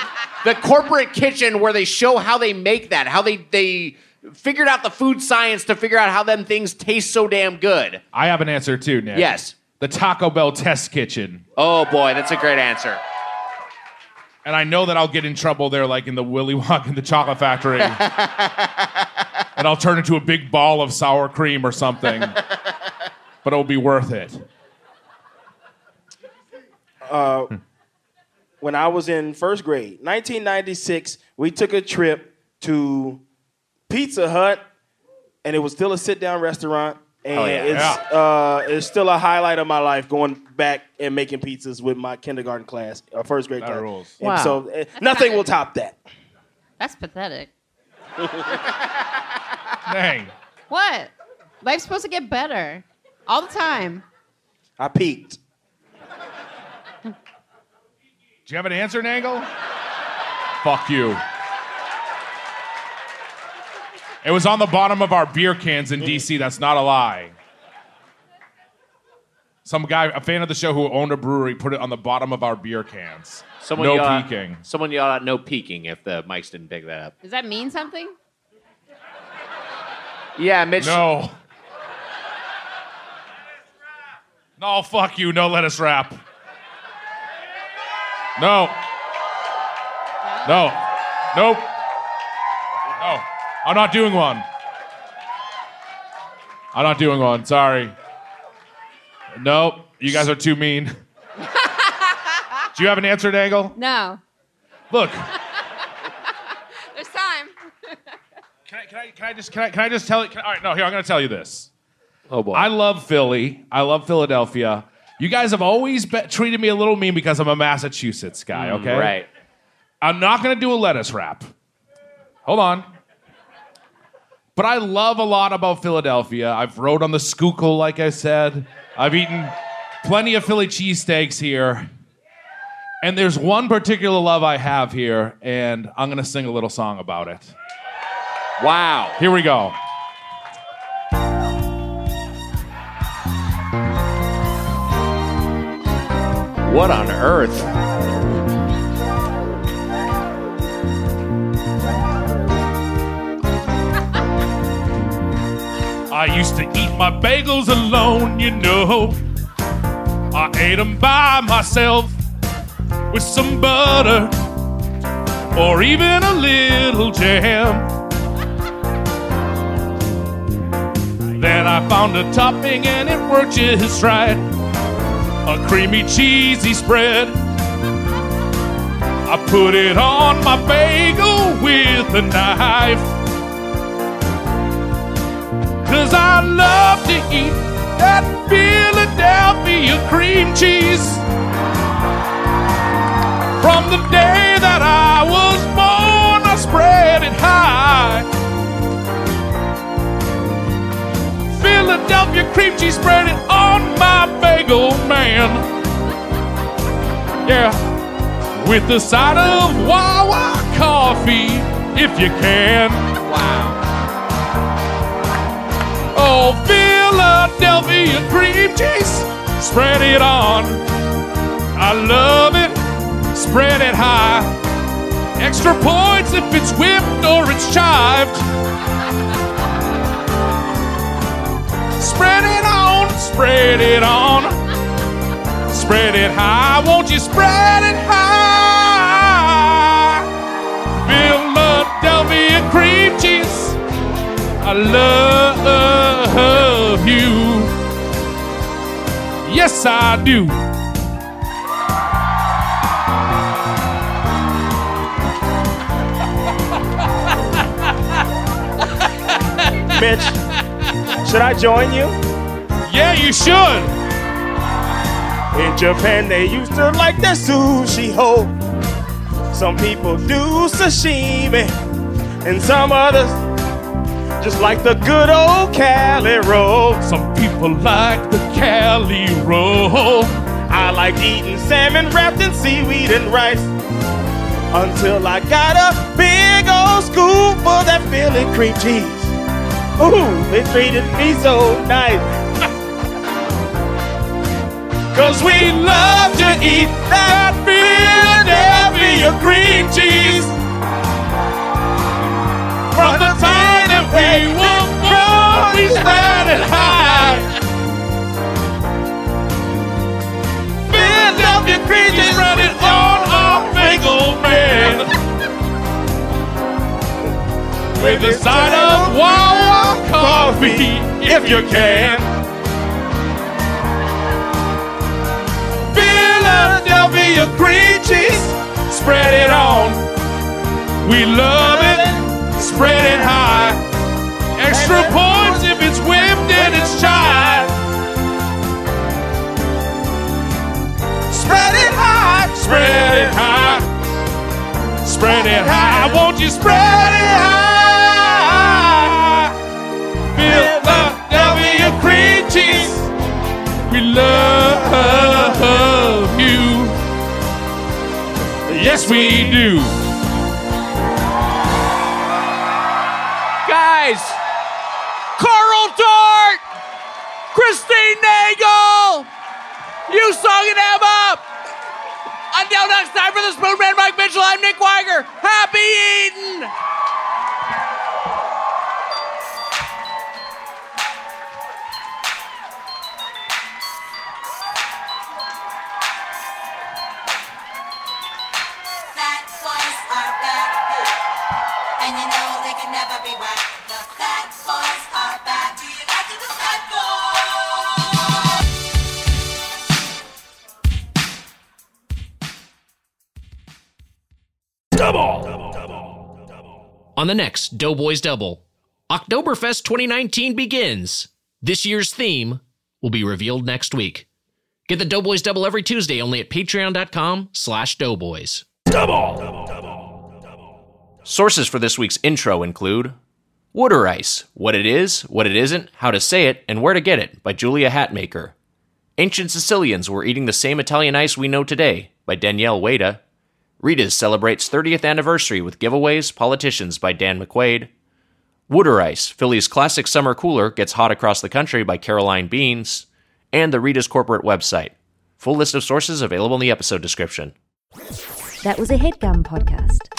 Speaker 1: the, the corporate kitchen where they show how they make that, how they they figured out the food science to figure out how them things taste so damn good.
Speaker 2: I have an answer too, Nick.
Speaker 1: Yes.
Speaker 2: The Taco Bell test kitchen.
Speaker 1: Oh boy, that's a great answer.
Speaker 2: And I know that I'll get in trouble there, like in the Willy Wonka and the Chocolate Factory. and I'll turn into a big ball of sour cream or something. but it'll be worth it.
Speaker 5: uh, when I was in first grade, 1996, we took a trip to Pizza Hut, and it was still a sit-down restaurant. And
Speaker 1: Hell yeah.
Speaker 5: it's uh, it's still a highlight of my life going back and making pizzas with my kindergarten class, uh, first grade
Speaker 2: That
Speaker 5: class.
Speaker 2: rules.
Speaker 5: And
Speaker 6: Wow.
Speaker 5: so uh, nothing will top that.
Speaker 6: That's pathetic.
Speaker 2: Dang.
Speaker 6: What? Life's supposed to get better all the time.
Speaker 5: I peaked.
Speaker 2: Do you have an answer, Nangle? Fuck you. It was on the bottom of our beer cans in DC. That's not a lie. Some guy, a fan of the show who owned a brewery, put it on the bottom of our beer cans.
Speaker 1: Someone
Speaker 2: no
Speaker 1: yell out-
Speaker 2: peeking.
Speaker 1: Someone yell out no peeking if the mics didn't pick that up.
Speaker 6: Does that mean something?
Speaker 1: Yeah, Mitch.
Speaker 2: No. No, fuck you. No, let us rap. No. No. Nope. No. I'm not doing one. I'm not doing one. Sorry. Nope. You guys are too mean. Do you have an answer, Dangle?
Speaker 6: No.
Speaker 2: Look,
Speaker 6: There's time.
Speaker 2: can I, can I, can I just can I, can I just tell it? Can, all right, no, here I'm gonna tell you this.
Speaker 1: Oh boy.
Speaker 2: I love Philly. I love Philadelphia. You guys have always be- treated me a little mean because I'm a Massachusetts guy, okay?
Speaker 1: Mm, Right.
Speaker 2: I'm not going to do a lettuce wrap. Hold on. But I love a lot about Philadelphia. I've rode on the Schuylkill, like I said. I've eaten plenty of Philly cheesesteaks here. And there's one particular love I have here, and I'm going to sing a little song about it.
Speaker 1: Wow.
Speaker 2: Here we go.
Speaker 1: What on earth?
Speaker 2: I used to eat my bagels alone, you know. I ate them by myself with some butter or even a little jam. Then I found a topping and it worked just right. A creamy, cheesy spread. I put it on my bagel with a knife. Cause I love to eat that Philadelphia cream cheese. From the day that I was born, I spread it high. Philadelphia cream cheese spread it on my bagel, man. Yeah, with the side of Wawa coffee, if you can.
Speaker 1: Wow.
Speaker 2: Oh, Philadelphia cream cheese, spread it on. I love it, spread it high. Extra points if it's whipped or it's chived. Spread it on, spread it on. Spread it high, won't you spread it high? Philadelphia cream cheese. I love you. Yes, I do.
Speaker 1: [LAUGHS]
Speaker 5: Mitch, should I join you?
Speaker 2: Yeah, you should.
Speaker 5: In Japan, they used to like their sushi ho. Some people do sashimi, and some others just like the good old Cali roll.
Speaker 2: Some people like the Cali roll.
Speaker 5: I like eating salmon wrapped in seaweed and rice until I got a big old scoop of that Philly cream cheese. Ooh, they treated me so nice.
Speaker 2: Cause we love to eat that Philadelphia cream cheese. From the time that we were born, we started high. Philadelphia cream cheese running on our big old man. With a side of Wawa coffee, if you can. Philadelphia cream cheese, spread it on. We love it, spread it high. Extra points if it's whipped and it's chai. Spread it high, spread it high, spread it high. Won't you spread it high? Philadelphia cream cheese, we love you. Yes, we do.
Speaker 1: Guys, Carl Dart, Christine Nagel, you sung it Em up. Until next time for the Spoon Man, Mike Mitchell, I'm Nick Weiger. Happy eating!
Speaker 14: fat boys are back. And you know they can never be whack. The fat boys are back. Do you like it, the fat boys?
Speaker 3: On the next Doughboys Double, Oktoberfest 2019 begins. This year's theme will be revealed next week. Get the Doughboys Double every Tuesday only at patreon.com slash doughboys.
Speaker 1: Sources for this week's intro include Water Ice, What It Is, What It Isn't, How to Say It, and Where to Get It by Julia Hatmaker. Ancient Sicilians Were Eating the Same Italian Ice We Know Today by Danielle Wada. Rita's celebrates 30th anniversary with giveaways, politicians by Dan McQuaid. Water Ice, Philly's classic summer cooler gets hot across the country by Caroline Beans, and the Rita's corporate website. Full list of sources available in the episode description.
Speaker 15: That was a headgum podcast.